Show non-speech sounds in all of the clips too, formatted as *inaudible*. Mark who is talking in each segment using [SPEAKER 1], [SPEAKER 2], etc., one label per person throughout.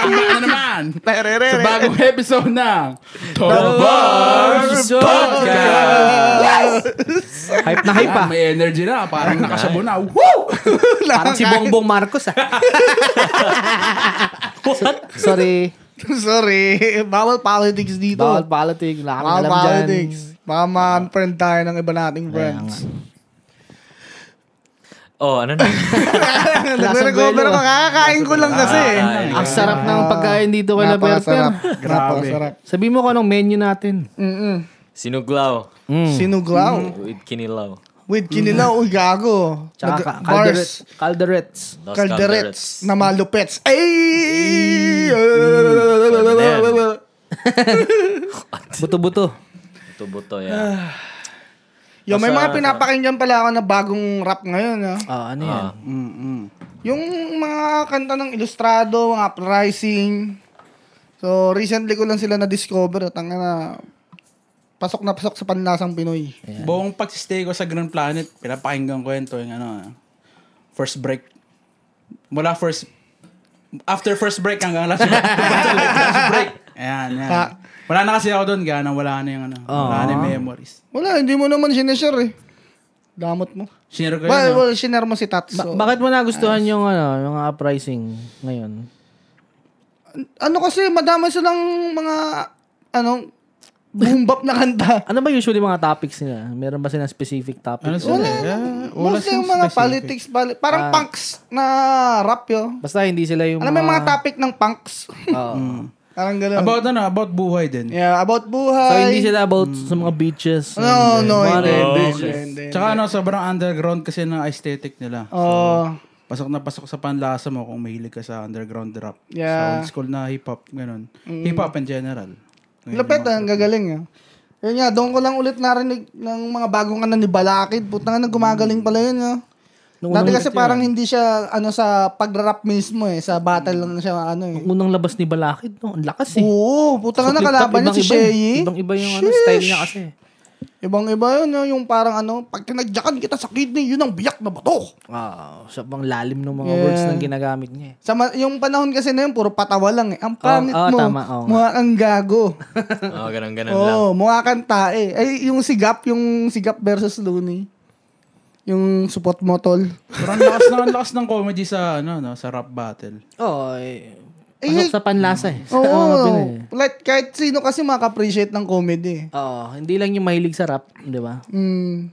[SPEAKER 1] ano
[SPEAKER 2] *laughs*
[SPEAKER 1] naman sa bagong episode ng
[SPEAKER 2] The Barbs Podcast! Hype na hype
[SPEAKER 1] Ayan,
[SPEAKER 2] ah.
[SPEAKER 1] may energy na. Parang nakasabo na. Woo!
[SPEAKER 2] Parang si Bongbong Marcos
[SPEAKER 3] *laughs*
[SPEAKER 2] ah.
[SPEAKER 4] Sorry.
[SPEAKER 3] *laughs* Sorry. Bawal politics dito.
[SPEAKER 4] Bawal politics. Wala kang
[SPEAKER 3] Bawal
[SPEAKER 4] alam dyan.
[SPEAKER 3] politics. Baka ma-unfriend tayo ng iba nating friends. *laughs*
[SPEAKER 2] Oh,
[SPEAKER 4] *laughs*
[SPEAKER 2] ano na?
[SPEAKER 3] Nagre-recover ako. Kakakain ko lang
[SPEAKER 2] Ah,
[SPEAKER 3] kasi.
[SPEAKER 4] ano
[SPEAKER 2] Ay,
[SPEAKER 4] Ang sarap ng pagkain dito kay
[SPEAKER 3] Napakasarap.
[SPEAKER 4] Laberter.
[SPEAKER 3] Napakasarap.
[SPEAKER 4] Sabi mo kung anong menu natin.
[SPEAKER 2] Sinuglaw.
[SPEAKER 3] Sinuglaw.
[SPEAKER 2] With kinilaw.
[SPEAKER 3] With kinilaw. Uy, gago. Nag-
[SPEAKER 4] Tsaka ka-
[SPEAKER 3] bars.
[SPEAKER 4] calderets. Calderets.
[SPEAKER 2] Dos
[SPEAKER 3] Calderets na malupets. Ay!
[SPEAKER 2] *laughs* Amen.
[SPEAKER 4] Buto-buto.
[SPEAKER 2] Tubuto
[SPEAKER 4] Ah,
[SPEAKER 2] yan.
[SPEAKER 3] Yo, may mga pinapakinggan pala ako na bagong rap ngayon. Ha?
[SPEAKER 4] Ah, ano yan?
[SPEAKER 2] Ah,
[SPEAKER 3] Yung mga kanta ng Ilustrado, mga Uprising. So, recently ko lang sila na-discover at ang na pasok na pasok sa panlasang Pinoy.
[SPEAKER 1] Buong pagsistay ko sa Grand Planet, pinapakinggan ko yun to yung ano, ah, first break. Mula first, after first break hanggang last *laughs* break. last break. Ayan, ayan.
[SPEAKER 3] Ta-
[SPEAKER 1] wala na kasi ako doon, gana, wala na yung ano, wala na yung memories.
[SPEAKER 3] Wala, hindi mo naman sineshare eh. Damot mo.
[SPEAKER 1] Sinero ko yun.
[SPEAKER 3] Well,
[SPEAKER 1] ah.
[SPEAKER 3] well, sinare mo si Tatso.
[SPEAKER 4] Ba- bakit mo nagustuhan yung ano, yung uprising ngayon?
[SPEAKER 3] ano kasi, madami silang mga, ano, boom bap na
[SPEAKER 4] *laughs*
[SPEAKER 3] kanta.
[SPEAKER 4] Ano ba usually mga topics nila? Meron ba silang specific topic?
[SPEAKER 1] Ano sila?
[SPEAKER 3] Mostly yung mga politics, pali- parang
[SPEAKER 4] Ah.
[SPEAKER 3] punks na rap yun.
[SPEAKER 4] Basta hindi sila yung
[SPEAKER 3] Alam mo yung mga topic Mm. ng punks? *laughs*
[SPEAKER 4] Oo.
[SPEAKER 3] parang gano'n.
[SPEAKER 1] About ano, about buhay din.
[SPEAKER 3] yeah, about
[SPEAKER 4] So
[SPEAKER 3] buhay.
[SPEAKER 4] hindi sila about sa
[SPEAKER 3] Mm.
[SPEAKER 4] mga beaches.
[SPEAKER 3] No, no,
[SPEAKER 4] Mga
[SPEAKER 3] hindi, hindi,
[SPEAKER 4] beaches.
[SPEAKER 3] hindi, hindi.
[SPEAKER 1] Tsaka ano, sobrang underground kasi ng aesthetic nila.
[SPEAKER 3] Oh,
[SPEAKER 1] Pasok na pasok sa panlasa mo kung mahilig ka sa underground rap.
[SPEAKER 3] Yeah. Mm.
[SPEAKER 1] Sa old school na hip-hop, ganun. Hip-hop in general.
[SPEAKER 3] lapet ah, ang gagaling ah. Yun nga, doon ko lang ulit narinig ng mga bagong ano ni Balakid. Puta nga, gumagaling pala yun. ah. Dati kasi
[SPEAKER 4] ah.
[SPEAKER 3] parang hindi siya ano sa pag-rap mismo eh. Sa battle lang siya ano eh.
[SPEAKER 4] Ang Unang labas ni Balakid, no? Ang lakas eh.
[SPEAKER 3] Oo, puta nga, nakalaban niya si
[SPEAKER 4] Ibang-iba
[SPEAKER 3] Shea.
[SPEAKER 4] yun. Ibang-iba yung ano, style niya kasi.
[SPEAKER 3] Ibang-iba yun, ah, yung parang ano, pag tinagyakan kita sa kidney, yun ang biyak na bato.
[SPEAKER 4] Wow, sa bang lalim ng mga words na ginagamit niya. eh.
[SPEAKER 3] Sa ma- yung panahon kasi na yun, puro patawa lang eh. Ang pangit
[SPEAKER 4] oo,
[SPEAKER 3] mo,
[SPEAKER 4] Oh, tama, oo nga.
[SPEAKER 3] mukha kang
[SPEAKER 4] *laughs*
[SPEAKER 3] gago.
[SPEAKER 2] oh, ganun, ganun lang.
[SPEAKER 3] Oo, mukha kang tae. Ay, yung sigap, yung sigap versus Looney. Yung support mo,
[SPEAKER 4] *laughs*
[SPEAKER 3] tol.
[SPEAKER 1] Pero ang lakas ng, ang lakas ng comedy sa, ano, no, sa rap battle.
[SPEAKER 4] Oo, eh.
[SPEAKER 3] Eh,
[SPEAKER 4] Pasok sa panlasa eh. *laughs* Sa
[SPEAKER 3] Oo,
[SPEAKER 4] mga Pinoy eh.
[SPEAKER 3] like, kahit sino kasi makaka-appreciate ng comedy. eh.
[SPEAKER 4] Oo, hindi lang yung mahilig sa rap, di ba?
[SPEAKER 3] Mm.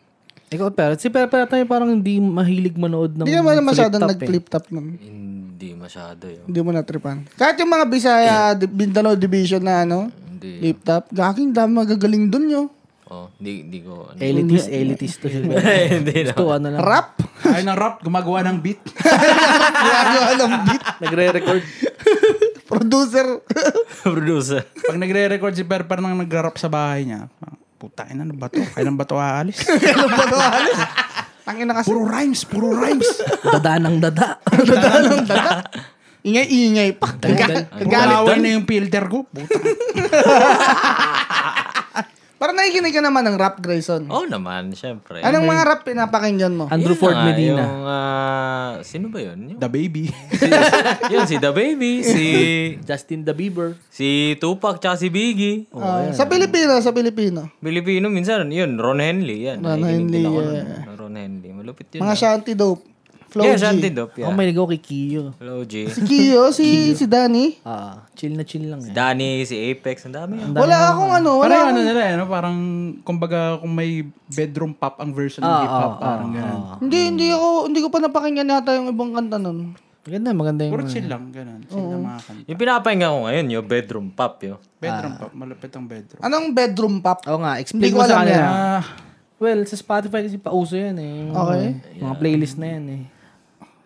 [SPEAKER 4] Ikaw, pero si Pero pero tayo parang hindi mahilig manood ng
[SPEAKER 3] Hindi ka ba masyadong
[SPEAKER 4] flip-top eh.
[SPEAKER 3] nag-flip-top nun?
[SPEAKER 2] Hindi masyado eh. yun.
[SPEAKER 3] Hindi mo natripan. Kahit yung mga Bisaya, di- Mindanao Division na ano,
[SPEAKER 2] Hindi.
[SPEAKER 3] flip-top, gaking dami magagaling dun yo.
[SPEAKER 2] Oh, hindi, hindi ko. Ano. *laughs*
[SPEAKER 4] Elitist, elitist *laughs* to sila.
[SPEAKER 2] hindi na.
[SPEAKER 4] Gusto ano lang.
[SPEAKER 3] Rap! *laughs*
[SPEAKER 1] Ayaw ng rap, gumagawa ng beat.
[SPEAKER 3] Gagawa ng beat.
[SPEAKER 4] Nagre-record.
[SPEAKER 3] Producer. *laughs*
[SPEAKER 2] Producer.
[SPEAKER 1] Pag nagre-record si Perper nang nag-rap sa bahay niya, putain na, ano ba to? Kailan ba to
[SPEAKER 3] *laughs*
[SPEAKER 1] aalis?
[SPEAKER 3] Ano ba to, Alice? Tangin na kasi.
[SPEAKER 1] puro rhymes, puro rhymes.
[SPEAKER 4] Dada ng dada.
[SPEAKER 3] Dadalong dada. Ingay-ingay pa. Ga-
[SPEAKER 1] Puro
[SPEAKER 3] Galit.
[SPEAKER 1] away na yung filter ko. Puta.
[SPEAKER 3] Parang nakikinig ka naman ng rap, Grayson.
[SPEAKER 2] Oh naman, syempre.
[SPEAKER 3] Anong mga rap pinapakinggan mo?
[SPEAKER 4] Andrew
[SPEAKER 2] Yun na
[SPEAKER 4] Ford
[SPEAKER 2] nga,
[SPEAKER 4] Medina.
[SPEAKER 2] Yung, ah, sino ba yun? Yung,
[SPEAKER 1] The baby.
[SPEAKER 2] yun, si *laughs* The Baby, si
[SPEAKER 4] *laughs* Justin the Bieber.
[SPEAKER 2] si Tupac, tsaka si Biggie.
[SPEAKER 3] Ah, sa Pilipino, sa Pilipino.
[SPEAKER 2] Filipino minsan, yun, Ron Henley, yan.
[SPEAKER 3] Ron
[SPEAKER 2] Nakikinig din
[SPEAKER 3] Henley,
[SPEAKER 2] ako nun. Ron Henley, malupit yun.
[SPEAKER 3] Mga shanty dope. Flow
[SPEAKER 2] yeah,
[SPEAKER 3] G.
[SPEAKER 2] Shanty Dop,
[SPEAKER 4] Oh,
[SPEAKER 2] yeah.
[SPEAKER 4] may ligaw kay Kiyo.
[SPEAKER 2] Hello, G.
[SPEAKER 3] Si Kiyo, si,
[SPEAKER 2] *laughs*
[SPEAKER 3] si Danny.
[SPEAKER 4] Ah, chill na chill lang eh.
[SPEAKER 2] Danny, si Apex, ang dami ah. yan.
[SPEAKER 3] Wala akong ano, wala
[SPEAKER 1] Parang ano
[SPEAKER 3] akong...
[SPEAKER 1] nila, eh, no? parang, kumbaga, kung may bedroom pop ang version ng hip-hop, parang ganun.
[SPEAKER 3] Hindi, hindi ako, hindi ko pa napakinggan yata yung ibang kanta nun.
[SPEAKER 4] Maganda, maganda yung...
[SPEAKER 1] Puro chill lang, ganun. Chill na mga kanta.
[SPEAKER 2] Yung pinapahinga ko ngayon, yung bedroom pop, yun.
[SPEAKER 1] Bedroom pop, malapit ang bedroom.
[SPEAKER 3] Anong bedroom pop?
[SPEAKER 4] Oo nga,
[SPEAKER 3] Hindi
[SPEAKER 4] explain
[SPEAKER 3] ko
[SPEAKER 4] mo
[SPEAKER 3] alam
[SPEAKER 4] sa kanila.
[SPEAKER 3] yan.
[SPEAKER 1] Ah,
[SPEAKER 4] Well, sa Spotify kasi pauso yan eh. Yung
[SPEAKER 3] Okay.
[SPEAKER 4] Mga playlist na yan eh.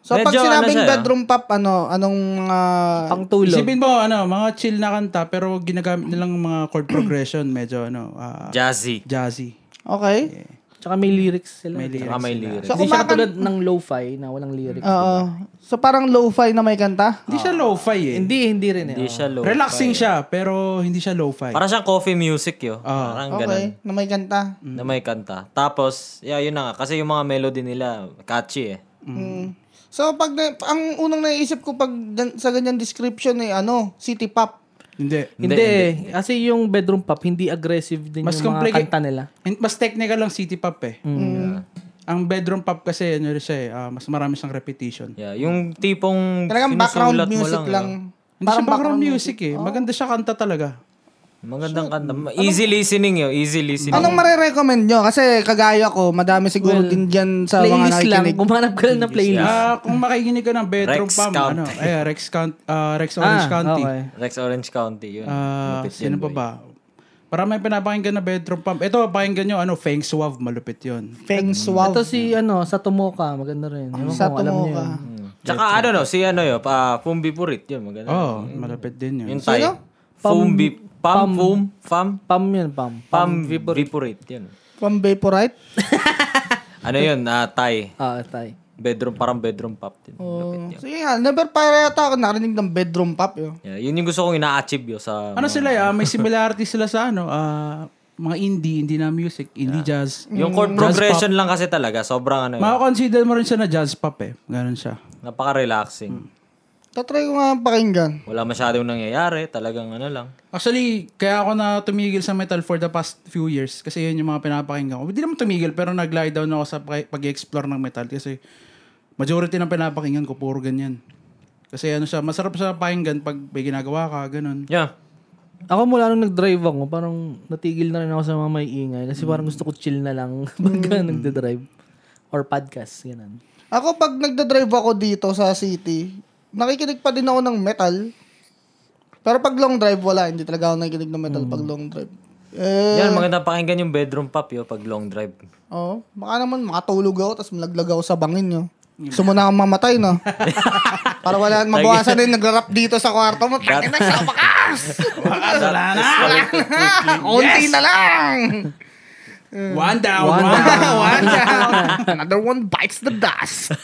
[SPEAKER 3] So pag
[SPEAKER 2] Medyo ano
[SPEAKER 3] sinabing
[SPEAKER 2] siya, ah.
[SPEAKER 3] bedroom pop, ano, anong mga...
[SPEAKER 4] Pangtulog.
[SPEAKER 1] isipin mo, ano, mga chill na kanta, pero ginagamit nilang mga chord progression, medyo, ano, ah,
[SPEAKER 2] Jazzy.
[SPEAKER 1] jazzy.
[SPEAKER 3] Okay.
[SPEAKER 4] Tsaka may lyrics sila. May
[SPEAKER 2] Saka may lyrics.
[SPEAKER 3] So
[SPEAKER 4] Hindi siya
[SPEAKER 3] kumakan...
[SPEAKER 4] katulad ng lo-fi na walang lyrics.
[SPEAKER 3] Oo. So parang lo-fi na may kanta?
[SPEAKER 1] Hindi siya lo-fi eh.
[SPEAKER 4] hindi, hindi rin eh.
[SPEAKER 2] Hindi siya low.
[SPEAKER 1] Relaxing siya, pero hindi siya lo-fi.
[SPEAKER 2] Para siyang coffee music yun. Parang ganun.
[SPEAKER 3] Ah, Okay, na may kanta.
[SPEAKER 2] Na may kanta. Tapos, yeah, yun na nga. Kasi yung mga melody nila, catchy eh.
[SPEAKER 3] Mm. So pag na- ang unang naisip ko pag gan- sa ganyan description ay ano, city pop.
[SPEAKER 1] Hindi.
[SPEAKER 4] Hindi, eh. Kasi yung bedroom pop, hindi aggressive din
[SPEAKER 1] Mas
[SPEAKER 4] yung mga
[SPEAKER 1] complicate-
[SPEAKER 4] kanta nila.
[SPEAKER 1] And mas technical lang city pop eh. Ang bedroom pop kasi ano rin siya eh, ah, mas marami siyang repetition.
[SPEAKER 2] Yeah, yung tipong
[SPEAKER 3] Talagang background
[SPEAKER 2] sinusulat mo eh,
[SPEAKER 3] music lang.
[SPEAKER 1] Hindi siya background music eh. Maganda siya kanta talaga.
[SPEAKER 2] yun. Magandang kanta. Easy listening yun. Easy listening.
[SPEAKER 3] Anong marirecommend nyo? Kasi kagaya ko, madami siguro din dyan sa mga
[SPEAKER 4] playlist lang.
[SPEAKER 3] nakikinig.
[SPEAKER 4] Gumanap ka lang ng playlist.
[SPEAKER 1] Ah, kung makikinig ka ng bedroom
[SPEAKER 2] Rex
[SPEAKER 1] pop,
[SPEAKER 2] County.
[SPEAKER 1] ano, eh, Rex, Count, ah, Rex Orange County.
[SPEAKER 4] okay.
[SPEAKER 2] Rex Orange County yun.
[SPEAKER 1] Ah,
[SPEAKER 2] Lupit
[SPEAKER 1] sino
[SPEAKER 2] yun,
[SPEAKER 1] pa
[SPEAKER 2] boy.
[SPEAKER 1] ba? Para may pinapakinggan na bedroom pump. Ito, pakinggan nyo, ano, Feng Suave, malupit yun.
[SPEAKER 3] Feng Swab.
[SPEAKER 4] Ito si ano, sa Tomoka, maganda rin. Ewan
[SPEAKER 3] Sa
[SPEAKER 4] ko, alam niyo
[SPEAKER 3] Tomoka.
[SPEAKER 4] yun.
[SPEAKER 2] Tsaka ano no, si ano yun, pa, Fumbi Purit yun. Maganda.
[SPEAKER 1] Oh, malupit din yun.
[SPEAKER 2] Yun tayo. Fumbi, Pam, Fum, Fam,
[SPEAKER 4] Pam yun, pam.
[SPEAKER 2] Pam, Vipurit yun.
[SPEAKER 3] From Vaporite.
[SPEAKER 2] Ano yun, ah, Thai.
[SPEAKER 4] Ah, tay.
[SPEAKER 2] Bedroom, parang bedroom pop din. Lupit yun.
[SPEAKER 3] So yun nga, never pa yata ako narinig ng bedroom pop yun.
[SPEAKER 2] Yeah, yun yung gusto kong ina-achieve yun sa...
[SPEAKER 1] Ano sila, ah, may similarity sila sa, ano, ah, mga indie, indie na music, indie jazz.
[SPEAKER 2] Yung chord progression lang kasi talaga, sobrang ano yun,
[SPEAKER 1] Makakonsider mo rin siya na jazz pop eh. Ganun siya.
[SPEAKER 2] napaka-relaxing.
[SPEAKER 3] Tatry ko nga pakinggan.
[SPEAKER 2] Wala masyadong nangyayari, talagang ano lang.
[SPEAKER 1] Actually, kaya ako na tumigil sa metal for the past few years kasi yun yung mga pinapakinggan ko. Hindi naman tumigil pero nag-lie down ako sa pag explore ng metal kasi majority ng pinapakinggan ko puro ganyan. Kasi ano siya, masarap siya pakinggan pag may ginagawa ka, ganun.
[SPEAKER 2] Yeah.
[SPEAKER 4] Ako mula nung nag-drive ako, parang natigil na rin ako sa mga may ingay kasi parang gusto ko chill na lang *laughs* pagka nagde-drive or podcast, ganun.
[SPEAKER 3] Ako pag nagdadrive ako dito sa city, nakikinig pa din ako ng metal. Pero pag long drive, wala. Hindi talaga ako nakikinig ng metal
[SPEAKER 4] Hmm.
[SPEAKER 3] pag long drive. Eh,
[SPEAKER 2] Yan, maganda pakinggan yung bedroom pop yun pag long drive.
[SPEAKER 3] oh, baka naman makatulog ako tapos malaglag ako sa bangin nyo. Gusto mo na akong mamatay, no? Para wala, mabawasan din nagra-rap dito sa kwarto mo. Tangin na, sa bakas!
[SPEAKER 1] *laughs* Wala na!
[SPEAKER 3] Konti na lang! *laughs*
[SPEAKER 1] One down! One,
[SPEAKER 3] One down. Another one bites the dust.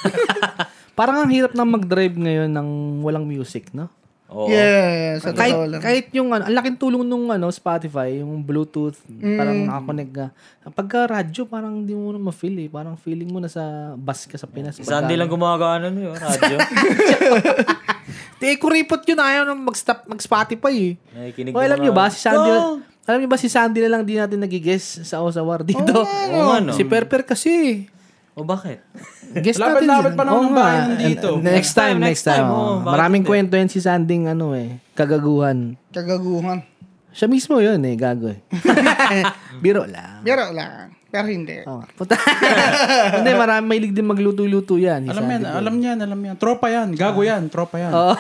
[SPEAKER 4] Parang ang hirap na mag-drive ngayon ng walang music, no?
[SPEAKER 2] Oo.
[SPEAKER 3] Yes, sa
[SPEAKER 4] Kahit,
[SPEAKER 3] totoo lang.
[SPEAKER 4] kahit yung ano, ang laking tulong nung ano, Spotify, yung Bluetooth, parang nakakonect ka. Pagka radyo, parang hindi mo na ma-feel eh. Parang feeling mo na sa bus ka sa Pinas.
[SPEAKER 2] Si
[SPEAKER 4] *laughs*
[SPEAKER 2] Sandy lang gumagawa nun yun, radyo.
[SPEAKER 4] Eh, kuripot yun. Ayaw nang mag-stop, mag-Spotify eh.
[SPEAKER 2] Nakikinig
[SPEAKER 4] O,
[SPEAKER 2] ng
[SPEAKER 4] alam
[SPEAKER 2] mga-
[SPEAKER 4] nyo ba, si Sandy, alam nyo ba si Sandy na lang di natin nagigess sa Osawar dito?
[SPEAKER 2] Oo nga, no?
[SPEAKER 4] Si Perper kasi.
[SPEAKER 2] O bakit?
[SPEAKER 4] Guest natin.
[SPEAKER 1] Lapit-lapit pa naman
[SPEAKER 4] Oo
[SPEAKER 1] ng
[SPEAKER 4] nga.
[SPEAKER 1] bahay nandito.
[SPEAKER 4] Next time, next time.
[SPEAKER 2] Oo,
[SPEAKER 4] oo.
[SPEAKER 2] bakit
[SPEAKER 4] Maraming
[SPEAKER 2] hindi?
[SPEAKER 4] kwento yan si Sandy ng ano eh, kagaguhan.
[SPEAKER 3] Kagaguhan.
[SPEAKER 4] Siya mismo yun eh, gago eh. Biro lang.
[SPEAKER 3] Pero lang. Pero hindi.
[SPEAKER 4] Oh, puta. *laughs* Hindi, marami mahilig din magluto-luto yan.
[SPEAKER 1] Alam yan, ah. alam yan, alam yan. Tropa yan, gago yan, tropa yan.
[SPEAKER 4] Oh.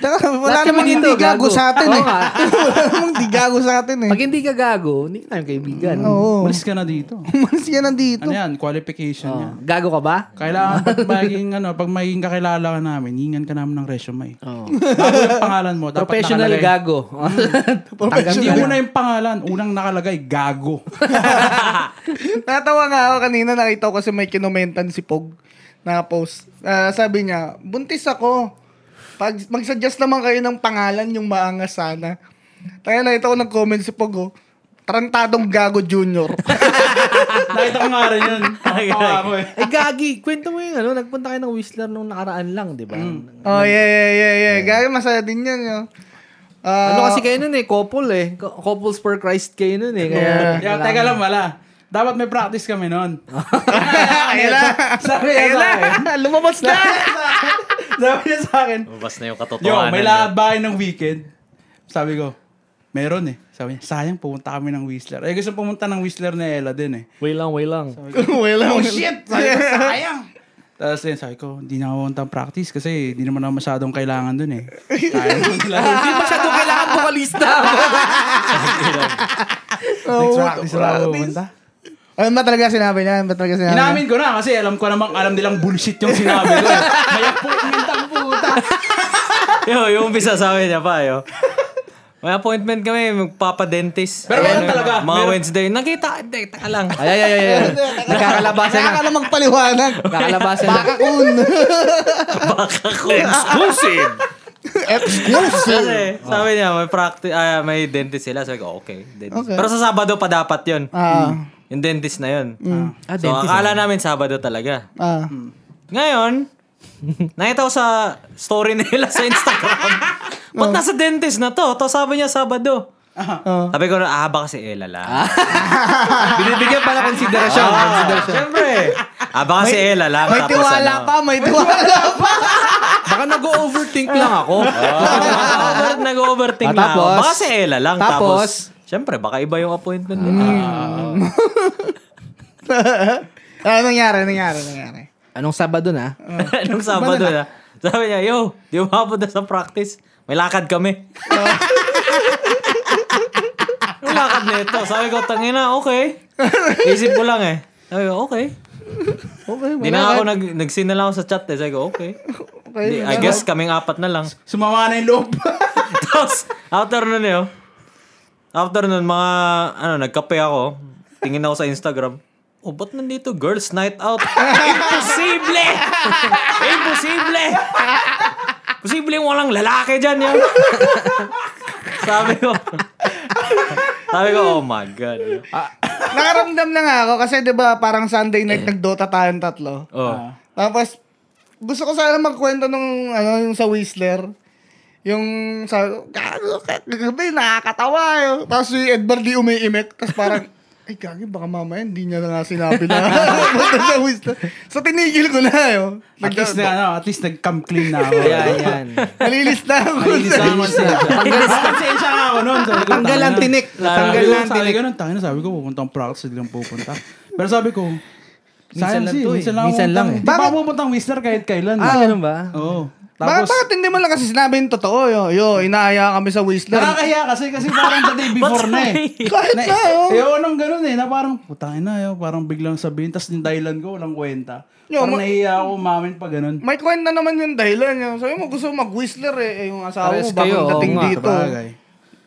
[SPEAKER 3] Taka,
[SPEAKER 4] Lahat
[SPEAKER 3] wala
[SPEAKER 4] kami
[SPEAKER 3] namang
[SPEAKER 4] dito,
[SPEAKER 3] hindi gago
[SPEAKER 4] gago.
[SPEAKER 3] sa atin eh.
[SPEAKER 4] Oo nga.
[SPEAKER 3] *laughs* wala namang hindi gago sa atin eh.
[SPEAKER 4] Pag hindi ka gago, hindi ka namin kaibigan.
[SPEAKER 3] Oo.
[SPEAKER 1] Malis ka na dito.
[SPEAKER 3] Umalis ka nandito.
[SPEAKER 1] Ano yan, qualification
[SPEAKER 4] Oh,
[SPEAKER 1] yan.
[SPEAKER 4] Gago ka ba?
[SPEAKER 1] Kailangan pag maging, ano, pag maging kakilala ka namin, hingan ka namin ng resume. Bago yung pangalan mo, dapat
[SPEAKER 4] Professional
[SPEAKER 1] nakalagay. Hmm.
[SPEAKER 4] gago. *laughs*
[SPEAKER 1] Hindi
[SPEAKER 3] Professional.
[SPEAKER 1] una yung pangalan, unang nakalagay, gago.
[SPEAKER 3] *laughs* Natawa nga ako kanina nakita ko kasi may kinomentan si Pog na post. Ah, sabi niya, buntis ako. Pag magsuggest naman kayo ng pangalan yung maangas sana. Kaya nakita ko nag-comment si Pog oh. Tarantadong gago junior.
[SPEAKER 1] *laughs* Nakita ko nga rin *laughs* yun. Nakakatawa ako eh.
[SPEAKER 4] Ay, gagi. Kwento mo yung ano, nagpunta kayo ng Whistler nung nakaraan lang, di ba?
[SPEAKER 1] Hmm.
[SPEAKER 3] oh, yeah, yeah, yeah, yeah. Gago, masaya din yan. Yo. Ah,
[SPEAKER 4] Ano
[SPEAKER 3] *laughs*
[SPEAKER 4] kasi kayo nun eh, couple eh. Co- Couples for Christ kayo nun eh. Kaya,
[SPEAKER 1] Yeah,
[SPEAKER 4] *laughs*
[SPEAKER 1] teka lang wala. Dapat may practice kami *laughs* noon.
[SPEAKER 3] Ayun na.
[SPEAKER 1] Sabi niya
[SPEAKER 3] Ayun
[SPEAKER 1] sa akin. *laughs*
[SPEAKER 3] na. Lumabas
[SPEAKER 4] *laughs*
[SPEAKER 3] na.
[SPEAKER 1] Sabi niya sa akin.
[SPEAKER 2] Mabas na
[SPEAKER 1] *laughs*
[SPEAKER 2] yung
[SPEAKER 1] Yo,
[SPEAKER 2] katotohanan.
[SPEAKER 1] may
[SPEAKER 2] yun.
[SPEAKER 1] lakad bahay ng weekend. Sabi ko, meron eh. Sabi niya, sayang pumunta kami ng Whistler. Eh, gusto pumunta ng Whistler na Ella din eh.
[SPEAKER 4] Way lang, way lang.
[SPEAKER 3] Wala.
[SPEAKER 1] Oh
[SPEAKER 3] *laughs*
[SPEAKER 1] shit! Sabi ko, sayang! *laughs* Tapos yun, sabi ko, hindi na ako pumunta practice kasi hindi naman ako masyadong kailangan dun eh. *laughs* Sayang yung laro.
[SPEAKER 4] Hindi masyado kailangan vocalista.
[SPEAKER 1] *laughs* Next practice na ako pumunta.
[SPEAKER 3] Ano ba talaga sinabi niya? Ano ba talaga sinabi niya?
[SPEAKER 1] Inamin ko na kasi alam ko namang alam nilang bullshit yung sinabi ko. eh. Kaya pumunta puta.
[SPEAKER 2] yo, yung umpisa sa akin niya pa, yo. May appointment kami, magpapadentist.
[SPEAKER 1] Pero meron
[SPEAKER 2] yun,
[SPEAKER 1] talaga.
[SPEAKER 2] Mga
[SPEAKER 1] Meron.
[SPEAKER 2] Wednesday. Nakita, hindi, taka lang.
[SPEAKER 4] Ay, ay, ay, ay. *laughs* ay. Nakakalabasan
[SPEAKER 3] Kaya
[SPEAKER 4] na.
[SPEAKER 3] ka na magpaliwanag.
[SPEAKER 4] Nakakalabasan na.
[SPEAKER 3] Baka kun. *laughs*
[SPEAKER 2] Baka ko. Exclusive!
[SPEAKER 3] Exclusive.
[SPEAKER 2] Kasi, sabi niya, may practice, ah, may dentist sila. Sabi ko, okay, dentist.
[SPEAKER 3] Okay.
[SPEAKER 2] Pero sa Sabado pa dapat yun.
[SPEAKER 3] Ah. Mm.
[SPEAKER 2] Yung dentist na yun.
[SPEAKER 4] Ah,
[SPEAKER 2] so, akala namin Sabado talaga.
[SPEAKER 3] Ah.
[SPEAKER 2] Hmm. *laughs* Ngayon, nakita ko sa story nila sa Instagram. Ba't nasa dentist na to? Tapos sabi niya Sabado.
[SPEAKER 3] Oh.
[SPEAKER 2] Sabi ko, ah, baka si Ella lang.
[SPEAKER 5] Binibigyan pala konsiderasyon.
[SPEAKER 1] Ah,
[SPEAKER 5] konsiderasyon.
[SPEAKER 2] Siyempre. Ah, baka si Ella lang.
[SPEAKER 3] May
[SPEAKER 2] tapos
[SPEAKER 3] tiwala
[SPEAKER 2] ano.
[SPEAKER 3] pa, may tiwala *laughs* pa.
[SPEAKER 5] Baka nag-overthink
[SPEAKER 3] Ah.
[SPEAKER 5] lang ako.
[SPEAKER 2] Nag-over- Nag-overthink
[SPEAKER 5] Ah,
[SPEAKER 2] na ako.
[SPEAKER 5] tapos?
[SPEAKER 2] Baka si Ella lang. Tapos,
[SPEAKER 5] Tapos?
[SPEAKER 2] siyempre, baka iba yung appointment nila.
[SPEAKER 3] ano nangyari, nangyari, nangyari.
[SPEAKER 4] Anong Sabado na?
[SPEAKER 2] *laughs* Nung Sabado Ah. na, sabi niya, yo, di ba mapunta sa practice? May lakad *laughs* kami. Yung lakad na ito. Sabi ko, tangina, okay. Isip ko lang eh. Sabi ko, okay.
[SPEAKER 3] Okay,
[SPEAKER 2] Hindi na ako nag, nagsin na lang ako sa chat eh. Sabi ko, okay.
[SPEAKER 3] Okay,
[SPEAKER 2] Di- I guess kaming apat na lang.
[SPEAKER 1] Sumama na yung loob.
[SPEAKER 2] Tapos, after nun yun, after nun, mga, ano, nagkape ako. Tingin ako sa Instagram. Oh, ba't nandito? Girls night out. Imposible! Imposible! Posible walang lalaki dyan yun. Sabi ko, sabi ko, oh my God.
[SPEAKER 3] Nakaramdam na nga ako kasi 'di ba parang Sunday
[SPEAKER 2] Mm.
[SPEAKER 3] night nagdota tayong tatlo.
[SPEAKER 2] Oh.
[SPEAKER 3] Tapos gusto ko sana magkwento nung ano yung sa Whistler. Yung sa gago gabi nakakatawa. yun. Tapos si Edward di umiimik tapos parang *laughs* ay gagi baka mamaya hindi niya na nga sinabi na punta sa Whistler. So tinigil ko na eh, oh. yun.
[SPEAKER 1] at least na, ano, at least nag-come clean na ako.
[SPEAKER 4] Ayan, yan.
[SPEAKER 3] Malilis na ako.
[SPEAKER 1] Nalilis na ako siya. Nakonsensya na ako noon. Sabi ko,
[SPEAKER 5] Tanggal ang
[SPEAKER 1] "Tangina."
[SPEAKER 5] tinik.
[SPEAKER 1] Sabi
[SPEAKER 5] Tanggal
[SPEAKER 1] ko,
[SPEAKER 5] ang
[SPEAKER 1] Sabi
[SPEAKER 5] tinik.
[SPEAKER 1] ko, nun, tangina, sabi ko, pupunta akong practice, hindi lang pupunta. Pero sabi ko,
[SPEAKER 4] Minsan
[SPEAKER 1] sayang
[SPEAKER 4] lang
[SPEAKER 1] siya,
[SPEAKER 4] to eh.
[SPEAKER 1] minsan lang
[SPEAKER 4] Minsan lang
[SPEAKER 1] lang.
[SPEAKER 4] eh.
[SPEAKER 1] Di pa ako pupunta ang Whistler kahit kailan.
[SPEAKER 4] Ah, ganun ba?
[SPEAKER 1] Oo. Tapos,
[SPEAKER 3] Bakit, bakit hindi mo lang kasi sinabi yung totoo? Yo, yo inaaya kami sa Whistler.
[SPEAKER 1] nakakahiya kasi, kasi parang the
[SPEAKER 3] *laughs*
[SPEAKER 1] day before na eh.
[SPEAKER 3] Kahit na, oh.
[SPEAKER 1] Eh, walang ganun eh, na parang, putangin na, yo, parang biglang sabihin, tas yung dahilan ko, walang kwenta.
[SPEAKER 3] Yo,
[SPEAKER 1] Parang
[SPEAKER 3] ma-
[SPEAKER 1] nahiya ako umamin pa ganun.
[SPEAKER 3] May kwento na naman yung dahilan yun. Sabi mo, gusto mo mag-whistler eh. eh yung asawa mo,
[SPEAKER 4] Pares
[SPEAKER 3] bakit
[SPEAKER 4] kayo, oo
[SPEAKER 3] dating
[SPEAKER 4] nga,
[SPEAKER 3] dito?
[SPEAKER 1] Sabagay.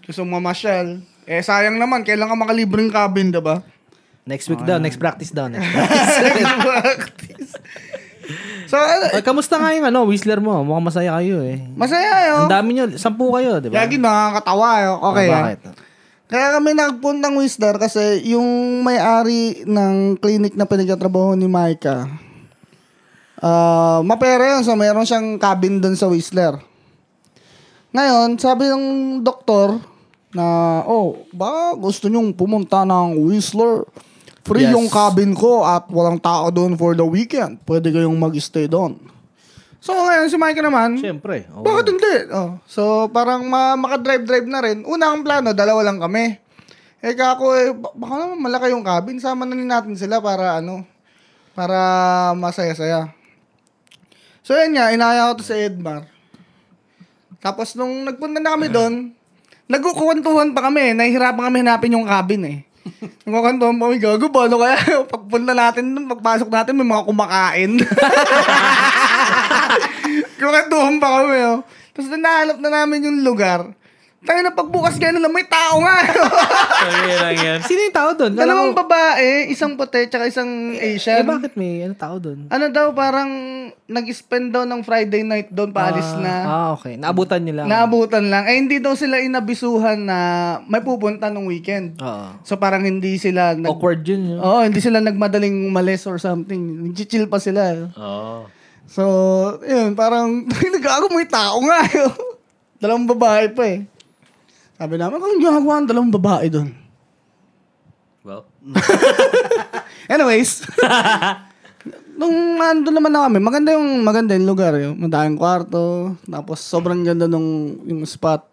[SPEAKER 3] Gusto mo mamasyal. Eh, sayang naman. Kailan ka makalibreng cabin, diba?
[SPEAKER 4] Next week daw, next practice daw. Next
[SPEAKER 3] *laughs* Practice. *laughs* so, ano,
[SPEAKER 4] Ay, kamusta nga yung ano, Whistler mo? Mukhang masaya kayo eh.
[SPEAKER 3] masaya oh. yun.
[SPEAKER 4] Ang dami nyo, sampu kayo, di ba? Oh,
[SPEAKER 3] Lagi nakakatawa yun. Okay. ah.
[SPEAKER 4] Bakit?
[SPEAKER 3] Kaya kami nagpuntang Whistler kasi yung may-ari ng clinic na pinagtatrabaho ni Micah, ah mapera yun. So, meron siyang cabin dun sa Whistler. Ngayon, sabi ng doktor na, oh, ba gusto nyong pumunta ng Whistler? Free
[SPEAKER 4] Yes.
[SPEAKER 3] yung cabin ko at walang tao doon for the weekend. Pwede kayong mag-stay doon. So, ngayon si Micah naman,
[SPEAKER 4] Siyempre. oo.
[SPEAKER 3] bakit hindi? Oh. So, parang ma- makadrive-drive na rin. Una ang plano, dalawa lang kami. Eh, kako, eh, ba- baka naman malaki yung cabin. Sama na rin natin sila para, ano, para masaya-saya. So, yun nga, inaya ko to sa Edmar. Tapos, nung nagpunta na kami doon, nagkukwentuhan pa kami. Nahihirapan kami hanapin yung cabin eh. Nagkukwentuhan pa kami, gago, paano kaya? *laughs* Pagpunta natin doon, pagpasok natin, may mga kumakain. *laughs* Kumakatuhan pa kami, oh. Tapos nanahanap na namin yung lugar. Tayo na pagbukas gano'n lang, may tao
[SPEAKER 4] *laughs*
[SPEAKER 3] nga.
[SPEAKER 2] Sabi lang yan.
[SPEAKER 4] Sino yung tao doon? Alam
[SPEAKER 3] Dalawang
[SPEAKER 4] ko-
[SPEAKER 3] babae, isang puti, tsaka isang
[SPEAKER 4] Eh,
[SPEAKER 3] Asian.
[SPEAKER 4] bakit may ano, tao doon?
[SPEAKER 3] Ano daw, parang nag-spend daw ng Friday night doon, paalis na.
[SPEAKER 4] Ah, okay. Naabutan nyo lang.
[SPEAKER 3] Naabutan lang. Eh, hindi daw sila inabisuhan na may pupunta nung weekend.
[SPEAKER 4] Oo.
[SPEAKER 3] So, parang hindi sila... Nag-
[SPEAKER 4] Awkward yun. yun.
[SPEAKER 3] Oo, hindi sila nagmadaling umalis or something. Chill pa sila. eh.
[SPEAKER 2] Oh.
[SPEAKER 3] So, yun, parang *laughs* nagagawa mo yung tao nga. yun. *laughs* dalawang babae pa eh. Sabi namin, kung ginagawa ang dalawang babae doon.
[SPEAKER 2] Well,
[SPEAKER 3] *laughs* Anyways, nung nandun naman na kami, maganda yung, maganda yung lugar. Yung madaming kwarto, tapos sobrang ganda nung yung spot.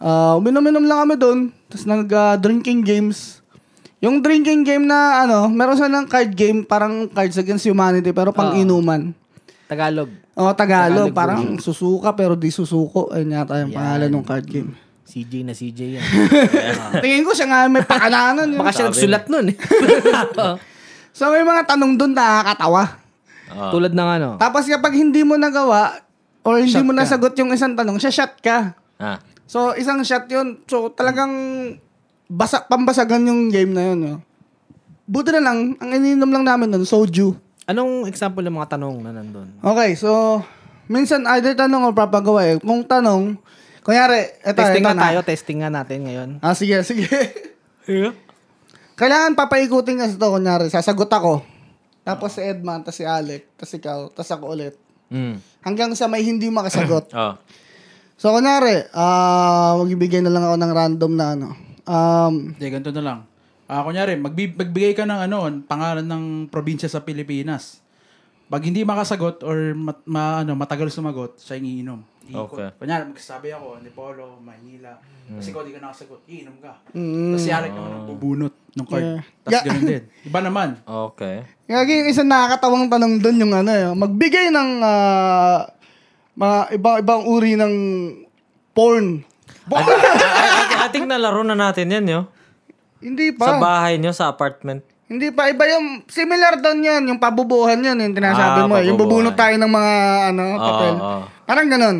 [SPEAKER 3] Ah, uminom-inom lang kami doon, tapos nag-drinking games. Yung drinking game na ano, meron silang card game, parang Cards Against Humanity, pero pang-inuman.
[SPEAKER 4] Tagalog.
[SPEAKER 3] Oh, Tagalog. parang susuka pero di susuko. Ayun yata yung pangalan ng card game.
[SPEAKER 4] CJ na CJ
[SPEAKER 3] *laughs*
[SPEAKER 4] yan.
[SPEAKER 3] Tingin ko siya nga may pakalanan. yun.
[SPEAKER 4] Baka siya nagsulat nun eh. Oo.
[SPEAKER 3] So may mga tanong doon na nakakatawa.
[SPEAKER 4] Tulad ng ano.
[SPEAKER 3] Tapos kapag hindi mo nagawa or hindi mo nasagot yung isang tanong, siya shot ka.
[SPEAKER 2] ah.
[SPEAKER 3] So isang shot yun. So talagang basa, pambasagan yung game na yun. No? Buti na lang, ang ininom lang namin nun, soju.
[SPEAKER 4] Anong example ng mga tanong na nandun?
[SPEAKER 3] Okay, so minsan either tanong o papagawa eh. Kung tanong, kunyari, eto,
[SPEAKER 4] testing
[SPEAKER 3] eto
[SPEAKER 4] nga
[SPEAKER 3] na.
[SPEAKER 4] tayo. Testing nga natin ngayon.
[SPEAKER 3] Ah, sige, sige. Kailangan papaikutin kasi to, kunyari, sasagot ako. Tapos si Edman, tapos si Alec, tapos ikaw, tapos ako ulit.
[SPEAKER 2] Mm. *clears throat*
[SPEAKER 3] Hanggang sa may hindi makasagot.
[SPEAKER 2] Oh.
[SPEAKER 3] So, kunwari, ah magbibigay na lang ako ng random na ano. Um,
[SPEAKER 1] Hindi, ganito na lang. Ah, kunyari, magbi- magbigay ka ng ano, pangalan ng probinsya sa Pilipinas. Pag hindi makasagot or mat- ma- ano, matagal sumagot, siya yung iinom. Iikot.
[SPEAKER 2] Okay.
[SPEAKER 1] Kunyari, magsasabi ako, Antipolo, Manila. Kasi ikaw di ka nakasagot, iinom ka. Tapos si Alec naman ang bubunot ng card.
[SPEAKER 3] Hmm. Yeah.
[SPEAKER 1] Tapos
[SPEAKER 3] Yeah.
[SPEAKER 1] ganun din. Iba naman.
[SPEAKER 2] Okay.
[SPEAKER 3] Lagi yung isang nakakatawang tanong doon yung ano, yung magbigay ng ah, mga iba- ibang uri ng porn.
[SPEAKER 2] I, I think nalaro na natin yan, yo.
[SPEAKER 3] *laughs* Hindi pa.
[SPEAKER 2] Sa bahay nyo, sa apartment.
[SPEAKER 3] Hindi pa iba yung similar doon yun, yung pabubuhan yun, yung tinasabi
[SPEAKER 2] Ah,
[SPEAKER 3] mo, eh. yung
[SPEAKER 2] pabubuhan. Ah,
[SPEAKER 3] bubunot tayo ng mga ano, papel.
[SPEAKER 2] oo.
[SPEAKER 3] Parang ganun.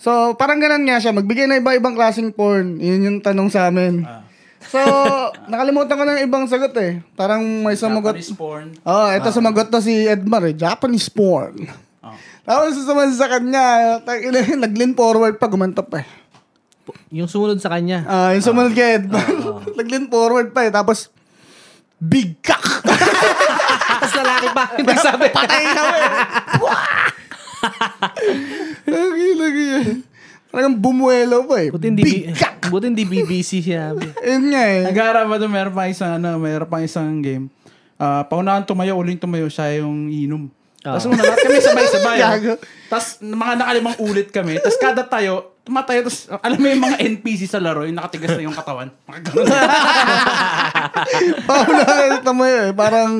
[SPEAKER 3] So, parang ganun nga siya, magbigay na iba-ibang klaseng porn. Yun yung tanong sa amin.
[SPEAKER 1] Ah.
[SPEAKER 3] So, *laughs* nakalimutan ko na yung ibang sagot eh. Parang may sumagot.
[SPEAKER 1] Japanese
[SPEAKER 3] *laughs*
[SPEAKER 1] porn. Ah.
[SPEAKER 3] Oh, ito sumagot to si Edmar eh, Japanese porn. Tapos sumagot sa kanya, tangina, *laughs* nag-lean forward pa, gumantap pa eh.
[SPEAKER 4] Yung sumunod sa kanya.
[SPEAKER 3] Ah, yung sumunod kay Edmar,
[SPEAKER 2] Ah.
[SPEAKER 3] *laughs* nag-lean forward pa eh. Tapos, big cock!
[SPEAKER 4] Tapos lalaki
[SPEAKER 3] Ah,
[SPEAKER 4] pa. Yung nagsabi.
[SPEAKER 3] Patay kami. Lagi, lagi yan. Parang bumuelo pa eh.
[SPEAKER 4] Buti hindi,
[SPEAKER 3] Big cock.
[SPEAKER 4] *laughs* buti hindi BBC sinabi.
[SPEAKER 3] Yun nga eh.
[SPEAKER 1] Nag-aarap ba doon, meron pa isang, ano, meron pa isang game. Ah, paunahan tumayo, uling tumayo, siya yung inom. Tapos una, lahat
[SPEAKER 3] *laughs*
[SPEAKER 1] kami sabay-sabay.
[SPEAKER 3] Gago.
[SPEAKER 1] tapos mga nakalimang ulit kami. Tapos kada tayo, tumatayo. Tapos alam mo yung mga NPC sa laro, yung nakatigas na yung katawan. Mga
[SPEAKER 3] *laughs*
[SPEAKER 1] ganun.
[SPEAKER 3] Paano na tama yun eh. Parang,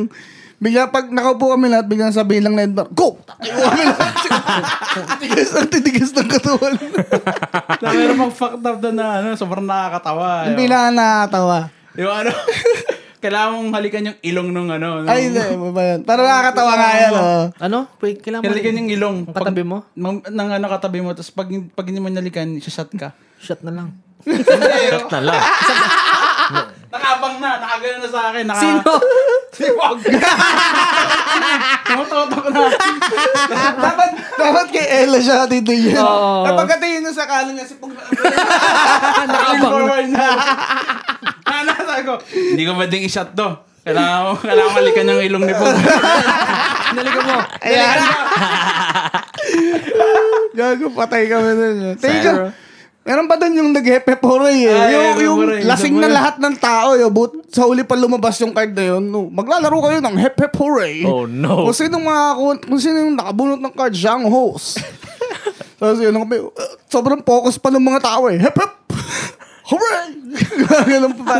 [SPEAKER 3] bigla pag nakaupo kami lahat, biglang sabihin lang na Edmar, go! Tatayo kami lahat. titigas ang titigas ng katawan.
[SPEAKER 1] na meron pang fucked up doon na ano, sobrang nakakatawa.
[SPEAKER 3] Yung
[SPEAKER 1] Yung,
[SPEAKER 3] pinaka nakakatawa.
[SPEAKER 1] yung ano, *laughs* kailangan mong halikan yung ilong nung ano. nung-
[SPEAKER 3] Ay, hindi. Ano ba yun? Parang nakakatawa nga yan. Oh.
[SPEAKER 4] Ano? Wait, kailangan mo.
[SPEAKER 1] Halikan yung ilong.
[SPEAKER 4] Ang katabi mo?
[SPEAKER 1] Pag- Nang, nang ano katabi mo. Tapos pag, pag hindi mo nalikan, shot ka.
[SPEAKER 4] Shot na lang.
[SPEAKER 2] Shot na lang.
[SPEAKER 1] Nakabang na, nakagano na sa akin.
[SPEAKER 3] Ah.
[SPEAKER 1] Naka,
[SPEAKER 3] *laughs*
[SPEAKER 4] Sino?
[SPEAKER 1] *laughs* Si Wag. Tumutotok na.
[SPEAKER 3] dapat, dapat kay Ella siya titigyan. *laughs*
[SPEAKER 4] Oo.
[SPEAKER 3] Napagkatingin niya sa kanan niya, si *laughs* Pug
[SPEAKER 4] Nakabang.
[SPEAKER 1] Forward *laughs* na. Ano, sabi ko, hindi ko pwedeng i-shot to. Kailangan ko, kailangan malikan yung ilong ni Pong.
[SPEAKER 4] Naligaw mo.
[SPEAKER 3] *laughs* Gago, patay kami nun. eh. Teka, meron pa dun yung nag-hepe poroy eh.
[SPEAKER 1] Ay,
[SPEAKER 3] yung,
[SPEAKER 1] meron
[SPEAKER 3] yung
[SPEAKER 1] pa rin,
[SPEAKER 3] lasing na
[SPEAKER 1] meron.
[SPEAKER 3] lahat ng tao. Yung, but, sa huli pa lumabas yung card na yun. No, maglalaro kayo ng hepe poroy.
[SPEAKER 2] Oh, no.
[SPEAKER 3] Kung sino mga, kung sino yung nakabunot ng card, siya ang host. Tapos yun, kami, uh, sobrang focus pa ng mga tao eh. Hep, hep! Hooray! *laughs* Ganun pa
[SPEAKER 1] *laughs*
[SPEAKER 3] ba?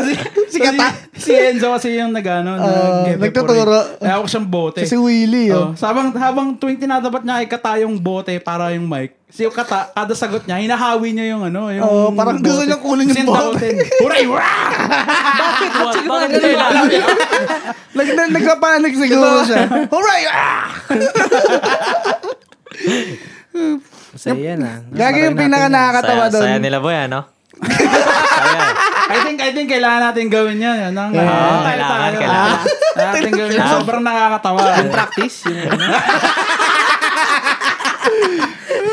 [SPEAKER 3] Si Kata.
[SPEAKER 1] si Enzo kasi yung nag-ano,
[SPEAKER 3] Ah,
[SPEAKER 1] nag-epe
[SPEAKER 3] nagtuturo.
[SPEAKER 1] po rin. Kaya ako siyang bote.
[SPEAKER 3] Si Willie.
[SPEAKER 1] Oh,
[SPEAKER 3] Oh.
[SPEAKER 1] habang, habang tuwing tinatapat niya ay kata yung bote para yung mic. Si yung kata, kada sagot niya, hinahawi niya yung ano, yung
[SPEAKER 3] Oo, Oh, parang gusto niyang kunin yung bote.
[SPEAKER 1] Huray,
[SPEAKER 3] *laughs*
[SPEAKER 1] wah!
[SPEAKER 4] Bakit? Ba't siya
[SPEAKER 2] Bakit
[SPEAKER 4] gumagano?
[SPEAKER 2] nila alam yan?
[SPEAKER 3] Nag, nag, nagkapanik siguro siya. Hooray! Ah!
[SPEAKER 4] Masaya yan ah.
[SPEAKER 3] Gagi yung
[SPEAKER 4] Parang
[SPEAKER 3] pinaka
[SPEAKER 4] natin yan.
[SPEAKER 3] nakakatawa
[SPEAKER 2] Saya,
[SPEAKER 3] doon.
[SPEAKER 2] saya nila ba
[SPEAKER 3] *laughs*
[SPEAKER 2] yan, no? saya.
[SPEAKER 1] I think, I think kailangan natin gawin yan. Nang, yeah.
[SPEAKER 4] Ah,
[SPEAKER 2] kailangan, kailangan.
[SPEAKER 1] Kailangan natin gawin yan. Sobrang nakakatawa.
[SPEAKER 4] Yung practice. Yung
[SPEAKER 1] *laughs*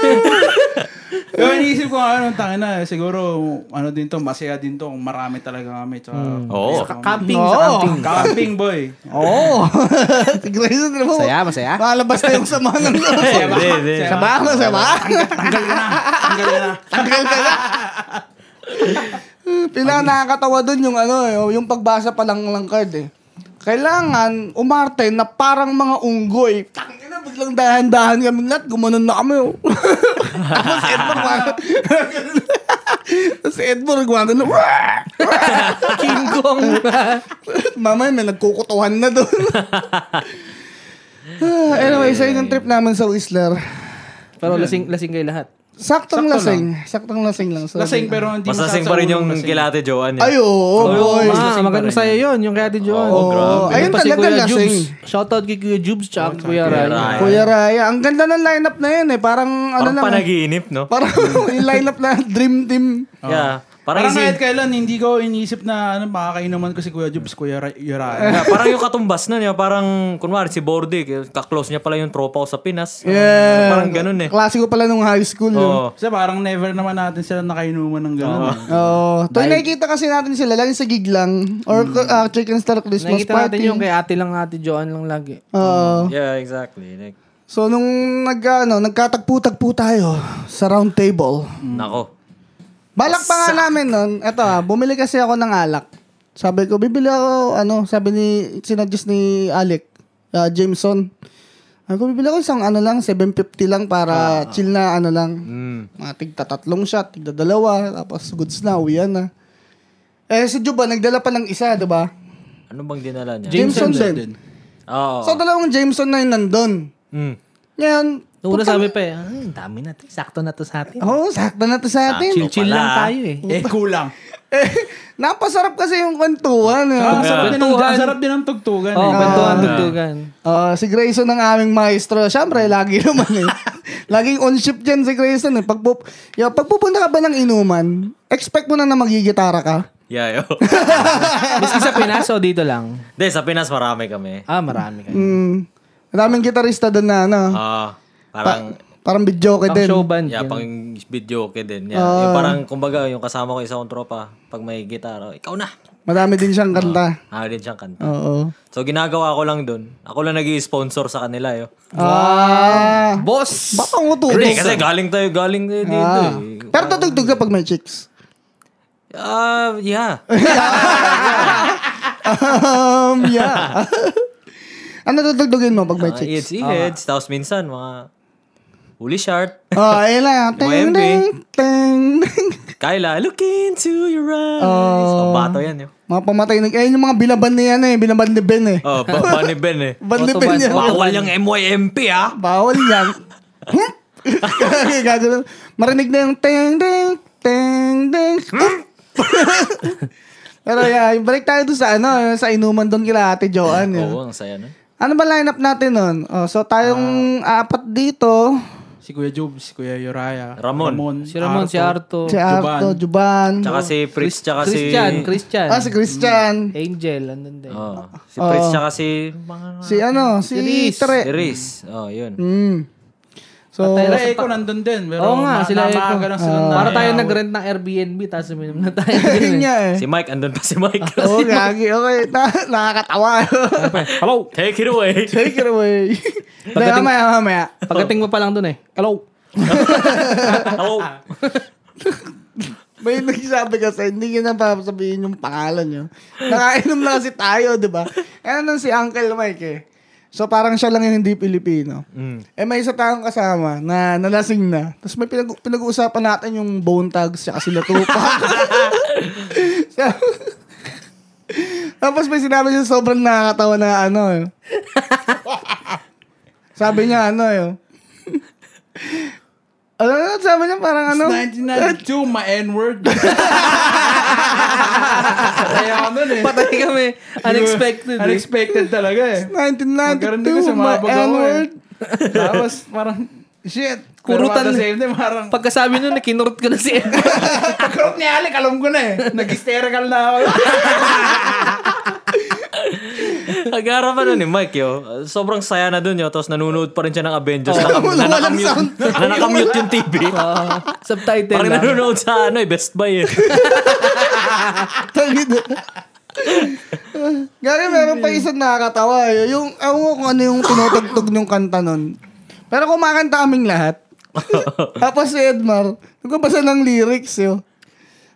[SPEAKER 4] ano.
[SPEAKER 1] Yung iniisip ko, ano, tangin na, siguro, ano din to, masaya din to, kung marami talaga kami. Tsaka,
[SPEAKER 3] Hmm.
[SPEAKER 2] Oo.
[SPEAKER 4] Sa camping.
[SPEAKER 3] Oo.
[SPEAKER 4] Sa camping.
[SPEAKER 1] Camping
[SPEAKER 3] Eh,
[SPEAKER 1] boy.
[SPEAKER 3] Oo. Oh! *laughs* Si Grayson, di ba?
[SPEAKER 4] Masaya,
[SPEAKER 3] *laughs*
[SPEAKER 4] masaya.
[SPEAKER 3] Malabas na yung sama *laughs* ng loob.
[SPEAKER 2] Hindi, hindi.
[SPEAKER 3] Sama ko, sama.
[SPEAKER 1] Tanggal ka na. Tanggal
[SPEAKER 3] *laughs*
[SPEAKER 1] ka na.
[SPEAKER 3] Tanggal ka na. Pinaka nakakatawa doon yung ano, eh, oh, yung pagbasa pa lang ng card eh. Kailangan umarte na parang mga unggoy. Tangin na, biglang dahan-dahan kami lahat. Gumanon na kami. Oh. Tapos Edmar, gumagano. Tapos Edmar, gumagano.
[SPEAKER 4] King Kong.
[SPEAKER 3] *laughs* Mamaya may nagkukutuhan na doon. Ah, anyway, sa yung trip namin sa Whistler.
[SPEAKER 4] Pero lasing, lasing kayo lahat.
[SPEAKER 3] Saktong lasing. Saktong lasing lang. So,
[SPEAKER 1] Lasing pero hindi
[SPEAKER 2] Mas lasing
[SPEAKER 1] masasawang
[SPEAKER 2] pa rin yung
[SPEAKER 1] lasing.
[SPEAKER 2] kilate eh. Joan.
[SPEAKER 3] Ay, oo, boy.
[SPEAKER 4] Ah, maganda masaya yun. Yung kaya din yun.
[SPEAKER 3] Oo,
[SPEAKER 2] grabe.
[SPEAKER 3] ayun
[SPEAKER 4] pa si
[SPEAKER 3] talaga
[SPEAKER 4] Kuya
[SPEAKER 3] lasing.
[SPEAKER 4] Jubes. Shoutout kay Kuya Jubes tsaka Kuya Ray.
[SPEAKER 2] Ray.
[SPEAKER 3] Kuya Raya, ang ganda ng lineup na yun eh. Parang ano
[SPEAKER 2] Parang
[SPEAKER 3] lang.
[SPEAKER 2] panaginip, no?
[SPEAKER 3] Parang *laughs* yung lineup na dream team. Ah.
[SPEAKER 2] Yeah. Parang,
[SPEAKER 1] Parang
[SPEAKER 2] isi-
[SPEAKER 1] kahit kailan, hindi ko iniisip na ano, makakainuman ko si Kuya Jobs, Kuya Ra-
[SPEAKER 3] *laughs*
[SPEAKER 1] Yura.
[SPEAKER 2] Yeah, parang yung katumbas nun, yung parang, kunwari, si Bordig, kaklose niya pala yung tropa ko sa Pinas.
[SPEAKER 3] Yeah.
[SPEAKER 2] Parang ganun eh.
[SPEAKER 3] Klasiko pala nung high school. eh. yun.
[SPEAKER 2] Oo.
[SPEAKER 1] Kasi parang never naman natin sila nakainuman ng gano'n. eh.
[SPEAKER 3] Oo. Tuwing nakikita kasi natin sila lagi sa gig lang or ah, Chicken Star Christmas
[SPEAKER 4] Nakikita natin
[SPEAKER 3] Party.
[SPEAKER 4] yung kay ate lang ate Joan lang lagi.
[SPEAKER 3] Oo.
[SPEAKER 2] Yeah, exactly. Like,
[SPEAKER 3] So, nung nag, ano, nagkatagpo-tagpo tayo sa round table,
[SPEAKER 2] Nako.
[SPEAKER 3] balak pa nga namin nun, eto ah, bumili kasi ako ng alak. Sabi ko, bibili ako, ano, sabi ni, sinadjust ni Alec, ah, Jameson. Sabi ko, bibili ako isang ano lang, 750 lang para chill na ano lang. Mga tigta tatlong shot, tigta dalawa, tapos goods na, uwi na. Eh, si Juba, nagdala pa ng isa, di ba?
[SPEAKER 2] Ano bang dinala niya?
[SPEAKER 3] Jameson, din.
[SPEAKER 2] Oo.
[SPEAKER 3] So, dalawang Jameson na yun nandun.
[SPEAKER 2] Mm.
[SPEAKER 3] Ngayon,
[SPEAKER 4] Nung una sabi pa eh, ay, ang dami na to. Sakto na to sa atin.
[SPEAKER 3] oh, sakto na to sa atin.
[SPEAKER 4] Chill-chill
[SPEAKER 2] pala.
[SPEAKER 4] lang tayo eh.
[SPEAKER 1] Eh, kulang.
[SPEAKER 3] *laughs* Eh, napasarap kasi yung kwentuhan. Eh.
[SPEAKER 1] Ang sarap din ng-
[SPEAKER 4] Kwentuhan.
[SPEAKER 1] ang sarap din ng tugtugan.
[SPEAKER 4] Oo,
[SPEAKER 1] eh.
[SPEAKER 4] kwentuhan, tugtugan.
[SPEAKER 3] Ah, si Grayson ang aming maestro. Siyempre, lagi *laughs* naman eh. Laging on ship dyan si Grayson eh. Pagpup yo, pagpupunta ka ba ng inuman, expect mo na na magigitara ka.
[SPEAKER 2] Yayo.
[SPEAKER 4] Miski sa Pinas o oh, dito lang.
[SPEAKER 2] *laughs* Hindi, sa Pinas marami kami.
[SPEAKER 4] Ah, marami kayo.
[SPEAKER 3] Mm. Maraming gitarista doon na ano.
[SPEAKER 2] Ah, parang,
[SPEAKER 3] Parang video ka
[SPEAKER 4] Pang
[SPEAKER 3] din.
[SPEAKER 4] show band.
[SPEAKER 2] yeah,
[SPEAKER 4] yun.
[SPEAKER 2] pang video okay din. Yeah.
[SPEAKER 3] Ah.
[SPEAKER 2] yung parang, kumbaga, yung kasama ko isa kong tropa, pag may gitara, ikaw na.
[SPEAKER 3] Madami din siyang kanta.
[SPEAKER 2] Ah, din siyang kanta.
[SPEAKER 3] Oo.
[SPEAKER 2] So, ginagawa ko lang dun. Ako lang nag sponsor sa kanila, yo.
[SPEAKER 3] Ah.
[SPEAKER 5] Boss!
[SPEAKER 3] Baka mo
[SPEAKER 2] Hindi, kasi galing tayo, galing tayo dito,
[SPEAKER 3] Ah.
[SPEAKER 2] eh.
[SPEAKER 3] Pero tutugtog ka pag may chicks.
[SPEAKER 2] Ah, yeah.
[SPEAKER 3] um, yeah. *laughs* ano tutugtogin mo pag may chicks? Ah.
[SPEAKER 2] It's E heads. Tapos minsan, mga uli shart.
[SPEAKER 3] Oh, ayun lang. Ting,
[SPEAKER 2] Duwende.
[SPEAKER 3] ting, ting, ting.
[SPEAKER 2] Kyla, look into your eyes.
[SPEAKER 3] Oh.
[SPEAKER 2] Oh, bato yan, yo.
[SPEAKER 3] Mga pamatay. nag- Ayun yung mga bilaban niya yan eh. Bilaban ni Ben eh.
[SPEAKER 2] Oh, ba- Bunny Ben,
[SPEAKER 3] *laughs*
[SPEAKER 2] eh.
[SPEAKER 3] Ban ni Ben Ano yan.
[SPEAKER 2] Bawal yung MYMP, ah.
[SPEAKER 3] Bawal yan. Hmm? *laughs* Gagano. Marinig na yung ting, ting, ting, ting. Hmm? *laughs* Pero yeah, balik tayo doon sa ano, sa inuman doon kila Ate Joanne. yun.
[SPEAKER 2] Oo, ang saya nun.
[SPEAKER 3] Ano ba lineup natin nun? Oh, so tayong apat dito,
[SPEAKER 1] Si Kuya Job, si Kuya Uriah.
[SPEAKER 2] Ramon.
[SPEAKER 4] Si Ramon, Ah, si Arto.
[SPEAKER 3] si Arto, Juban,
[SPEAKER 2] Tsaka si Fritz, tsaka Ah, si...
[SPEAKER 4] Christian, Christian.
[SPEAKER 3] ah, si Christian,
[SPEAKER 4] Angel, andun din.
[SPEAKER 2] Oh, si Fritz, tsaka si... mga-
[SPEAKER 3] si ano, si
[SPEAKER 4] Riz.
[SPEAKER 2] Si
[SPEAKER 3] Tere.
[SPEAKER 2] Riz. Oh, yun.
[SPEAKER 3] Mm. So,
[SPEAKER 1] Sila Eko nandun din. Pero
[SPEAKER 4] Oo
[SPEAKER 1] ma-
[SPEAKER 4] nga, sila Eko.
[SPEAKER 1] namaaga lang
[SPEAKER 3] Ah.
[SPEAKER 1] sila na-
[SPEAKER 4] Para tayo nag-rent ng Airbnb, tapos uminom na tayo. *laughs*
[SPEAKER 3] *laughs* yun nga eh.
[SPEAKER 2] Si Mike, andun pa si Mike.
[SPEAKER 3] *laughs* Oo, gagi. Okay, na, nakakatawa.
[SPEAKER 2] Hello. Take it away.
[SPEAKER 3] Take it away. Hindi, mamaya, mamaya.
[SPEAKER 4] Pagdating mo pa lang dun eh. Hello.
[SPEAKER 2] Hello.
[SPEAKER 3] May nagsabi kasi, hindi ko na pa sabihin yung pangalan nyo. Nakainom lang si tayo, di ba? Eh, nun si Uncle Mike eh. So parang siya lang yung hindi Pilipino. Eh may isa tayong kasama na nalasing na. Tapos may pinag- pinag-uusapan natin yung bone tags siya kasi *laughs* natupa. Tapos may sinabi siya sobrang nakakatawa na ano eh. Sabi niya ano eh. Ano na sabi niya parang ano?
[SPEAKER 1] 1992, my N-word.
[SPEAKER 3] *laughs*
[SPEAKER 1] Kaya ako nun eh.
[SPEAKER 4] Patay kami. Unexpected. eh.
[SPEAKER 1] Unexpected talaga eh. Magkaroon din kasi mga
[SPEAKER 3] 1992, my
[SPEAKER 1] bagaw eh.
[SPEAKER 3] N-word.
[SPEAKER 1] Tapos parang, shit.
[SPEAKER 4] Kurutan.
[SPEAKER 1] Pero at the same time, parang,
[SPEAKER 4] Pagkasabi nun, nakinurot ko na si Ed.
[SPEAKER 1] pagkurot ni Alec, alam ko na eh. Nag-hysterical na ako.
[SPEAKER 2] Agara pa nun ni Mike, yo. Sobrang saya na dun, yo. Tapos nanonood pa rin siya ng Avengers.
[SPEAKER 3] Wala-
[SPEAKER 2] na,
[SPEAKER 3] walang sound.
[SPEAKER 2] nakamute, na *laughs* nakamute yung TV.
[SPEAKER 4] Ah, subtitle
[SPEAKER 2] Parang
[SPEAKER 4] lang.
[SPEAKER 2] nanonood sa ano, eh, Best Buy, eh.
[SPEAKER 3] Gary, meron pa isang nakakatawa. eh. Yung, ewan ko kung ano yung tinutugtog nung kanta nun. Pero kumakanta kaming
[SPEAKER 2] *laughs*
[SPEAKER 3] lahat. Tapos si Edmar, nagbabasa ng lyrics yun.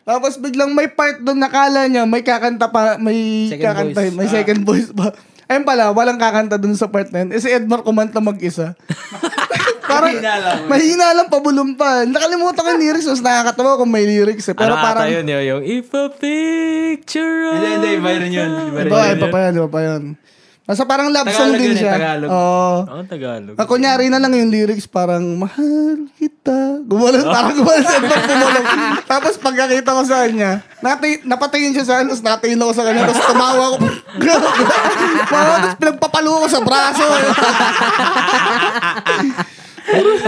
[SPEAKER 3] Tapos biglang may part doon nakala niya may kakanta pa, may
[SPEAKER 4] Second
[SPEAKER 3] kakanta,
[SPEAKER 4] voice.
[SPEAKER 3] may second voice pa. Ayun pala, walang kakanta doon sa part na yun. Eh, si Edmar kumanta mag-isa. parang,
[SPEAKER 1] Mahina lang.
[SPEAKER 3] mahina lang, pabulong pa. Nakalimutan ko yung lyrics, mas nakakatawa kung may lyrics eh. Pero
[SPEAKER 2] ano
[SPEAKER 3] parang,
[SPEAKER 2] ata yun, yo? Yung, if a picture of...
[SPEAKER 1] *laughs* Hindi, hindi, iba rin yun. Iba rin
[SPEAKER 3] Iba,
[SPEAKER 1] yun.
[SPEAKER 3] iba pa yan, iba pa yan. Basta parang love song
[SPEAKER 1] Tagalog
[SPEAKER 3] din
[SPEAKER 1] yun eh,
[SPEAKER 3] siya.
[SPEAKER 1] Tagalog.
[SPEAKER 3] Oo.
[SPEAKER 2] Ang Tagalog.
[SPEAKER 3] Ah, kunyari na lang yung lyrics, parang, mahal kita.
[SPEAKER 1] *laughs*
[SPEAKER 3] Gumalan, parang gumalan sa ibang gumalan. Tapos pagkakita ko sa kanya, nati, napatingin siya sa akin, tapos natingin ako *laughs* sa kanya, tapos tumawa ko. Parang, tapos pinagpapalo ko sa braso. *laughs* Parang-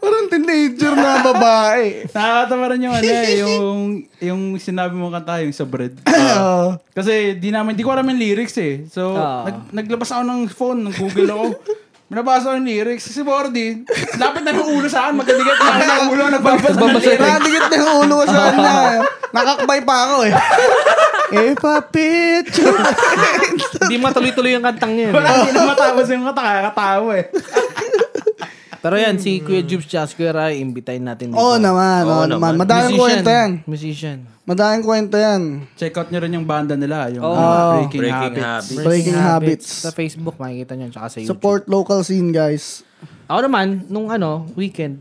[SPEAKER 3] parang teenager na babae.
[SPEAKER 1] Nakakatawa rin yung ano eh, yung, yung sinabi mo kanta, yung sa bread.
[SPEAKER 3] Oo.
[SPEAKER 1] Kasi di namin, di ko alam yung lyrics eh. So,
[SPEAKER 4] Ah.
[SPEAKER 1] nag- naglabas ako ng phone, ng Google ako. Binabasa ko yung lyrics. Si Bordy, lapit na ng ulo sa akin, magkadigat na ako ng ulo, nagbabasa ng lyrics.
[SPEAKER 3] Nakadikit na yung ulo ko sa kanya. Nakakabay pa ako eh. If a picture.
[SPEAKER 4] Hindi matuloy-tuloy yung kantang yun.
[SPEAKER 1] eh. Wala, hindi na matapos yung kata, kakatawa eh.
[SPEAKER 4] Pero yan, si Kuya Jubes tsaka si Kuya Rai, imbitahin natin
[SPEAKER 3] Mm.
[SPEAKER 4] dito.
[SPEAKER 3] Oo naman, oo
[SPEAKER 2] Oo
[SPEAKER 3] naman.
[SPEAKER 2] naman.
[SPEAKER 3] Madaling kwento yan.
[SPEAKER 4] Musician.
[SPEAKER 3] Madaling kwento yan.
[SPEAKER 1] Check out nyo rin yung banda nila, yung
[SPEAKER 4] Oh.
[SPEAKER 1] uh, Breaking,
[SPEAKER 2] Breaking
[SPEAKER 1] Habits.
[SPEAKER 2] habits.
[SPEAKER 3] Breaking Habits.
[SPEAKER 4] Sa Facebook, makikita nyo, tsaka sa YouTube.
[SPEAKER 3] Support local scene, guys.
[SPEAKER 4] Ako naman, nung ano, weekend,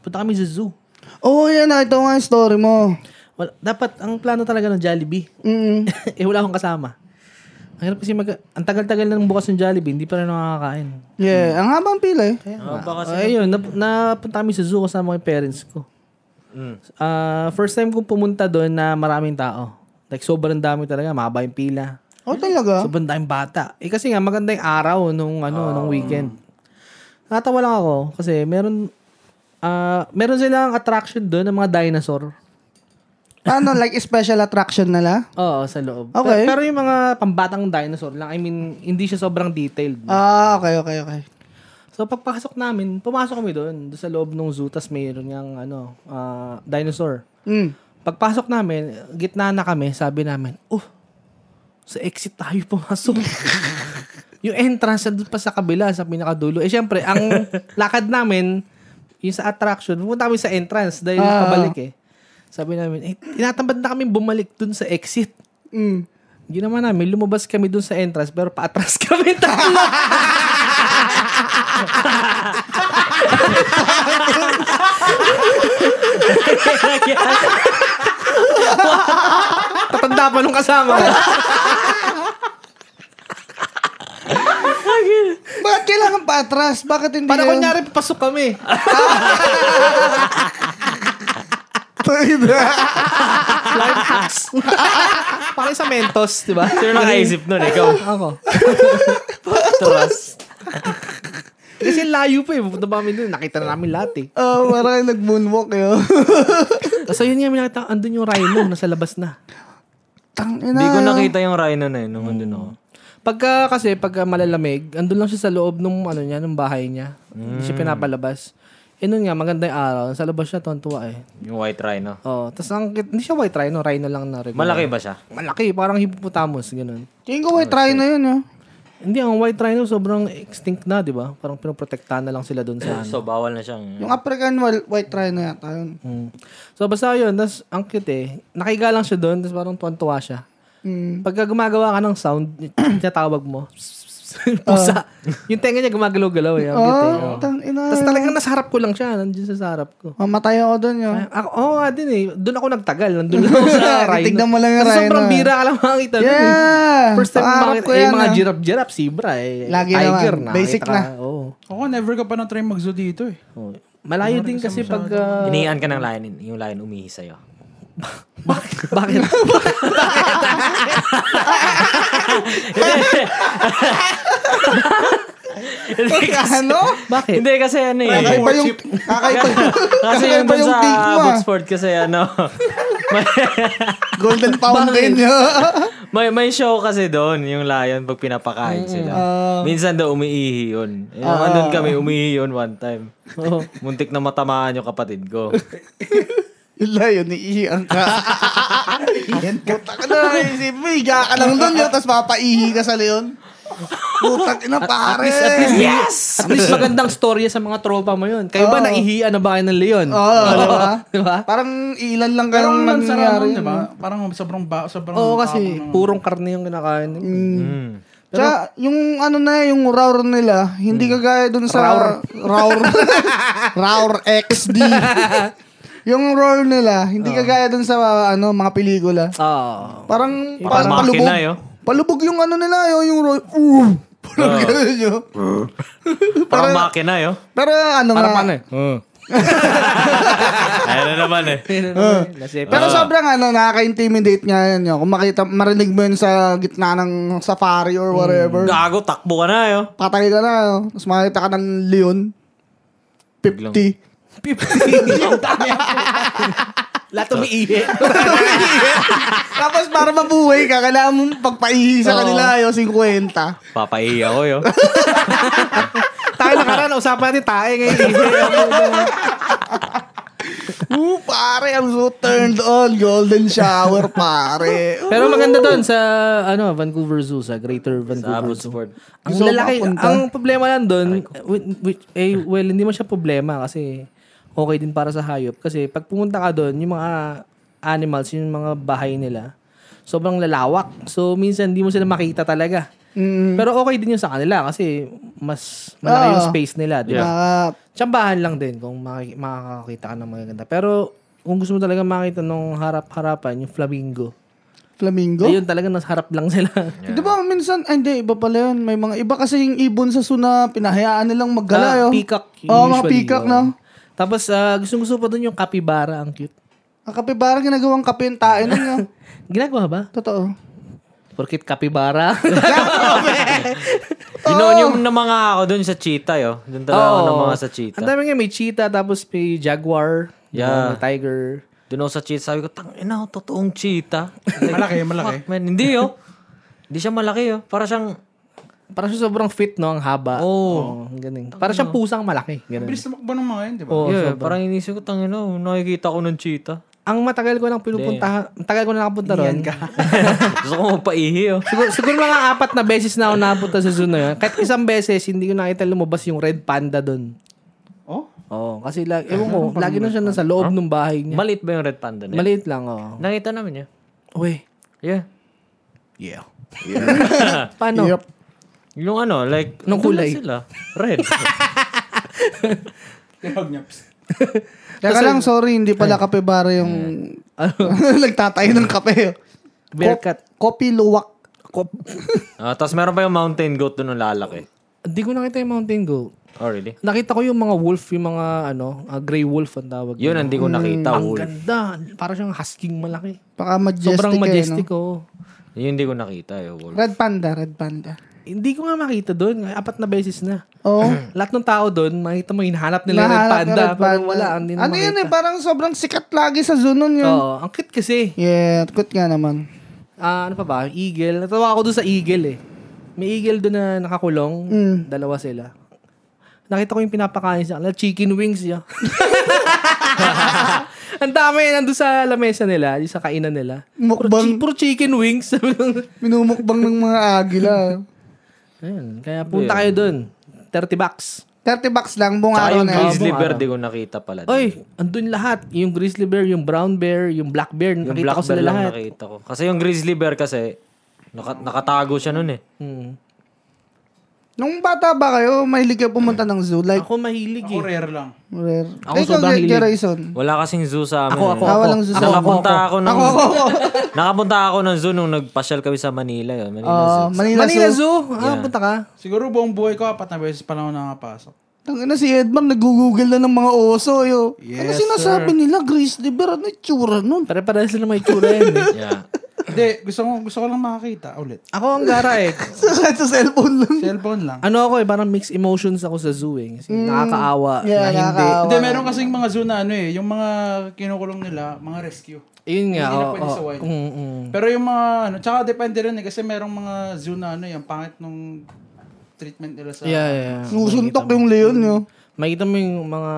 [SPEAKER 4] punta kami sa zoo.
[SPEAKER 3] Oo, oh, yan. ah, Ito nga yung story mo.
[SPEAKER 4] Wala, dapat, ang plano talaga ng Jollibee, *laughs*
[SPEAKER 3] Mm.
[SPEAKER 4] eh wala akong kasama. Ang hirap kasi mag... Ang tagal-tagal na nang bukas ng Jollibee, hindi pa rin nakakain.
[SPEAKER 3] Yeah, ang habang pila eh.
[SPEAKER 4] Kaya nga.
[SPEAKER 2] Ah, baka
[SPEAKER 4] Oh, ayun, nap- napunta kami sa zoo kasama ko yung parents ko.
[SPEAKER 2] Mm.
[SPEAKER 4] Ah, first time kong pumunta doon na maraming tao. Like, sobrang dami talaga. Mahaba yung pila.
[SPEAKER 3] Oh, talaga?
[SPEAKER 4] Sobrang daming bata. Eh kasi nga maganda yung araw nung ano, nung weekend. Natawa lang ako kasi meron ah meron silang attraction doon ng mga dinosaur.
[SPEAKER 3] Ano, like special attraction nala?
[SPEAKER 4] Oo, sa loob.
[SPEAKER 3] Okay.
[SPEAKER 4] Pero, pero yung mga pambatang dinosaur lang, I mean, hindi siya sobrang detailed.
[SPEAKER 3] Ah, okay, okay, okay.
[SPEAKER 4] So pagpasok namin, pumasok kami doon, doon sa loob ng zoo, tas mayroon niyang ano, ah, dinosaur.
[SPEAKER 3] Mm.
[SPEAKER 4] Pagpasok namin, gitna na kami, sabi namin, oh, sa exit tayo pumasok. yung entrance na doon pa sa kabila, sa pinakadulo. Eh, syempre, ang lakad namin, yung sa attraction, pumunta kami sa entrance dahil
[SPEAKER 3] Ah.
[SPEAKER 4] nakabalik eh. Sabi namin, eh, tinatamad na kami bumalik doon sa exit.
[SPEAKER 3] Mm.
[SPEAKER 4] Ginawa namin, lumabas kami doon sa entrance, pero paatras *laughs* kami tatlo. Tatanda pa nung kasama ko.
[SPEAKER 3] Bakit kailangan paatras? Bakit hindi
[SPEAKER 4] Para
[SPEAKER 3] kayo- *laughs*
[SPEAKER 4] kunyari, papasok kami. Life hacks. *laughs* Para sa Mentos, di ba?
[SPEAKER 2] Sino nakaisip nun? Ikaw.
[SPEAKER 4] Ako. Kasi layo pa eh. Pupunta pa kami doon. Nakita na namin lahat eh.
[SPEAKER 3] *laughs* Oh, parang yung nag-moonwalk eh, oh. yun. *laughs*
[SPEAKER 4] Tapos ayun nga, may nakita, andun yung rhino, nasa labas na.
[SPEAKER 3] Tangina.
[SPEAKER 2] Hindi ko nakita yung rhino na yun nung andun ako.
[SPEAKER 4] Pagka kasi, pagka malalamig, andun lang siya sa loob nung, ano niya, nung bahay niya. Hindi siya pinapalabas. Eh nun nga, maganda yung araw. Sa labas siya, tuwan-tuwa eh.
[SPEAKER 2] Yung white rhino.
[SPEAKER 4] Oh, tapos ang, kit- hindi siya white rhino, rhino lang na regular.
[SPEAKER 2] Malaki ba siya?
[SPEAKER 4] Malaki, parang hippopotamus, ganun.
[SPEAKER 3] Tingin ko, wait, try na yun, yun.
[SPEAKER 4] Hindi, ang white rhino sobrang extinct na, di ba? Parang pinoprotektahan na lang sila doon sa ano.
[SPEAKER 2] So, bawal na siyang...
[SPEAKER 3] Yung African wal- white try na yata yun.
[SPEAKER 4] Mm. So, basta yun. Tapos, ang cute eh. Nakiga lang siya doon, tapos parang tuwan-tuwa siya.
[SPEAKER 3] Mm.
[SPEAKER 4] Pagka gumagawa ka ng sound, *clears throat* tinatawag mo, *laughs* pusa. yung tenga niya gumagalaw-galaw eh. Ang cute eh.
[SPEAKER 3] Oh, tangina.
[SPEAKER 4] Tapos talagang nasa harap ko lang siya. Nandiyan siya sa harap ko.
[SPEAKER 3] Mamatay ako
[SPEAKER 1] *laughs*
[SPEAKER 3] dun Ano? yun.
[SPEAKER 4] Ay, Ako, oo nga din eh. Doon ako nagtagal. Nandun lang ako sa
[SPEAKER 3] *laughs*
[SPEAKER 4] rhino.
[SPEAKER 3] Titignan mo lang yung
[SPEAKER 4] Kasi
[SPEAKER 3] rhino,
[SPEAKER 4] Sobrang
[SPEAKER 3] eh.
[SPEAKER 4] bira ka lang makakita doon eh.
[SPEAKER 3] Yeah!
[SPEAKER 4] First time
[SPEAKER 3] Pangarap
[SPEAKER 4] makakita.
[SPEAKER 3] ko
[SPEAKER 4] Eh,
[SPEAKER 3] yan,
[SPEAKER 4] mga
[SPEAKER 3] ah.
[SPEAKER 4] giraffe-giraffe, zebra eh.
[SPEAKER 3] Lagi
[SPEAKER 4] Tiger
[SPEAKER 3] naman.
[SPEAKER 4] na.
[SPEAKER 3] Basic
[SPEAKER 4] nakita ka.
[SPEAKER 3] na.
[SPEAKER 4] Oo.
[SPEAKER 1] Ako, never ka pa na-try mag-zoo dito eh.
[SPEAKER 4] Oo. Malayo din kasi pag... ah,
[SPEAKER 2] Iniian ka ng lion, yung lion umihi sa'yo.
[SPEAKER 4] Bakit? *laughs* Bakit?
[SPEAKER 3] Ano?
[SPEAKER 4] Bakit?
[SPEAKER 2] Hindi kasi ano eh.
[SPEAKER 3] Kakaiba yung... *laughs* ah, Kakaiba yung...
[SPEAKER 2] *laughs* Kasi yung
[SPEAKER 3] Kakaiba
[SPEAKER 2] dun
[SPEAKER 3] yung
[SPEAKER 2] sa
[SPEAKER 3] take mo, ah.
[SPEAKER 2] Boxford kasi ano. *laughs*
[SPEAKER 1] *laughs*
[SPEAKER 3] Golden pound din yun.
[SPEAKER 2] may may show kasi doon yung lion pag pinapakain sila. Minsan daw umiihi yun. Eh, andun kami umiihi yun one time.
[SPEAKER 4] Oo.
[SPEAKER 2] Oh, Muntik na matamaan yung kapatid ko.
[SPEAKER 3] *laughs* Yun lang yun, iihiyan
[SPEAKER 1] *laughs*
[SPEAKER 3] ka. Iihiyan ka. Taka na, isip mo, higa ka lang dun yun, tapos papaihi ka sa leon. Putang ina, pare.
[SPEAKER 4] Yes! At least magandang storya sa mga tropa mo yun. Kayo ba,
[SPEAKER 3] Oo.
[SPEAKER 4] naihiya na ba kayo ng leon?
[SPEAKER 3] Oo, ah. di ba?
[SPEAKER 4] *laughs* Di ba?
[SPEAKER 3] Parang ilan lang
[SPEAKER 1] Pero
[SPEAKER 3] kayong
[SPEAKER 1] ang sarap
[SPEAKER 3] nangyayari.
[SPEAKER 1] nun, di ba? diba? Parang sobrang ba, sobrang
[SPEAKER 4] Oo, kasi
[SPEAKER 1] tapang ng-
[SPEAKER 4] purong karne yung kinakain.
[SPEAKER 2] Mm.
[SPEAKER 3] Tsaka, yung ano na, yung roar nila, hindi kagaya dun sa... Roar. Roar XD. *laughs* yung roar nila, hindi kagaya dun sa ano mga pelikula.
[SPEAKER 4] Oo.
[SPEAKER 3] Parang,
[SPEAKER 2] Parang
[SPEAKER 3] parang palubog.
[SPEAKER 2] makina, yo.
[SPEAKER 3] Palubog yung ano nila, yo, yung roar. Uh, parang ganun yo.
[SPEAKER 2] Parang makina yun.
[SPEAKER 3] Pero ano
[SPEAKER 4] Para
[SPEAKER 3] nga.
[SPEAKER 4] paano eh?
[SPEAKER 2] Ayan na naman eh.
[SPEAKER 4] Nasip.
[SPEAKER 3] Pero sobrang ano, nakaka-intimidate nga yan. Yo. Kung makita, marinig mo yun sa gitna ng safari or whatever.
[SPEAKER 2] Gago, takbo ka na yun.
[SPEAKER 3] Patay ka na. Yo. Tapos makita ka ng leon. 50.
[SPEAKER 4] Lahat umiihi.
[SPEAKER 3] Tapos para mabuhay ka, kailangan mong pagpaihi sa kanila yo, 50.
[SPEAKER 2] Papaihi ako yun.
[SPEAKER 4] tayo na karan, usapan natin tayo ngayon.
[SPEAKER 3] Ooh, pare, I'm so turned on. Golden shower, pare.
[SPEAKER 4] *laughs* Pero maganda doon sa ano Vancouver Zoo, sa Greater
[SPEAKER 2] Sa
[SPEAKER 4] Vancouver Zoo.
[SPEAKER 2] Abbotsford.
[SPEAKER 4] Ang
[SPEAKER 3] Gusto ko
[SPEAKER 4] lalaki,
[SPEAKER 3] makapunta.
[SPEAKER 4] ang problema lang doon, which- which, eh, well, hindi mo siya problema kasi okay din para sa hayop. Kasi pag pumunta ka doon, yung mga animals, yung mga bahay nila, sobrang lalawak. So, minsan hindi mo sila makita talaga. Pero okay din yun sa kanila kasi mas malaki yung
[SPEAKER 3] Oo.
[SPEAKER 4] space nila. Di ba?
[SPEAKER 3] Ah,
[SPEAKER 4] Tsambahan lang din kung maki- makakakita ka ng magaganda. Pero kung gusto mo talaga makita nung harap-harapan, yung flamingo.
[SPEAKER 3] flamingo?
[SPEAKER 4] Ayun talaga, nasa harap lang
[SPEAKER 3] *laughs*
[SPEAKER 4] sila.
[SPEAKER 3] Di ba minsan, ay hindi, iba pala yun. May mga iba kasi yung ibon sa suna, pinahayaan nilang maggala.
[SPEAKER 4] Ah,
[SPEAKER 3] yun.
[SPEAKER 4] peacock
[SPEAKER 3] oh. Oo, mga
[SPEAKER 4] usually,
[SPEAKER 3] peacock,
[SPEAKER 4] oo.
[SPEAKER 3] no?
[SPEAKER 4] Tapos, gusto gusto pa doon yung capybara. Ang cute.
[SPEAKER 3] Ang kape parang ginagawang kape yung tae nun yun.
[SPEAKER 4] Ginagawa ba? *laughs*
[SPEAKER 3] Totoo.
[SPEAKER 4] Porkit capybara.
[SPEAKER 2] *laughs*
[SPEAKER 4] Oh,
[SPEAKER 2] You know, yung na mga ako dun sa cheetah, yo. Dun talaga ako ng mga sa cheetah.
[SPEAKER 4] Ang dami nga, may cheetah, tapos may jaguar,
[SPEAKER 2] Yeah.
[SPEAKER 4] may tiger.
[SPEAKER 2] Dun ako sa cheetah, sabi ko, tang ina, totoong cheetah.
[SPEAKER 1] Malaki,
[SPEAKER 2] *laughs*
[SPEAKER 1] malaki.
[SPEAKER 2] Fuck, man. Hindi, yo. Hindi siya malaki, yo. Para siyang,
[SPEAKER 4] Parang siya sobrang fit, no? Ang haba.
[SPEAKER 2] Oo.
[SPEAKER 4] Oo, ang galing.
[SPEAKER 3] Ano?
[SPEAKER 4] Parang siyang pusang malaki. Ganun.
[SPEAKER 1] Bilis tumakbo ng mga yun, diba? di ba?
[SPEAKER 4] Oo,
[SPEAKER 2] yeah,
[SPEAKER 4] sobrang-
[SPEAKER 2] parang inisip ko, tang ina, nakikita ko ng cheetah. *laughs*
[SPEAKER 4] Ang matagal ko nang pinupuntahan, matagal ko na nakapunta ron.
[SPEAKER 2] Gusto ko oh. magpaihi, yo.
[SPEAKER 4] siguro, siguro mga apat na beses na ako napunta sa zoo na yun. Kahit isang beses, hindi ko nakita lumabas yung red panda doon.
[SPEAKER 1] Oh?
[SPEAKER 4] Oo, kasi lagi, ewan ko, lagi na siya nasa loob ng bahay niya.
[SPEAKER 2] Maliit ba yung red panda na yun?
[SPEAKER 4] Maliit lang, oo.
[SPEAKER 2] Nakita namin, yo.
[SPEAKER 4] Uy,
[SPEAKER 2] Yeah.
[SPEAKER 4] paano?
[SPEAKER 3] Yep.
[SPEAKER 2] Yung ano, like,
[SPEAKER 4] Anong
[SPEAKER 2] doon lang
[SPEAKER 4] kulay?
[SPEAKER 2] sila. Red.
[SPEAKER 1] Tinawag niya. "Psst."
[SPEAKER 3] Teka lang, sorry, hindi pala kape bara
[SPEAKER 4] *laughs*
[SPEAKER 3] yung...
[SPEAKER 4] Ano?
[SPEAKER 3] *laughs* Nagtatayo ng kape.
[SPEAKER 4] Bearcat.
[SPEAKER 3] Kopi luwak.
[SPEAKER 2] Ah, tapos meron pa yung mountain goat doon ng lalaki.
[SPEAKER 4] Hindi ko nakita yung mountain goat.
[SPEAKER 2] Oh, really?
[SPEAKER 4] Nakita ko yung mga wolf, yung mga ano, ah, gray wolf ang tawag.
[SPEAKER 2] Yun, hindi ko nakita,
[SPEAKER 4] Ang
[SPEAKER 2] wolf.
[SPEAKER 4] ganda. Parang siyang husking malaki.
[SPEAKER 3] Baka majestic.
[SPEAKER 4] Sobrang
[SPEAKER 3] eh,
[SPEAKER 4] majestic, oh.
[SPEAKER 3] no?
[SPEAKER 4] oo.
[SPEAKER 2] Yun, hindi ko nakita, eh, yo, wolf.
[SPEAKER 3] Red panda, red panda.
[SPEAKER 4] Hindi ko nga makita doon. Apat na beses na.
[SPEAKER 3] Oo.
[SPEAKER 4] *clears throat* Lahat ng tao doon, makita mo, hinahanap nila yung red
[SPEAKER 3] Nahanap
[SPEAKER 4] panda.
[SPEAKER 3] na red
[SPEAKER 4] Parang
[SPEAKER 3] panda.
[SPEAKER 4] wala. Hindi na
[SPEAKER 3] Ano yun eh,
[SPEAKER 4] makita.
[SPEAKER 3] parang sobrang sikat lagi sa zoo nun yun.
[SPEAKER 4] Oo, ang cute kasi.
[SPEAKER 3] Yeah, good nga naman.
[SPEAKER 4] Ah, ano pa ba? Eagle. Natawa ako doon sa eagle eh. May eagle doon na nakakulong.
[SPEAKER 3] Mm.
[SPEAKER 4] Dalawa sila. Nakita ko yung pinapakain sa kanila. Chicken wings yun. *laughs* ang dami. Nandun sa lamesa nila. Yung sa kainan nila. Puro,
[SPEAKER 3] Mukbang.
[SPEAKER 4] chi- puro chicken wings. *laughs* Sabi ko,
[SPEAKER 3] Minumukbang ng mga
[SPEAKER 4] *laughs*
[SPEAKER 3] agila.
[SPEAKER 4] Ayun. Kaya punta kayo doon. 30 bucks.
[SPEAKER 3] 30 bucks lang, buong
[SPEAKER 2] Tsaka
[SPEAKER 3] araw na
[SPEAKER 2] yung
[SPEAKER 3] yun. eh.
[SPEAKER 2] grizzly
[SPEAKER 4] Buong
[SPEAKER 2] bear,
[SPEAKER 4] araw.
[SPEAKER 2] di ko nakita pala. dun.
[SPEAKER 4] Oy, andun lahat. Yung grizzly bear, yung brown bear, yung black bear.
[SPEAKER 2] Yung
[SPEAKER 4] nakita
[SPEAKER 2] black
[SPEAKER 4] ko
[SPEAKER 2] bear
[SPEAKER 4] sila
[SPEAKER 2] lang
[SPEAKER 4] lahat.
[SPEAKER 2] nakita ko. Kasi yung grizzly bear kasi, naka- nakatago siya nun eh.
[SPEAKER 4] Hmm.
[SPEAKER 3] Nung bata ba kayo, mahilig kayo pumunta ng zoo? Like,
[SPEAKER 4] Ako mahilig
[SPEAKER 1] Ako
[SPEAKER 4] eh.
[SPEAKER 1] rare lang.
[SPEAKER 3] rare.
[SPEAKER 4] Ako
[SPEAKER 3] Ikaw,
[SPEAKER 4] sobrang
[SPEAKER 3] Ge-
[SPEAKER 4] hilig. *laughs*
[SPEAKER 3] Gerayson.
[SPEAKER 2] Wala kasing zoo sa amin.
[SPEAKER 4] Ako,
[SPEAKER 2] eh.
[SPEAKER 4] ako,
[SPEAKER 3] Ah,
[SPEAKER 4] ako.
[SPEAKER 3] walang zoo sa-
[SPEAKER 4] Ako, ako,
[SPEAKER 2] Nakapunta
[SPEAKER 4] ako.
[SPEAKER 2] ako, ng...
[SPEAKER 3] Ako, ako, ako.
[SPEAKER 2] nakapunta ako ng zoo nung nagpasyal kami sa Manila. Yun. Manila
[SPEAKER 3] Ah,
[SPEAKER 2] Zoo.
[SPEAKER 3] Manila,
[SPEAKER 4] Manila
[SPEAKER 3] Zoo.
[SPEAKER 4] Zoo. Ah, punta ka.
[SPEAKER 1] Siguro buong buhay ko, apat na beses pa lang ako nakapasok.
[SPEAKER 3] Tangina si Edmar, nag-google na ng mga oso. Yo. ano
[SPEAKER 1] Yes,
[SPEAKER 3] sinasabi nila? Grizzly bear, ano yung tsura nun? *laughs*
[SPEAKER 4] Pare pare sila may tsura yun.
[SPEAKER 2] *laughs*
[SPEAKER 4] eh.
[SPEAKER 2] Yeah.
[SPEAKER 1] Hindi, gusto ko, gusto ko lang makakita ulit.
[SPEAKER 4] Ako ang gara eh.
[SPEAKER 3] Sa, sa cellphone lang.
[SPEAKER 1] Cellphone lang.
[SPEAKER 4] Ano ako eh, parang mixed emotions ako sa zoo eh. Kasi nakakaawa na
[SPEAKER 3] Yeah,
[SPEAKER 4] hindi.
[SPEAKER 3] nakakaawa.
[SPEAKER 1] Hindi, meron kasing mga zoo na ano eh, yung mga kinukulong nila, mga rescue.
[SPEAKER 4] Yun nga.
[SPEAKER 1] Hindi na
[SPEAKER 4] oo,
[SPEAKER 1] pwede
[SPEAKER 4] oo.
[SPEAKER 1] sa wild.
[SPEAKER 4] Mm, mm.
[SPEAKER 1] Pero yung mga ano, tsaka depende rin eh, kasi merong mga zoo na ano eh, ang pangit nung treatment nila sa...
[SPEAKER 4] Yeah, yeah, yeah.
[SPEAKER 3] Sinusuntok yung leon yo.
[SPEAKER 4] Makita mo yung mga,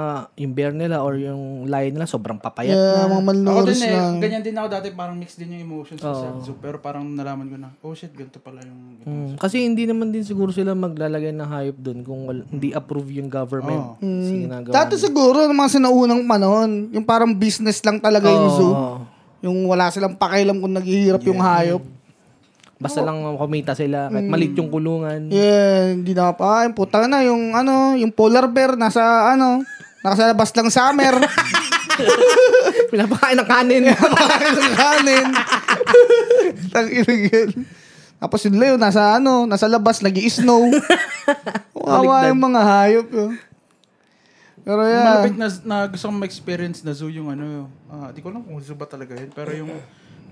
[SPEAKER 4] yung bear nila or yung lion nila, sobrang papayat.
[SPEAKER 3] Yeah, mga
[SPEAKER 1] Ako
[SPEAKER 3] malnourished
[SPEAKER 1] din eh,
[SPEAKER 3] na.
[SPEAKER 1] ganyan din ako dati, parang mix din yung emotions ko sa zoo. Pero parang nalaman ko na, oh shit, ganito pala yung...
[SPEAKER 4] Mm, Kasi hindi naman din siguro sila maglalagay ng hayop doon kung wal- hindi approve yung government. Kasi ginagawa
[SPEAKER 3] Dati siguro, ng mga sinaunang panahon, yung parang business lang talaga yung zoo.
[SPEAKER 4] Oo.
[SPEAKER 3] Yung wala silang pakialam kung naghihirap yung hayop.
[SPEAKER 4] Basta lang kumita sila kahit maliit yung kulungan.
[SPEAKER 3] Yeah, hindi na pa. Ay, puta na yung ano, yung polar bear nasa ano, nasa labas
[SPEAKER 1] *laughs*
[SPEAKER 3] lang summer.
[SPEAKER 4] *laughs* Pinapakain ng kanin.
[SPEAKER 3] Kumakain ng kanin.
[SPEAKER 1] *laughs*
[SPEAKER 3] Tangirigil. Tapos yung Leo, nasa ano, nasa labas, nag-i-snow.
[SPEAKER 1] *laughs*
[SPEAKER 3] Wawa yung mga hayop. yun. Pero
[SPEAKER 1] Yung
[SPEAKER 3] yeah.
[SPEAKER 1] Malapit na, na gusto kong ma-experience na zoo yung ano, ah, di ko alam kung zoo ba talaga yun, pero yung,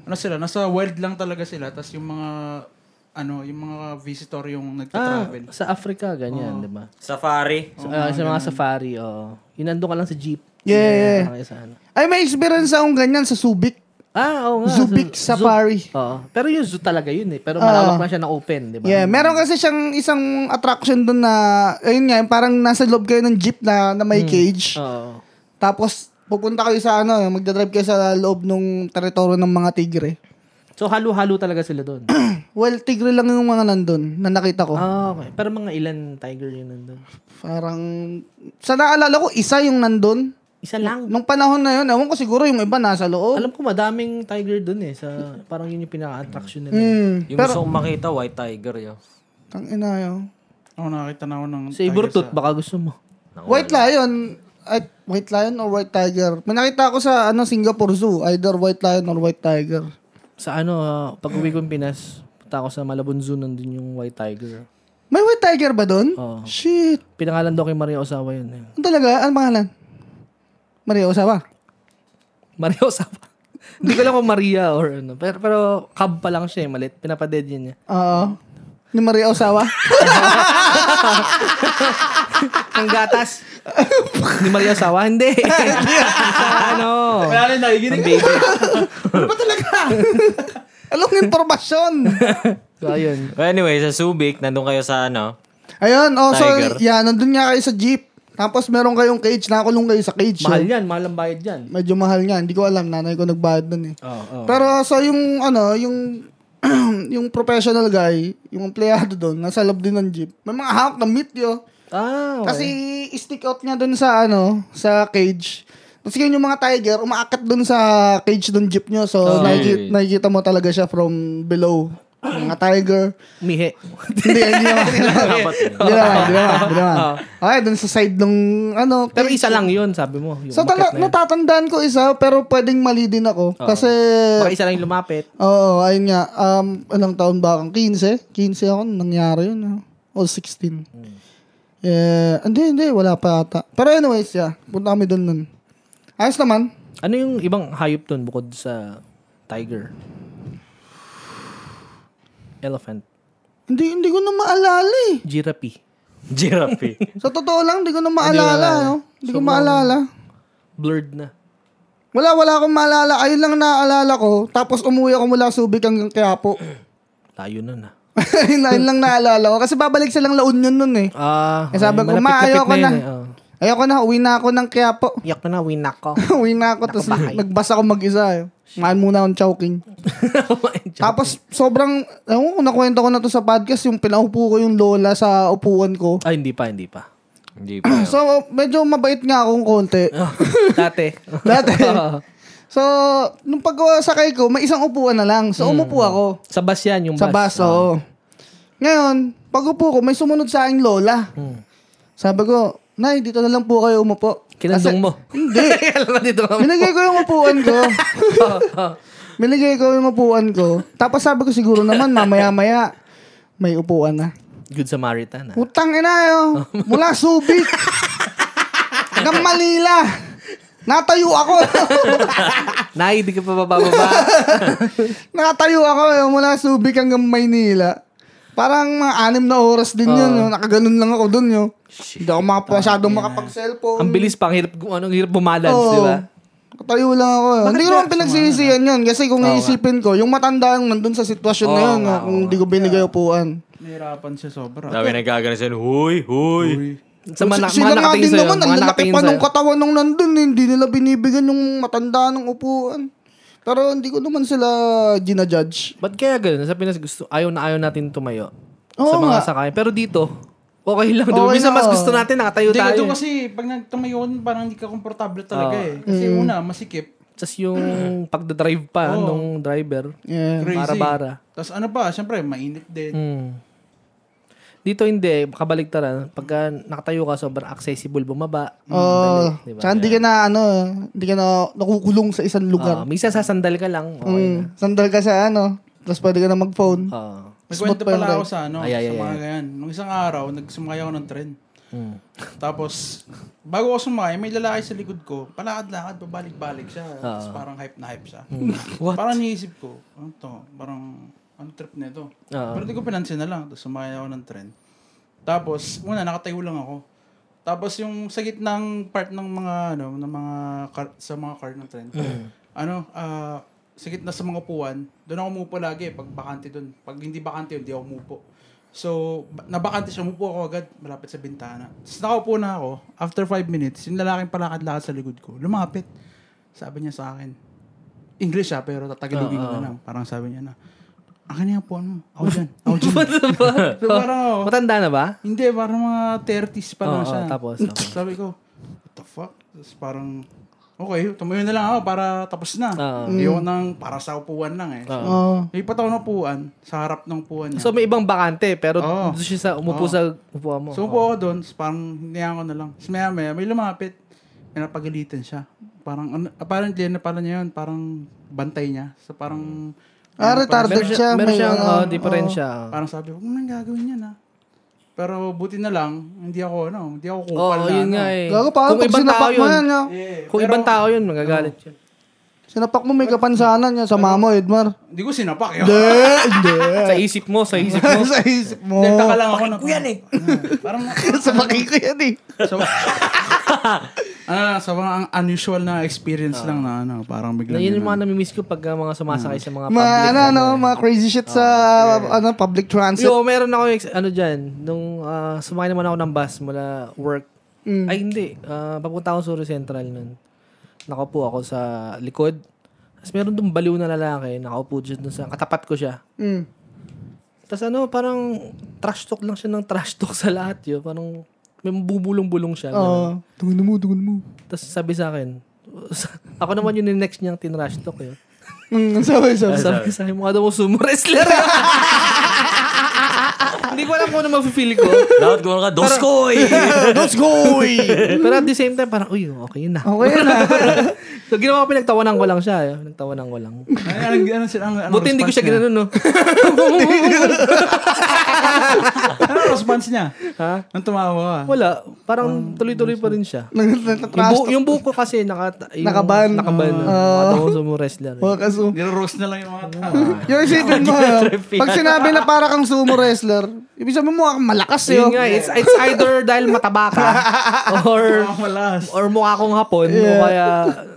[SPEAKER 1] ano sila, nasa wild lang talaga sila, tapos yung mga, ano, yung mga visitor yung
[SPEAKER 4] ah,
[SPEAKER 1] nagta-travel.
[SPEAKER 4] sa Africa, ganyan, di ba?
[SPEAKER 2] Safari.
[SPEAKER 4] So, ah, sa mga safari, oo. Yung nandun ka lang sa jeep.
[SPEAKER 3] Yeah, yeah.
[SPEAKER 4] Parang isa, ano.
[SPEAKER 3] Ay, may experience akong ganyan sa Subic.
[SPEAKER 4] Ah, oo nga.
[SPEAKER 3] Subic
[SPEAKER 4] Sa-
[SPEAKER 3] Safari.
[SPEAKER 4] Oo. Pero yung zoo talaga yun eh. Pero malawak
[SPEAKER 3] Oo.
[SPEAKER 4] na siya na open, di ba?
[SPEAKER 3] Yeah, meron kasi siyang isang attraction
[SPEAKER 4] Hmm. Oh.
[SPEAKER 3] doon na, ayun nga, yung parang nasa loob kayo ng jeep na, na may cage.
[SPEAKER 4] Oo.
[SPEAKER 3] Tapos, pupunta kayo sa ano, magdadrive kayo sa loob ng teritoryo ng mga tigre. *clears throat*
[SPEAKER 4] So, halo-halo talaga sila
[SPEAKER 3] *coughs*
[SPEAKER 4] doon.
[SPEAKER 3] Well, tigre lang yung mga nandun na nakita ko.
[SPEAKER 4] Ah, okay. Pero mga ilan tiger yun nandun?
[SPEAKER 3] Parang, sa naalala ko, isa yung nandun.
[SPEAKER 4] Isa lang.
[SPEAKER 3] Nung panahon na yun, ewan ko siguro yung iba nasa loob.
[SPEAKER 4] Alam ko madaming tiger doon eh. Sa, parang yun yung pinaka-attraction nila.
[SPEAKER 3] Hmm.
[SPEAKER 2] Yung gusto kong makita, white tiger yo.
[SPEAKER 3] Tang ina yun.
[SPEAKER 1] Oo, nakakita na ako ng...
[SPEAKER 4] Sa Ibertut, baka gusto mo.
[SPEAKER 3] White lion. Ay, white lion or white tiger? May nakita ako sa ano Singapore Zoo. Either white lion or white tiger.
[SPEAKER 4] Sa ano, ah, pag uwi ko ng Pinas, punta ako sa Malabon Zoo, nandun yung white tiger.
[SPEAKER 3] May white tiger ba doon?
[SPEAKER 4] Oo.
[SPEAKER 3] Shit.
[SPEAKER 4] Pinangalan daw kay Maria Osawa yun. eh.
[SPEAKER 3] Ano talaga? Ano pangalan? Maria Osawa.
[SPEAKER 4] Maria Osawa. Hindi ko alam kung Maria or ano. Pero, pero cub pa lang siya eh. Malit. Pinapadead yun niya.
[SPEAKER 3] Oo. Ni Maria
[SPEAKER 4] *laughs*
[SPEAKER 3] Osawa.
[SPEAKER 4] Ang gatas. Ni Maria Osawa?
[SPEAKER 3] *laughs*
[SPEAKER 4] Hindi. Sa ano?
[SPEAKER 1] Wala rin nakikinig.
[SPEAKER 3] ano ba
[SPEAKER 4] *laughs*
[SPEAKER 3] talaga? Anong impormasyon?
[SPEAKER 4] So, ayun.
[SPEAKER 2] Well, anyway, sa Subic, nandun kayo sa ano. *laughs*
[SPEAKER 3] Ayun, oh, so,
[SPEAKER 2] Tiger.
[SPEAKER 3] yeah, nandun nga kayo sa jeep. Tapos meron kayong cage, nakakulong kayo sa cage.
[SPEAKER 4] Mahal
[SPEAKER 3] oh.
[SPEAKER 4] yan. Mahal ang bayad yan.
[SPEAKER 3] Medyo mahal nga, hindi ko alam, nanay ko nagbayad nun eh.
[SPEAKER 4] Oo. Oh,
[SPEAKER 3] Pero so yung ano, yung *clears throat* yung professional guy, yung empleyado doon, nasa loob din ng jeep. May mga hawak na meat yo.
[SPEAKER 4] Ah, okay.
[SPEAKER 3] Kasi stick out niya doon sa ano, sa cage. Tapos yun yung mga tiger, umaakyat doon sa cage ng jeep niyo. So, nakiki- nakikita mo talaga siya from below. Mga tiger. *laughs*
[SPEAKER 4] Mihe.
[SPEAKER 3] hindi, hindi naman. Hindi naman, hindi naman. Hindi naman, hindi naman. Okay, doon sa side ng ano.
[SPEAKER 4] Ah. Pero
[SPEAKER 3] cage.
[SPEAKER 4] isa lang yun, sabi mo. Yung
[SPEAKER 3] So, tala-
[SPEAKER 4] umakyat na yun. Ah.
[SPEAKER 3] natatandaan ko isa, pero pwedeng mali din ako. Kasi,
[SPEAKER 4] Baka isa lang yung lumapit.
[SPEAKER 3] Oo, ayun nga. Um, ilang taon ba akong? 15? 15 ako nung nangyari yun. ah. O 16. Eh, hindi, hindi. Wala pa ata. Pero anyways, yeah. Punta kami doon nun. Ayos naman.
[SPEAKER 4] Ano yung ibang hayop dun bukod sa tiger? Elephant.
[SPEAKER 3] Hindi, hindi ko na maalala eh.
[SPEAKER 4] Giraffe.
[SPEAKER 2] Giraffe. eh.
[SPEAKER 3] Sa totoo lang, hindi ko na maalala. no? Hindi ko maalala.
[SPEAKER 4] Blurred na.
[SPEAKER 3] Wala, wala akong maalala. Ayun lang naaalala ko. Tapos umuwi ako mula Subic hanggang Quiapo. *laughs*
[SPEAKER 4] Tayo nun ah.
[SPEAKER 3] ayun, ayun lang naalala ko. Kasi babalik silang La Union nun eh.
[SPEAKER 4] Ah,
[SPEAKER 3] Eh, sabi ko, ma, ayoko na.
[SPEAKER 4] eh. Oh.
[SPEAKER 3] Ayoko na. Uwi na ako ng Quiapo.
[SPEAKER 4] Yak na na, winak ko. *laughs*
[SPEAKER 3] *laughs* Uwi na ako, tapos nagbasa ako mag-isa. eh. Maan muna akong chowking. tapos sobrang, ewan ko, nakwento ko na to sa podcast, yung pinaupo ko yung lola sa upuan ko. *clears throat*
[SPEAKER 4] ah, hindi pa, hindi pa.
[SPEAKER 2] Hindi pa.
[SPEAKER 3] So, medyo mabait nga akong
[SPEAKER 4] *laughs*
[SPEAKER 3] konti.
[SPEAKER 4] Dati.
[SPEAKER 3] *laughs* Dati. so, nung pag-sakay ko, may isang upuan na lang. So, umupo ako.
[SPEAKER 4] *laughs* sa bus yan, Hmm. yung
[SPEAKER 3] Sa
[SPEAKER 4] bus. ah.
[SPEAKER 3] bus, oh. oo. Ngayon, pag upo ko, may sumunod sa aking lola.
[SPEAKER 4] Hmm.
[SPEAKER 3] Sabi ko, Nay, dito na lang po kayo umupo. Kasi-
[SPEAKER 4] Kinandong mo.
[SPEAKER 3] Hindi.
[SPEAKER 4] Alam na dito.
[SPEAKER 3] Binigay ko yung upuan ko. Binigay ko yung upuan ko. Tapos sabi ko siguro naman, mamaya-maya, may upuan na.
[SPEAKER 4] Good Samaritan ah.
[SPEAKER 3] Utang ina yo. Mula Subic. Hanggang Manila. Natayo ako.
[SPEAKER 4] Nay, di ka pa
[SPEAKER 3] *laughs*
[SPEAKER 4] bababa.
[SPEAKER 3] Natayo ako yo. Mula Subic hanggang Maynila. Parang mga anim na oras din yun. Yo. Nakaganon lang ako dun yo. Hindi ako makapasyadong makapag-cellphone.
[SPEAKER 4] ang bilis pa, ang hirap, ano, ang hirap bumalance,
[SPEAKER 3] Oo.
[SPEAKER 4] di ba?
[SPEAKER 3] Tayo lang ako. eh. Hindi ko naman pinagsisisihan
[SPEAKER 4] ano
[SPEAKER 3] yun. Kasi kung iisipin ko, yung matanda yung nandun sa sitwasyon na yun, ah, kung hindi ko binigay upuan.
[SPEAKER 1] Nahirapan siya sobra.
[SPEAKER 2] Sabi nagkagano sa'yo, huy, huy.
[SPEAKER 4] Sa mana,
[SPEAKER 3] sila nga
[SPEAKER 4] nakatingin
[SPEAKER 3] din
[SPEAKER 4] sa'yo,
[SPEAKER 3] naman, ang
[SPEAKER 4] mga
[SPEAKER 3] lalaki
[SPEAKER 4] nakatingin
[SPEAKER 3] pa nung
[SPEAKER 4] sa'yo.
[SPEAKER 3] katawan nung nandun, eh. hindi nila binibigyan yung matanda ng upuan. Pero hindi ko naman sila ginajudge.
[SPEAKER 4] Ba't kaya ganun? Sa Pinas, gusto, ayaw na ayaw natin tumayo. sa
[SPEAKER 3] Oo
[SPEAKER 4] mga
[SPEAKER 3] nga.
[SPEAKER 4] sakayan. Pero dito, okay lang. Diba?
[SPEAKER 3] Okay na,
[SPEAKER 4] Minsan mas
[SPEAKER 3] oo.
[SPEAKER 4] gusto natin, nakatayo
[SPEAKER 1] Hindi,
[SPEAKER 4] tayo. eh.
[SPEAKER 1] doon kasi pag nagtumayo ka, parang hindi ka komportable talaga
[SPEAKER 4] Ah.
[SPEAKER 1] eh. Kasi una, masikip.
[SPEAKER 4] Tapos yung pagdadrive pa nung driver,
[SPEAKER 3] Yeah.
[SPEAKER 1] Crazy.
[SPEAKER 4] bara-bara.
[SPEAKER 1] Tapos ano pa, syempre, mainit din.
[SPEAKER 4] Mm. Dito hindi, kabaligtaran. Pagka nakatayo ka, sobrang accessible bumaba.
[SPEAKER 3] Oo.
[SPEAKER 4] Dali, diba?
[SPEAKER 3] Ah, Tsaka hindi ka na, ano, hindi ka na nakukulong sa isang
[SPEAKER 4] Ah,
[SPEAKER 3] lugar.
[SPEAKER 4] minsan sasandal ka lang. Okay na.
[SPEAKER 3] Mm. Sandal ka sa ano, tapos pwede ka na mag-phone.
[SPEAKER 4] Ah.
[SPEAKER 1] May
[SPEAKER 3] Smooth
[SPEAKER 1] kwento
[SPEAKER 3] pa yung
[SPEAKER 1] pala ako
[SPEAKER 3] ride.
[SPEAKER 1] sa ano,
[SPEAKER 4] Ay,
[SPEAKER 1] sa
[SPEAKER 4] ay, ay, Hmm.
[SPEAKER 1] mga ganyan. Nung isang araw, nagsumakay ako ng tren. Tapos, bago ako sumakay, may lalaki sa likod ko. Palakad-lakad, babalik-balik siya.
[SPEAKER 4] Ah.
[SPEAKER 1] Tapos parang hype na hype siya.
[SPEAKER 4] Hmm.
[SPEAKER 1] *laughs* parang niisip ko, ano to? Parang, ano trip na ito?
[SPEAKER 4] Ah. *laughs*
[SPEAKER 1] Pero di ko pinansin na lang. Tapos sumakay ako ng tren. Tapos, una, nakatayo lang ako. Tapos yung sa gitnang part ng mga ano, ng mga car- sa mga car ng tren. ano, ah sa gitna sa mga upuan, doon ako umupo lagi pag bakante doon. Pag hindi bakante yun, di ako umupo. So, ba- nabakante siya. Umupo ako agad malapit sa bintana. Tapos nakaupo na ako. After five minutes, yung lalaking palakad-lakad sa likod ko, lumapit. Sabi niya sa akin, English ha, pero tatagalogin ko na lang. Parang sabi niya na, akin na yung puan mo. Ako dyan. Ako dyan. so, parang ako,
[SPEAKER 4] Matanda na ba?
[SPEAKER 1] hindi, parang mga 30s pa lang
[SPEAKER 4] Oo,
[SPEAKER 1] siya.
[SPEAKER 3] *laughs*
[SPEAKER 4] tapos, okay.
[SPEAKER 1] Sabi ko, what the fuck? Tapos parang, okay, tumayo na lang ako para tapos na.
[SPEAKER 4] Oo.
[SPEAKER 1] Ayoko nang para sa upuan lang eh. So,
[SPEAKER 3] Oo.
[SPEAKER 1] lipat ako ng upuan, sa harap ng upuan niya.
[SPEAKER 4] So may ibang bakante pero
[SPEAKER 1] Oo.
[SPEAKER 4] doon siya sa umupo
[SPEAKER 1] Oo.
[SPEAKER 4] sa upuan mo.
[SPEAKER 1] So, upo ako doon. tapos Parang hinayaan ko na lang. Tapos maya maya, may lumapit. May napagalitan siya. Parang, ano, apparently, ano pala niya yun? Parang bantay niya. So, parang...
[SPEAKER 3] Ah,
[SPEAKER 1] ano, parang-
[SPEAKER 3] retarded
[SPEAKER 4] meron
[SPEAKER 3] siya.
[SPEAKER 4] siya, meron
[SPEAKER 3] may,
[SPEAKER 4] siyang
[SPEAKER 3] ano,
[SPEAKER 4] uh,
[SPEAKER 3] oo.
[SPEAKER 4] diferensya.
[SPEAKER 1] Parang sabi ko, "Huwag mo nang gagawin yan, ha? Pero buti na lang, hindi ako, ano, hindi ako
[SPEAKER 4] Oo,
[SPEAKER 1] kupal na.
[SPEAKER 4] yun
[SPEAKER 1] ano.
[SPEAKER 4] nga eh.
[SPEAKER 3] Gago pa,
[SPEAKER 4] Kung
[SPEAKER 3] pag
[SPEAKER 4] ibang tao
[SPEAKER 3] sinapak mo
[SPEAKER 4] yun,
[SPEAKER 3] yan, no?
[SPEAKER 1] Yeah,
[SPEAKER 4] kung
[SPEAKER 1] pero
[SPEAKER 4] ibang tao yun, magagalit siya.
[SPEAKER 3] Sinapak mo may kapansanan yan. Sama mo, Edmar.
[SPEAKER 1] Hindi ko sinapak eh. yun.
[SPEAKER 3] Hindi, hindi.
[SPEAKER 4] *laughs* Sa isip mo, sa isip
[SPEAKER 3] *laughs*
[SPEAKER 4] mo.
[SPEAKER 3] Sa isip mo.
[SPEAKER 1] Nagtaka lang ako na. yan eh. Parang,
[SPEAKER 3] *laughs* Sa maki ko yan eh.
[SPEAKER 1] so, ano lang, so, ang unusual na
[SPEAKER 4] Ah.
[SPEAKER 1] experience lang na, ano, parang
[SPEAKER 4] Na
[SPEAKER 1] biglang.
[SPEAKER 4] yun
[SPEAKER 1] yun,
[SPEAKER 4] yung mga namimiss ko pag uh, mga sumasakay sa mga
[SPEAKER 3] Mga
[SPEAKER 4] public. Ah,
[SPEAKER 3] ano, ano, mga crazy shit sa ano public transit.
[SPEAKER 4] Yo, meron ako ex- ano diyan, nung ah, sumakay naman ako ng bus mula work.
[SPEAKER 3] Mm.
[SPEAKER 4] Ay hindi, ah, papunta ako Suru Central nun. Nakaupo ako sa likod. Tapos meron dong baliw na lalaki, nakaupo dyan dun sa katapat ko siya.
[SPEAKER 3] Mm.
[SPEAKER 4] Tapos ano, parang trash talk lang siya ng trash talk sa lahat yun. Parang may bubulong-bulong siya. ganun.
[SPEAKER 3] Oo. Tungan mo, tungan mo.
[SPEAKER 4] Tapos sabi sa akin, *laughs* ako naman yung next niyang tinrash talk yun.
[SPEAKER 3] Mm, sabi, *laughs* sabi.
[SPEAKER 4] Sabi sa akin, mukha daw mo sumo wrestler. *laughs* Hindi ko alam kung ano mag-feel ko.
[SPEAKER 2] Dapat gumawa ka,
[SPEAKER 4] *laughs*
[SPEAKER 2] Doskoy!
[SPEAKER 3] Let's go! eh.
[SPEAKER 4] Pero at the same time, parang, uy, okay yun na.
[SPEAKER 3] Okay na.
[SPEAKER 4] *laughs* So, ginawa ko, pinagtawanan ko lang siya. eh. Pinagtawanan ko lang.
[SPEAKER 1] Ano, ano, ano, sila- ano, ano,
[SPEAKER 4] Buti hindi ko siya
[SPEAKER 1] response niya?
[SPEAKER 4] ginanon, no?
[SPEAKER 3] *laughs*
[SPEAKER 1] Ano response niya?
[SPEAKER 4] ha?
[SPEAKER 1] Nung tumawa ka.
[SPEAKER 4] Wala.
[SPEAKER 3] Um,
[SPEAKER 4] Parang tuloy-tuloy pa rin siya. Yung,
[SPEAKER 3] Nagtatrash
[SPEAKER 4] bu- yung buko kasi, naka, yung,
[SPEAKER 3] Nakaban.
[SPEAKER 4] Nakaban.
[SPEAKER 3] Ah.
[SPEAKER 4] Uh, uh, Matawang sumo wrestler. eh.
[SPEAKER 3] Mga kaso.
[SPEAKER 1] Niro-roast na lang yung mga tao.
[SPEAKER 3] oh. *laughs* Yung isipin mo, ah, pag sinabi na para kang sumo wrestler, ibig sabihin mo, mukhang malakas eh, oh. yun.
[SPEAKER 4] So, yun nga, eh. it's, it's either dahil mataba
[SPEAKER 3] *laughs*
[SPEAKER 4] ka or
[SPEAKER 1] Mga Ah, malas.
[SPEAKER 4] or mukha kong hapon o kaya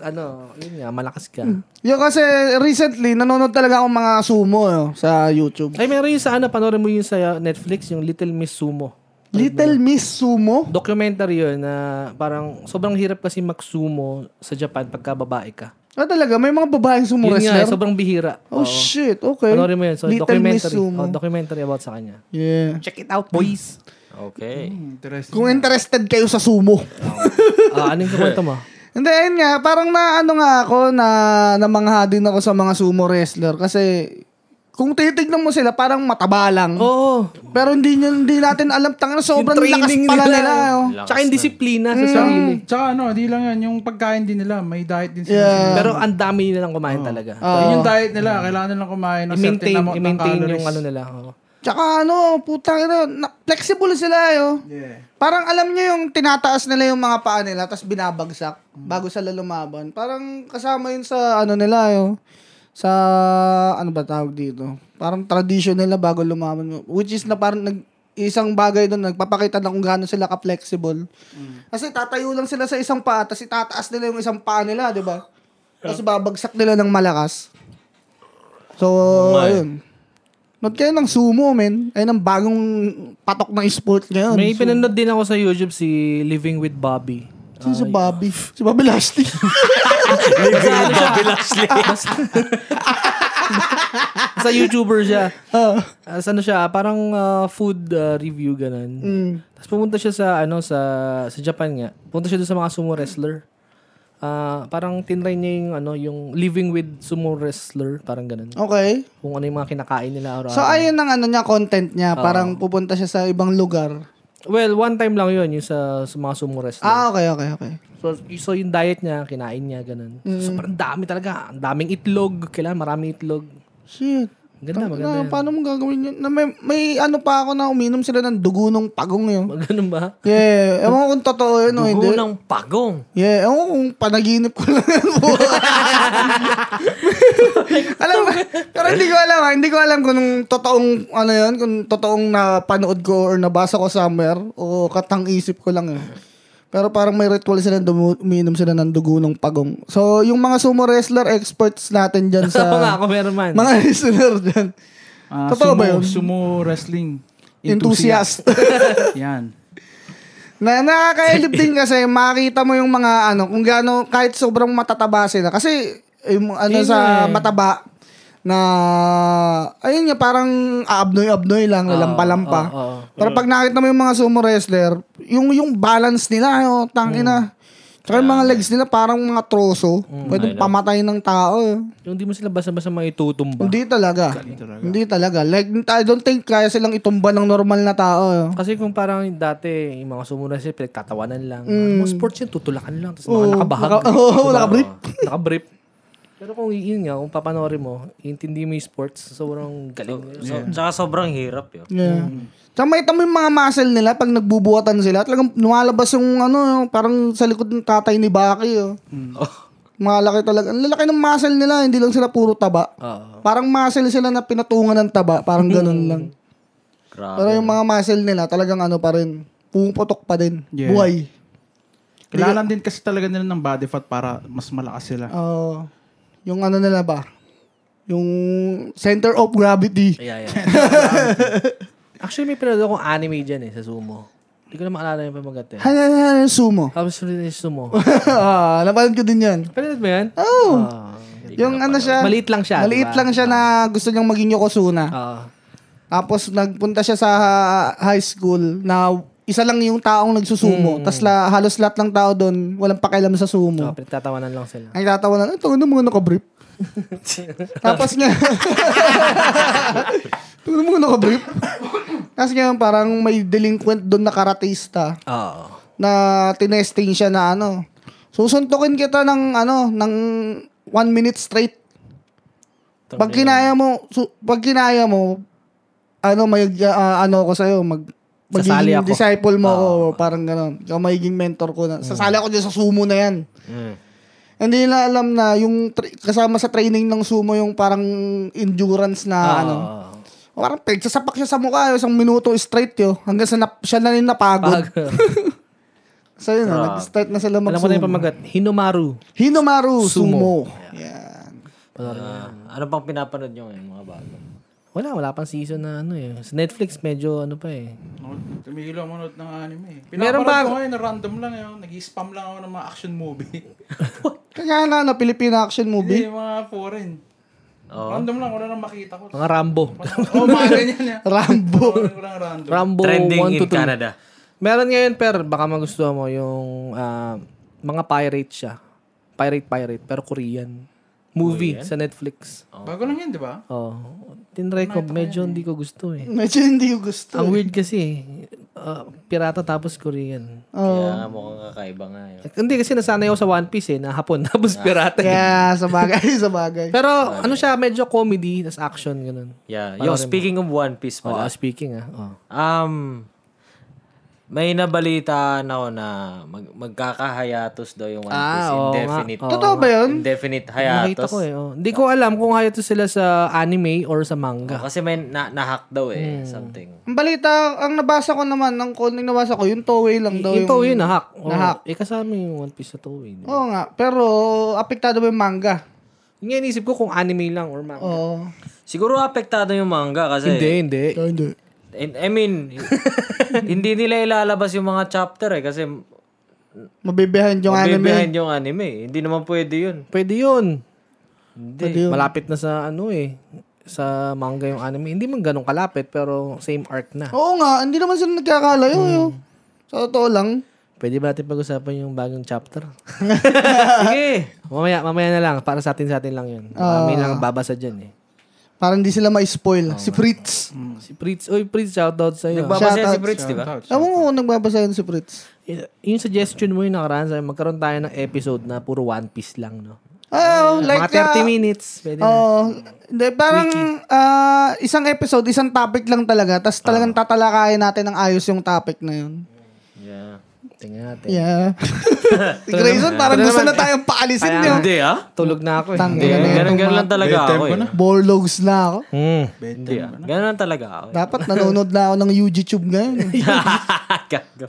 [SPEAKER 4] ano, yun nga, malakas ka.
[SPEAKER 3] Yung kasi recently, nanonood talaga akong mga sumo eh, sa YouTube.
[SPEAKER 4] Ay, meron yung sa ano, panoorin mo yun sa Netflix, yung Little Miss Sumo.
[SPEAKER 3] Little Miss Sumo?
[SPEAKER 4] Documentary yun na parang sobrang hirap kasi magsumo sa Japan pagka babae ka.
[SPEAKER 3] Ah, talaga? May mga babaeng sumo
[SPEAKER 4] Yun nga,
[SPEAKER 3] wrestler?
[SPEAKER 4] eh, sobrang bihira.
[SPEAKER 3] oh,
[SPEAKER 4] Oo.
[SPEAKER 3] shit. Okay.
[SPEAKER 4] Panoorin mo yun. So,
[SPEAKER 3] Little Miss
[SPEAKER 4] documentary.
[SPEAKER 3] Sumo.
[SPEAKER 4] Oh, documentary about sa kanya.
[SPEAKER 3] yeah.
[SPEAKER 4] Check it out, boys.
[SPEAKER 2] Okay.
[SPEAKER 4] Hmm.
[SPEAKER 1] Interesting.
[SPEAKER 3] Kung interested kayo sa sumo.
[SPEAKER 4] Ah, anong kwento
[SPEAKER 3] *laughs*
[SPEAKER 4] mo?
[SPEAKER 3] Hindi, ayun nga, parang na ano nga ako, na namangha din ako sa mga sumo wrestler. Kasi, kung titignan mo sila, parang mataba lang.
[SPEAKER 4] Oo.
[SPEAKER 3] Pero hindi, nyo- hindi natin alam, tangan sobrang lakas pala nila. oh. Mm.
[SPEAKER 4] Tsaka yung disiplina sa
[SPEAKER 1] Tsaka,
[SPEAKER 4] sarili.
[SPEAKER 1] tsaka ano, di lang yan. Yung pagkain din nila, may diet din sila.
[SPEAKER 3] Yeah.
[SPEAKER 4] Pero ang dami nilang kumain
[SPEAKER 3] Ah.
[SPEAKER 4] talaga.
[SPEAKER 1] So, yun yung diet nila. Kailangan nilang kumain ng certain
[SPEAKER 4] I-maintain,
[SPEAKER 1] amount ng
[SPEAKER 4] i-maintain
[SPEAKER 1] calories.
[SPEAKER 4] yung ano nila. oo.
[SPEAKER 3] Tsaka ano, putang ina, na- flexible sila eh, oh. yo.
[SPEAKER 1] Yeah.
[SPEAKER 3] Parang alam niyo yung tinataas nila yung mga paa nila tapos binabagsak bago sila lumaban. Parang kasama yun sa ano nila yo. Sa ano ba tawag dito? Parang tradition nila bago lumaban. Which is na parang nag isang bagay doon nagpapakita na kung gaano sila ka-flexible. Kasi tatayo lang sila sa isang paa tapos itataas nila yung isang paa nila, 'di ba? Tapos babagsak nila ng malakas. So, ayun. Not kayo ng sumo, men. Ayun ang bagong patok ng sport ngayon.
[SPEAKER 4] May pinanood din ako sa YouTube si Living with Bobby.
[SPEAKER 3] Sino si Bobby? Si Bobby Lashley.
[SPEAKER 2] Bobby Lashley.
[SPEAKER 4] sa YouTuber siya.
[SPEAKER 3] Ah.
[SPEAKER 4] As ano siya, parang ah, food ah, review ganun.
[SPEAKER 3] Mm.
[SPEAKER 4] Tapos pumunta siya sa ano sa sa Japan nga. Pumunta siya doon sa mga sumo wrestler. Ah, parang tinry niya yung ano yung living with sumo wrestler, parang ganun.
[SPEAKER 3] okay.
[SPEAKER 4] Kung ano yung mga kinakain nila araw-araw.
[SPEAKER 3] So, ayun ang ano niya, content niya. Parang pupunta siya sa ibang lugar.
[SPEAKER 4] well, one time lang yun yung sa, sa mga sumo wrestler.
[SPEAKER 3] Ah, okay, okay, okay.
[SPEAKER 4] So, so yung diet niya, kinain niya ganun.
[SPEAKER 3] Mm.
[SPEAKER 4] Sobrang dami talaga. Ang daming itlog, kailangan maraming itlog.
[SPEAKER 3] Shit.
[SPEAKER 4] Ganda,
[SPEAKER 3] Tangina,
[SPEAKER 4] Ah, maganda.
[SPEAKER 3] paano mo gagawin yun? Na may, may ano pa ako na uminom sila ng dugo ng pagong yun.
[SPEAKER 4] Ganun ba?
[SPEAKER 3] Yeah. Ewan ko kung totoo yun o hindi.
[SPEAKER 2] Dugo ng pagong.
[SPEAKER 3] Yeah, ewan ko kung panaginip ko lang yan. alam mo, pero hindi ko alam ha, hindi ko alam kung nung totoong, ano yun, kung totoong napanood ko or nabasa ko somewhere o katang isip ko lang yun. Pero parang may ritual sila, dumu- umiinom sila ng dugo ng pagong. So, yung mga sumo wrestler experts natin
[SPEAKER 4] *laughs*
[SPEAKER 3] dyan
[SPEAKER 4] Sa
[SPEAKER 3] sa... *laughs*
[SPEAKER 4] nga ako meron man.
[SPEAKER 3] mga listener dyan.
[SPEAKER 1] Ah,
[SPEAKER 3] Totoo
[SPEAKER 1] sumo,
[SPEAKER 3] ba yun?
[SPEAKER 1] Sumo wrestling.
[SPEAKER 3] enthusiast.
[SPEAKER 1] Yan.
[SPEAKER 3] na
[SPEAKER 4] *laughs*
[SPEAKER 3] nakakailib din kasi makita mo yung mga ano, kung gaano, kahit sobrang matataba sila. Kasi, yung ano
[SPEAKER 4] Yun
[SPEAKER 3] sa
[SPEAKER 4] nga eh.
[SPEAKER 3] mataba, na, ayun nga, parang aabnoy-abnoy lang, lalampa-lampa.
[SPEAKER 4] oo, oo.
[SPEAKER 3] Pero pag nakita mo yung mga sumo wrestler, yung, yung balance nila, yung
[SPEAKER 4] Hmm.
[SPEAKER 3] tangina. Tsaka yung mga legs nila, parang mga troso. Pwedeng pamatay ng tao. eh.
[SPEAKER 4] Yung di mo sila basa-basa maitutumba.
[SPEAKER 3] Hindi talaga. Hindi talaga. Like, I don't think kaya silang itumba ng normal na tao. eh.
[SPEAKER 4] Kasi kung parang dati, yung mga sumunod sila, pinagtatawanan lang. Mga sports yun, tutulakan lang. Tapos mga nakabahag.
[SPEAKER 3] naka- Mm. *laughs* oo,
[SPEAKER 4] Diba?
[SPEAKER 3] nakabrip.
[SPEAKER 4] nakabrip. Pero kung yun nga, kung papanoorin mo, iintindi mo yung sports, sobrang galing. nila.
[SPEAKER 2] So, tsaka sobrang hirap yun.
[SPEAKER 3] Yeah. Mm. Tsaka makita mo yung mga muscle nila pag nagbubuhatan sila. Talagang lumalabas yung ano, yung parang sa likod ng tatay ni Baki. Oh.
[SPEAKER 2] Mm.
[SPEAKER 4] Mm.
[SPEAKER 3] Malaki talaga. Ang lalaki ng muscle nila, hindi lang sila puro taba. Parang muscle sila na pinatungan ng taba. Parang ganun lang.
[SPEAKER 2] Grabe.
[SPEAKER 3] Pero yung mga muscle nila, talagang ano pa rin. Pumuputok pa din.
[SPEAKER 1] Yeah.
[SPEAKER 3] Buhay.
[SPEAKER 1] Kailangan din kasi talaga nila ng body fat para mas malakas sila.
[SPEAKER 3] Oo. yung ano nila ba? Yung center of gravity.
[SPEAKER 4] Yeah, yeah. Actually, may pinanood akong anime dyan eh, sa sumo. Hindi ko na maalala yung pamagat eh.
[SPEAKER 3] Hanan sumo. *laughs*
[SPEAKER 4] Tapos rin yung sumo.
[SPEAKER 3] ah, napanood ko din yan.
[SPEAKER 4] Pinanood mo yan?
[SPEAKER 3] Oh.
[SPEAKER 4] Ah.
[SPEAKER 3] yung ano siya.
[SPEAKER 4] Maliit lang siya,
[SPEAKER 3] Maliit
[SPEAKER 4] diba?
[SPEAKER 3] lang siya na gusto niyang maging Yokozuna.
[SPEAKER 4] Ah.
[SPEAKER 3] Tapos nagpunta siya sa ha- high school na isa lang yung taong nagsusumo. tas la, halos lahat ng tao doon walang pakialam sa
[SPEAKER 4] Hmm. Ah,
[SPEAKER 3] sumo.
[SPEAKER 4] pinagtatawanan lang
[SPEAKER 3] *laughs*
[SPEAKER 4] sila.
[SPEAKER 3] Ang tatawa na, ito ano mga nakabrip? Tapos
[SPEAKER 4] *laughs*
[SPEAKER 3] nga, ito ano mga nakabrip? Tapos nga parang may delinquent doon na karatista
[SPEAKER 4] Oo.
[SPEAKER 3] na tinesting siya na ano, susuntukin kita ng ano, ng one minute straight. Pag kinaya mo, su- pag kinaya mo, ano, may, ah, ano ko sa'yo, mag,
[SPEAKER 4] Sasali
[SPEAKER 3] magiging
[SPEAKER 4] ako.
[SPEAKER 3] disciple mo ako, parang gano'n. Ikaw magiging mentor ko na. Sasali
[SPEAKER 4] Mm.
[SPEAKER 3] ako dyan sa sumo na yan. Hindi nila alam na yung tra- kasama sa training ng sumo yung parang endurance na ano. Parang pagsasapak siya sa mukha, isang minuto straight yo. Hanggang sa nap- siya na rin napagod.
[SPEAKER 4] Pag,
[SPEAKER 3] So yun, na, nag-start na sila
[SPEAKER 4] *laughs* alam ko na yung
[SPEAKER 3] mag-sumo.
[SPEAKER 4] pamagat, Hinomaru.
[SPEAKER 3] Hinomaru
[SPEAKER 4] Sumo.
[SPEAKER 3] Sumo. Yan.
[SPEAKER 2] Ah, ano pang pinapanood nyo ngayon, mga bago?
[SPEAKER 4] Wala, wala pang season na ano eh. Sa Netflix, medyo ano pa eh.
[SPEAKER 1] No, Tumigil ako manood ng anime. eh.
[SPEAKER 4] Meron
[SPEAKER 1] Pinapanood
[SPEAKER 4] ba-
[SPEAKER 1] ko ngayon, random lang yun. Nag-spam lang ako ng mga action movie.
[SPEAKER 3] Kaya na, na Filipina action
[SPEAKER 1] *laughs* Hindi,
[SPEAKER 3] movie.
[SPEAKER 1] *laughs* yung mga foreign.
[SPEAKER 2] Oh.
[SPEAKER 1] Random lang, wala nang makita ko.
[SPEAKER 4] Mga Rambo.
[SPEAKER 1] Oo, oh, mga ganyan *laughs* yan.
[SPEAKER 3] Rambo.
[SPEAKER 1] Walang random.
[SPEAKER 4] Rambo
[SPEAKER 2] Trending
[SPEAKER 4] 1 to 2.
[SPEAKER 2] in Canada.
[SPEAKER 4] Meron ngayon, per, baka magustuhan mo yung ah, mga pirate siya. Pirate, pirate, pero Korean. Movie sa Netflix.
[SPEAKER 1] Bago lang yun, di ba?
[SPEAKER 4] Oh, tinry ko, medyo hindi ko gusto eh.
[SPEAKER 3] Medyo hindi ko gusto.
[SPEAKER 4] Ang weird kasi eh. Ah, pirata tapos Korean.
[SPEAKER 2] Kaya nga mukhang kakaiba nga yun.
[SPEAKER 4] Hindi kasi nasanay ako sa One Piece eh, na hapon *laughs* tapos
[SPEAKER 2] Ah,
[SPEAKER 4] pirata. eh.
[SPEAKER 3] Kaya sa bagay, *laughs* sa bagay.
[SPEAKER 4] Pero ano siya, medyo comedy, tas action, ganun.
[SPEAKER 2] Yeah. Yo, speaking of One Piece
[SPEAKER 4] Oh,
[SPEAKER 2] pala.
[SPEAKER 4] speaking ah. Oh.
[SPEAKER 2] Um, may nabalita na ako na mag, magkakahayatos daw yung One
[SPEAKER 4] Ah, oo
[SPEAKER 2] Piece.
[SPEAKER 4] nga. Oh.
[SPEAKER 2] indefinite.
[SPEAKER 3] Totoo ba yun?
[SPEAKER 2] Indefinite
[SPEAKER 4] Nakita
[SPEAKER 2] hiatus.
[SPEAKER 4] ko eh. oh. Hindi ko alam kung hayato sila sa anime or sa manga. Hmm.
[SPEAKER 2] Kasi may na, nahack daw eh. Something.
[SPEAKER 3] Ang balita, ang nabasa ko naman, ang konting nabasa ko, yung Toei lang daw yung...
[SPEAKER 4] Yung Toei, nahak. Oh,
[SPEAKER 3] Nahak.
[SPEAKER 4] Eh, kasama yung One Piece sa eh. Toei. di ba?
[SPEAKER 3] Oo nga, pero apektado ba yung manga?
[SPEAKER 4] Yun nga inisip ko kung anime lang or manga.
[SPEAKER 3] Oo.
[SPEAKER 2] Siguro apektado yung manga kasi...
[SPEAKER 4] Oh. Hindi, hindi.
[SPEAKER 3] hindi.
[SPEAKER 2] And-
[SPEAKER 4] *laughs*
[SPEAKER 2] I mean, hindi nila ilalabas yung mga chapter eh kasi
[SPEAKER 3] Mabibehan yung anime.
[SPEAKER 2] mabibehind yung anime. eh. Hindi naman pwede yun.
[SPEAKER 4] Pwede yun.
[SPEAKER 2] Hindi.
[SPEAKER 4] Malapit na sa ano eh. Sa manga yung anime. Hindi man ganun kalapit pero same arc na.
[SPEAKER 3] Oo nga, hindi naman sila nagkakalayo. yo. Sa totoo lang.
[SPEAKER 4] Pwede ba natin pag-usapan yung bagong *laughs* chapter?
[SPEAKER 2] Sige!
[SPEAKER 4] mamaya, mamaya na lang. Para sa atin, sa atin lang yun. Kami lang ang babasa dyan eh.
[SPEAKER 3] Parang hindi sila ma-spoil. si Fritz.
[SPEAKER 4] Si Pritz. Uy, Pritz, shoutout sa'yo.
[SPEAKER 2] Nagbabasaya si Fritz, di ba?
[SPEAKER 3] Ewan ko kung nagbabasa yun si Fritz.
[SPEAKER 4] Y- yung suggestion mo yung nakaraan sa'yo, magkaroon tayo ng episode na puro One Piece lang, no?
[SPEAKER 3] Ah, like,
[SPEAKER 4] Mga 30
[SPEAKER 3] ah,
[SPEAKER 4] minutes.
[SPEAKER 2] eh.
[SPEAKER 4] Pwede na.
[SPEAKER 3] Oo. Hindi, parang ah, isang episode, isang topic lang talaga. Tapos talagang tatalakayin natin ng ayos yung topic na yun.
[SPEAKER 2] Yeah.
[SPEAKER 4] Tingnan natin.
[SPEAKER 2] *laughs*
[SPEAKER 3] Yeah. si Grayson, parang gusto na tayong paalisin niyo.
[SPEAKER 2] ano. Hindi ah.
[SPEAKER 4] Tulog na ako eh.
[SPEAKER 3] Tang-
[SPEAKER 2] Hindi,
[SPEAKER 3] Ganun na
[SPEAKER 2] ganun,
[SPEAKER 3] itong
[SPEAKER 2] ganun lang talaga ako eh.
[SPEAKER 3] Borlogs na ako.
[SPEAKER 4] Hmm.
[SPEAKER 2] Hindi ah. Ganun lang talaga ako eh.
[SPEAKER 3] Dapat nanonood na ako ng YouTube
[SPEAKER 2] *laughs*
[SPEAKER 3] ngayon.
[SPEAKER 2] Gago.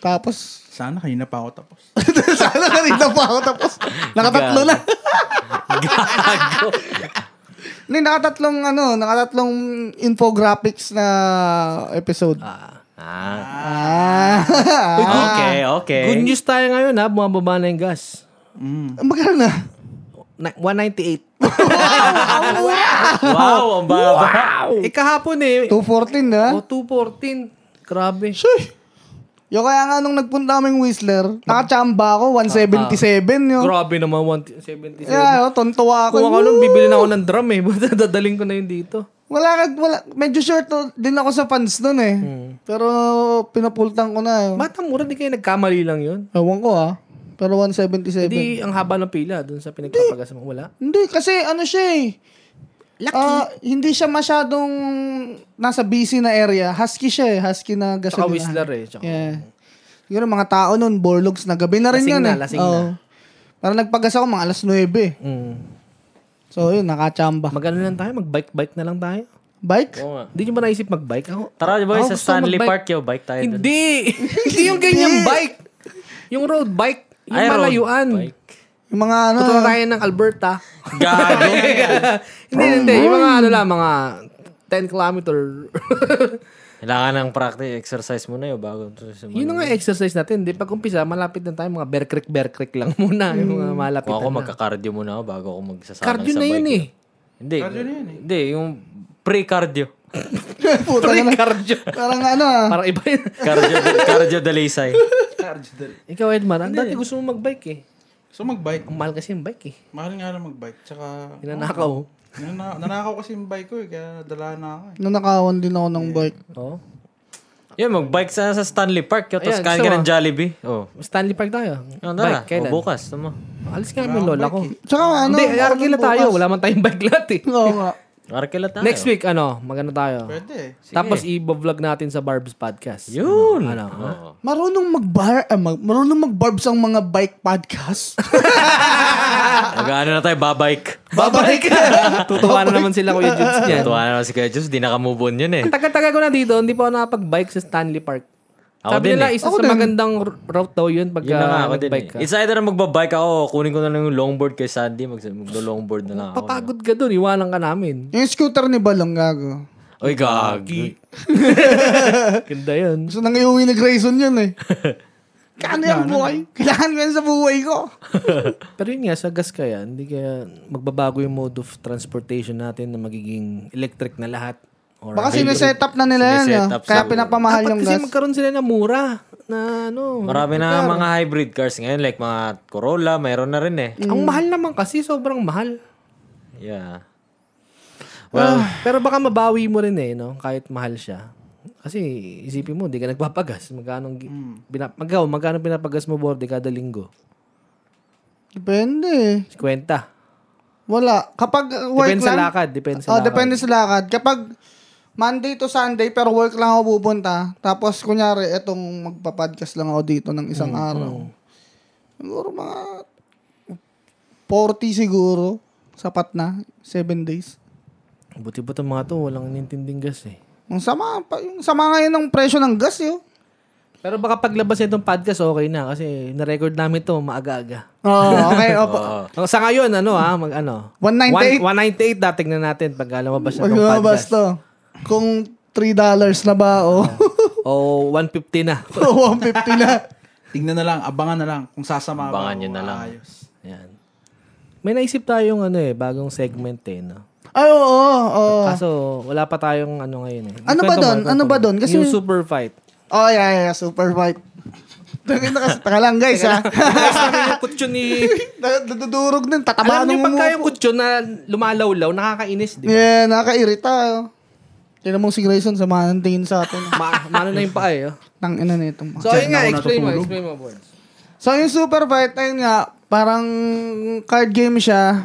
[SPEAKER 3] Tapos,
[SPEAKER 1] Sana kayo na pa ako tapos.
[SPEAKER 3] *laughs* sana kanina pa ako tapos. Nakatatlo na.
[SPEAKER 2] Gago.
[SPEAKER 3] Hindi, nakatatlong, ano, nakatatlong infographics na episode.
[SPEAKER 2] Ah,
[SPEAKER 3] Ah.
[SPEAKER 2] okay, okay.
[SPEAKER 4] Good news tayo ngayon ha, bumababa na yung gas.
[SPEAKER 3] Magkano na?
[SPEAKER 4] Na- *laughs* 198.
[SPEAKER 2] Wow, ang baba.
[SPEAKER 4] Eh kahapon eh,
[SPEAKER 3] 214 na?
[SPEAKER 4] o 214. Grabe.
[SPEAKER 3] Yung kaya nga nung nagpunta kaming Whistler, nakachamba ako, 177 yun.
[SPEAKER 4] Grabe naman, 177.
[SPEAKER 3] Yeah, oh, tontuwa ako.
[SPEAKER 4] Kung ako nung bibili na ako ng drum eh, *laughs* Buta dadaling ko na yun dito.
[SPEAKER 3] Wala ka, wala. Medyo short oh, din ako sa fans nun eh. Pero pinapultang ko na. Eh.
[SPEAKER 4] Bata mura, di kayo nagkamali lang yun.
[SPEAKER 3] Ewan ko ah. Pero 177.
[SPEAKER 4] Hindi, ang haba ng pila dun sa pinagpapagas mo. Wala.
[SPEAKER 3] Hindi, kasi ano siya eh. Ah, hindi siya masyadong nasa busy na area. Husky siya eh. Husky na
[SPEAKER 4] Tsaka
[SPEAKER 3] gasolina.
[SPEAKER 4] Whistler eh. Tsaka.
[SPEAKER 3] Yeah. Siguro mga tao nun, Borlogs na gabi na rin
[SPEAKER 4] Lasing
[SPEAKER 3] yun
[SPEAKER 4] na,
[SPEAKER 3] eh.
[SPEAKER 4] lasing
[SPEAKER 3] Oo. Parang nagpagas ako mga alas 9 eh.
[SPEAKER 4] Mm.
[SPEAKER 3] So yun, nakachamba.
[SPEAKER 4] Mag ano lang tayo, mag-bike-bike na lang tayo.
[SPEAKER 3] Bike?
[SPEAKER 4] Hindi nyo ba naisip mag-bike? Ako,
[SPEAKER 2] Tara, boy,
[SPEAKER 4] Ako
[SPEAKER 2] sa
[SPEAKER 4] gusto
[SPEAKER 2] Stanley
[SPEAKER 4] mag-bike.
[SPEAKER 2] Park, yo, bike tayo dun.
[SPEAKER 4] Hindi! *laughs* Hindi yung ganyang bike. Yung road bike. Yung
[SPEAKER 2] Ay, road
[SPEAKER 4] malayuan.
[SPEAKER 3] Yung mga ano.
[SPEAKER 4] Punta na tayo ng Alberta.
[SPEAKER 2] Gago.
[SPEAKER 4] *laughs* hindi, hindi. Yung mga ano lang, mga 10 kilometer. *laughs*
[SPEAKER 2] Kailangan ng practice, exercise muna yun bago.
[SPEAKER 4] yun na nga exercise natin. Hindi, pag umpisa, malapit na tayo. Mga bear creek, bear creek lang *laughs* muna. Yung mga malapit
[SPEAKER 2] Hmm. Kung ako
[SPEAKER 4] na.
[SPEAKER 2] magka-cardio muna ako bago ako magsasanang
[SPEAKER 4] Cardio
[SPEAKER 2] sa
[SPEAKER 4] na
[SPEAKER 2] bike.
[SPEAKER 4] yun eh.
[SPEAKER 2] Hindi.
[SPEAKER 1] Ano eh?
[SPEAKER 2] Hindi, yung pre-cardio.
[SPEAKER 3] *laughs* Puta
[SPEAKER 2] eh. *laughs*
[SPEAKER 3] na.
[SPEAKER 4] Cardio.
[SPEAKER 3] Parang ano ah.
[SPEAKER 4] Para iba yun. *laughs*
[SPEAKER 2] Cardio, cardio dalisay.
[SPEAKER 4] Ikaw, Edmar, ang dati gusto mo mag-bike eh.
[SPEAKER 1] So mag-bike.
[SPEAKER 4] Ang mahal kasi yung bike eh.
[SPEAKER 1] Mahal nga lang mag-bike. Tsaka,
[SPEAKER 4] Hinanakaw.
[SPEAKER 1] nana- nanakaw kasi yung bike ko eh. Kaya dala na ako eh.
[SPEAKER 3] Nanakawan din ako ng bike.
[SPEAKER 4] Oo.
[SPEAKER 2] Yun, mag-bike sa, sa Stanley Park. Yo, tapos
[SPEAKER 4] Ayan,
[SPEAKER 2] kain
[SPEAKER 4] gusto
[SPEAKER 2] ka
[SPEAKER 4] mo
[SPEAKER 2] ng Jollibee. Oh.
[SPEAKER 4] Stanley Park tayo.
[SPEAKER 2] Yun, Ah, tara.
[SPEAKER 4] Bike, kailan?
[SPEAKER 2] O, bukas. Tama.
[SPEAKER 4] Alis nga kami lola ko.
[SPEAKER 3] Tsaka ano.
[SPEAKER 4] Hindi, arkila tayo. Wala man tayong bike lot eh.
[SPEAKER 3] Oo nga.
[SPEAKER 2] Arkela tayo.
[SPEAKER 4] Next week, ano, magano tayo.
[SPEAKER 1] Pwede eh.
[SPEAKER 4] Tapos i-vlog natin sa Barb's Podcast.
[SPEAKER 2] Yun.
[SPEAKER 4] Ano, ha?
[SPEAKER 2] Oo.
[SPEAKER 3] Marunong mag-bar, ah, mag, marunong mag-barbs ang mga bike
[SPEAKER 4] *laughs*
[SPEAKER 3] podcast.
[SPEAKER 2] *laughs* Mag-ano na tayo, babike.
[SPEAKER 3] Babalik ka.
[SPEAKER 4] *laughs* Tutuwa na naman sila ko yung
[SPEAKER 2] *laughs*
[SPEAKER 4] jits niyan.
[SPEAKER 2] Tuwa na si Kuya Diyos, di nakamove on yun eh.
[SPEAKER 4] Taga-taga ko na dito, hindi pa ako nakapag-bike sa Stanley Park.
[SPEAKER 2] Ako
[SPEAKER 4] Sabi
[SPEAKER 2] din
[SPEAKER 4] nila,
[SPEAKER 2] eh.
[SPEAKER 4] isa sa magandang r- route daw yun pagka
[SPEAKER 2] Yun na nga ako din
[SPEAKER 4] nag-bike ka.
[SPEAKER 2] eh. It's either magbabike ako, kunin ko na lang yung longboard kay Sandy, mag- maglo-longboard na lang ako.
[SPEAKER 4] Papagod ka dun, iwanan ka
[SPEAKER 3] *laughs*
[SPEAKER 4] namin.
[SPEAKER 3] Yung scooter ni Balong gago.
[SPEAKER 2] Uy, gagi.
[SPEAKER 4] Ganda yun.
[SPEAKER 3] Gusto nang iuwi ni Grayson yun
[SPEAKER 4] *laughs*
[SPEAKER 3] eh. Kano yung buhay? Kailangan ko yan sa buhay ko.
[SPEAKER 4] Pero yun nga, sa gas kaya, hindi kaya magbabago yung mode of transportation natin na magiging electric na lahat. Or
[SPEAKER 3] Baka sineset up na nila yan.
[SPEAKER 2] Sineset
[SPEAKER 3] ah.
[SPEAKER 2] up
[SPEAKER 3] Kaya
[SPEAKER 2] sa-
[SPEAKER 3] pinapamahal
[SPEAKER 4] Dapat
[SPEAKER 3] yung
[SPEAKER 4] kasi
[SPEAKER 3] gas.
[SPEAKER 4] magkaroon sila na mura na ano.
[SPEAKER 2] Marami na mga hybrid cars ngayon, like mga Corolla, mayroon na rin eh.
[SPEAKER 4] Ang mahal naman kasi, sobrang mahal.
[SPEAKER 2] Yeah.
[SPEAKER 4] Well, Ah, pero baka mabawi mo rin eh, no? Kahit mahal siya. Kasi isipin mo, hindi ka nagpapagas. Magkano, bina, magaw, magkano pinapagas mo borde kada linggo?
[SPEAKER 3] Depende eh.
[SPEAKER 4] 50.
[SPEAKER 3] Wala. Kapag work
[SPEAKER 4] Depende sa
[SPEAKER 3] lang.
[SPEAKER 4] lakad. Depende sa
[SPEAKER 3] Oh,
[SPEAKER 4] lakad.
[SPEAKER 3] depende sa lakad. Kapag Monday to Sunday, pero work lang ako pupunta. Tapos, kunyari, etong magpa-podcast lang ako dito ng isang araw. Siguro mga 40 siguro. Sapat na. 7 days.
[SPEAKER 4] Buti ba itong mga to? Walang nintinding gas eh.
[SPEAKER 3] Ang sama, pa- yung sama ngayon ng presyo ng gas, yo.
[SPEAKER 4] Pero baka paglabas nitong podcast, okay na. Kasi na-record namin to maaga-aga.
[SPEAKER 3] Oo, Oh, okay. Opo.
[SPEAKER 4] Ang- Sa ngayon, ano ha? Mag ano?
[SPEAKER 3] 198.
[SPEAKER 4] One- 198 na. Tignan natin pag lumabas na
[SPEAKER 3] Wag
[SPEAKER 4] itong
[SPEAKER 3] lumabas
[SPEAKER 4] podcast.
[SPEAKER 3] to. Kung $3 na ba o
[SPEAKER 4] O 150
[SPEAKER 3] *laughs*
[SPEAKER 4] Oh, na.
[SPEAKER 3] 150 na.
[SPEAKER 1] Tingnan na lang. Abangan na lang. Kung sasama
[SPEAKER 2] Abangan
[SPEAKER 1] ba
[SPEAKER 2] nyo
[SPEAKER 1] o
[SPEAKER 2] na lang.
[SPEAKER 1] Ayos.
[SPEAKER 4] Yan. May naisip tayong ano eh, bagong segment eh, no?
[SPEAKER 3] Ay, oo, oo.
[SPEAKER 4] Kaso, wala pa tayong ano ngayon eh.
[SPEAKER 3] Oh. Ano ba
[SPEAKER 4] Kwento mo,
[SPEAKER 3] doon?
[SPEAKER 4] kwento
[SPEAKER 3] Ano
[SPEAKER 4] mo.
[SPEAKER 3] ba doon? Kasi-
[SPEAKER 4] Yung super
[SPEAKER 3] *laughs*
[SPEAKER 4] fight.
[SPEAKER 3] Oh, yeah, yeah, yeah, super white. *laughs* Tangin na kasi, taka lang guys ha.
[SPEAKER 4] yung kutsyon ni...
[SPEAKER 3] *laughs* Na- Nadudurog nun, tataba
[SPEAKER 4] Alam niyo
[SPEAKER 3] nung
[SPEAKER 4] pagka yung
[SPEAKER 3] umupo.
[SPEAKER 4] kutsyon na lumalawlaw, nakakainis, di ba?
[SPEAKER 3] Yeah, nakairita. oh. Tingnan mo si Grayson, samahan tingin sa atin.
[SPEAKER 4] Ma- mano na yung paa eh. oh.
[SPEAKER 3] Tang ina nito.
[SPEAKER 4] So, ayun nga, explain mo, explain mo, boys.
[SPEAKER 3] So, yung super fight, ayun nga, parang card game siya.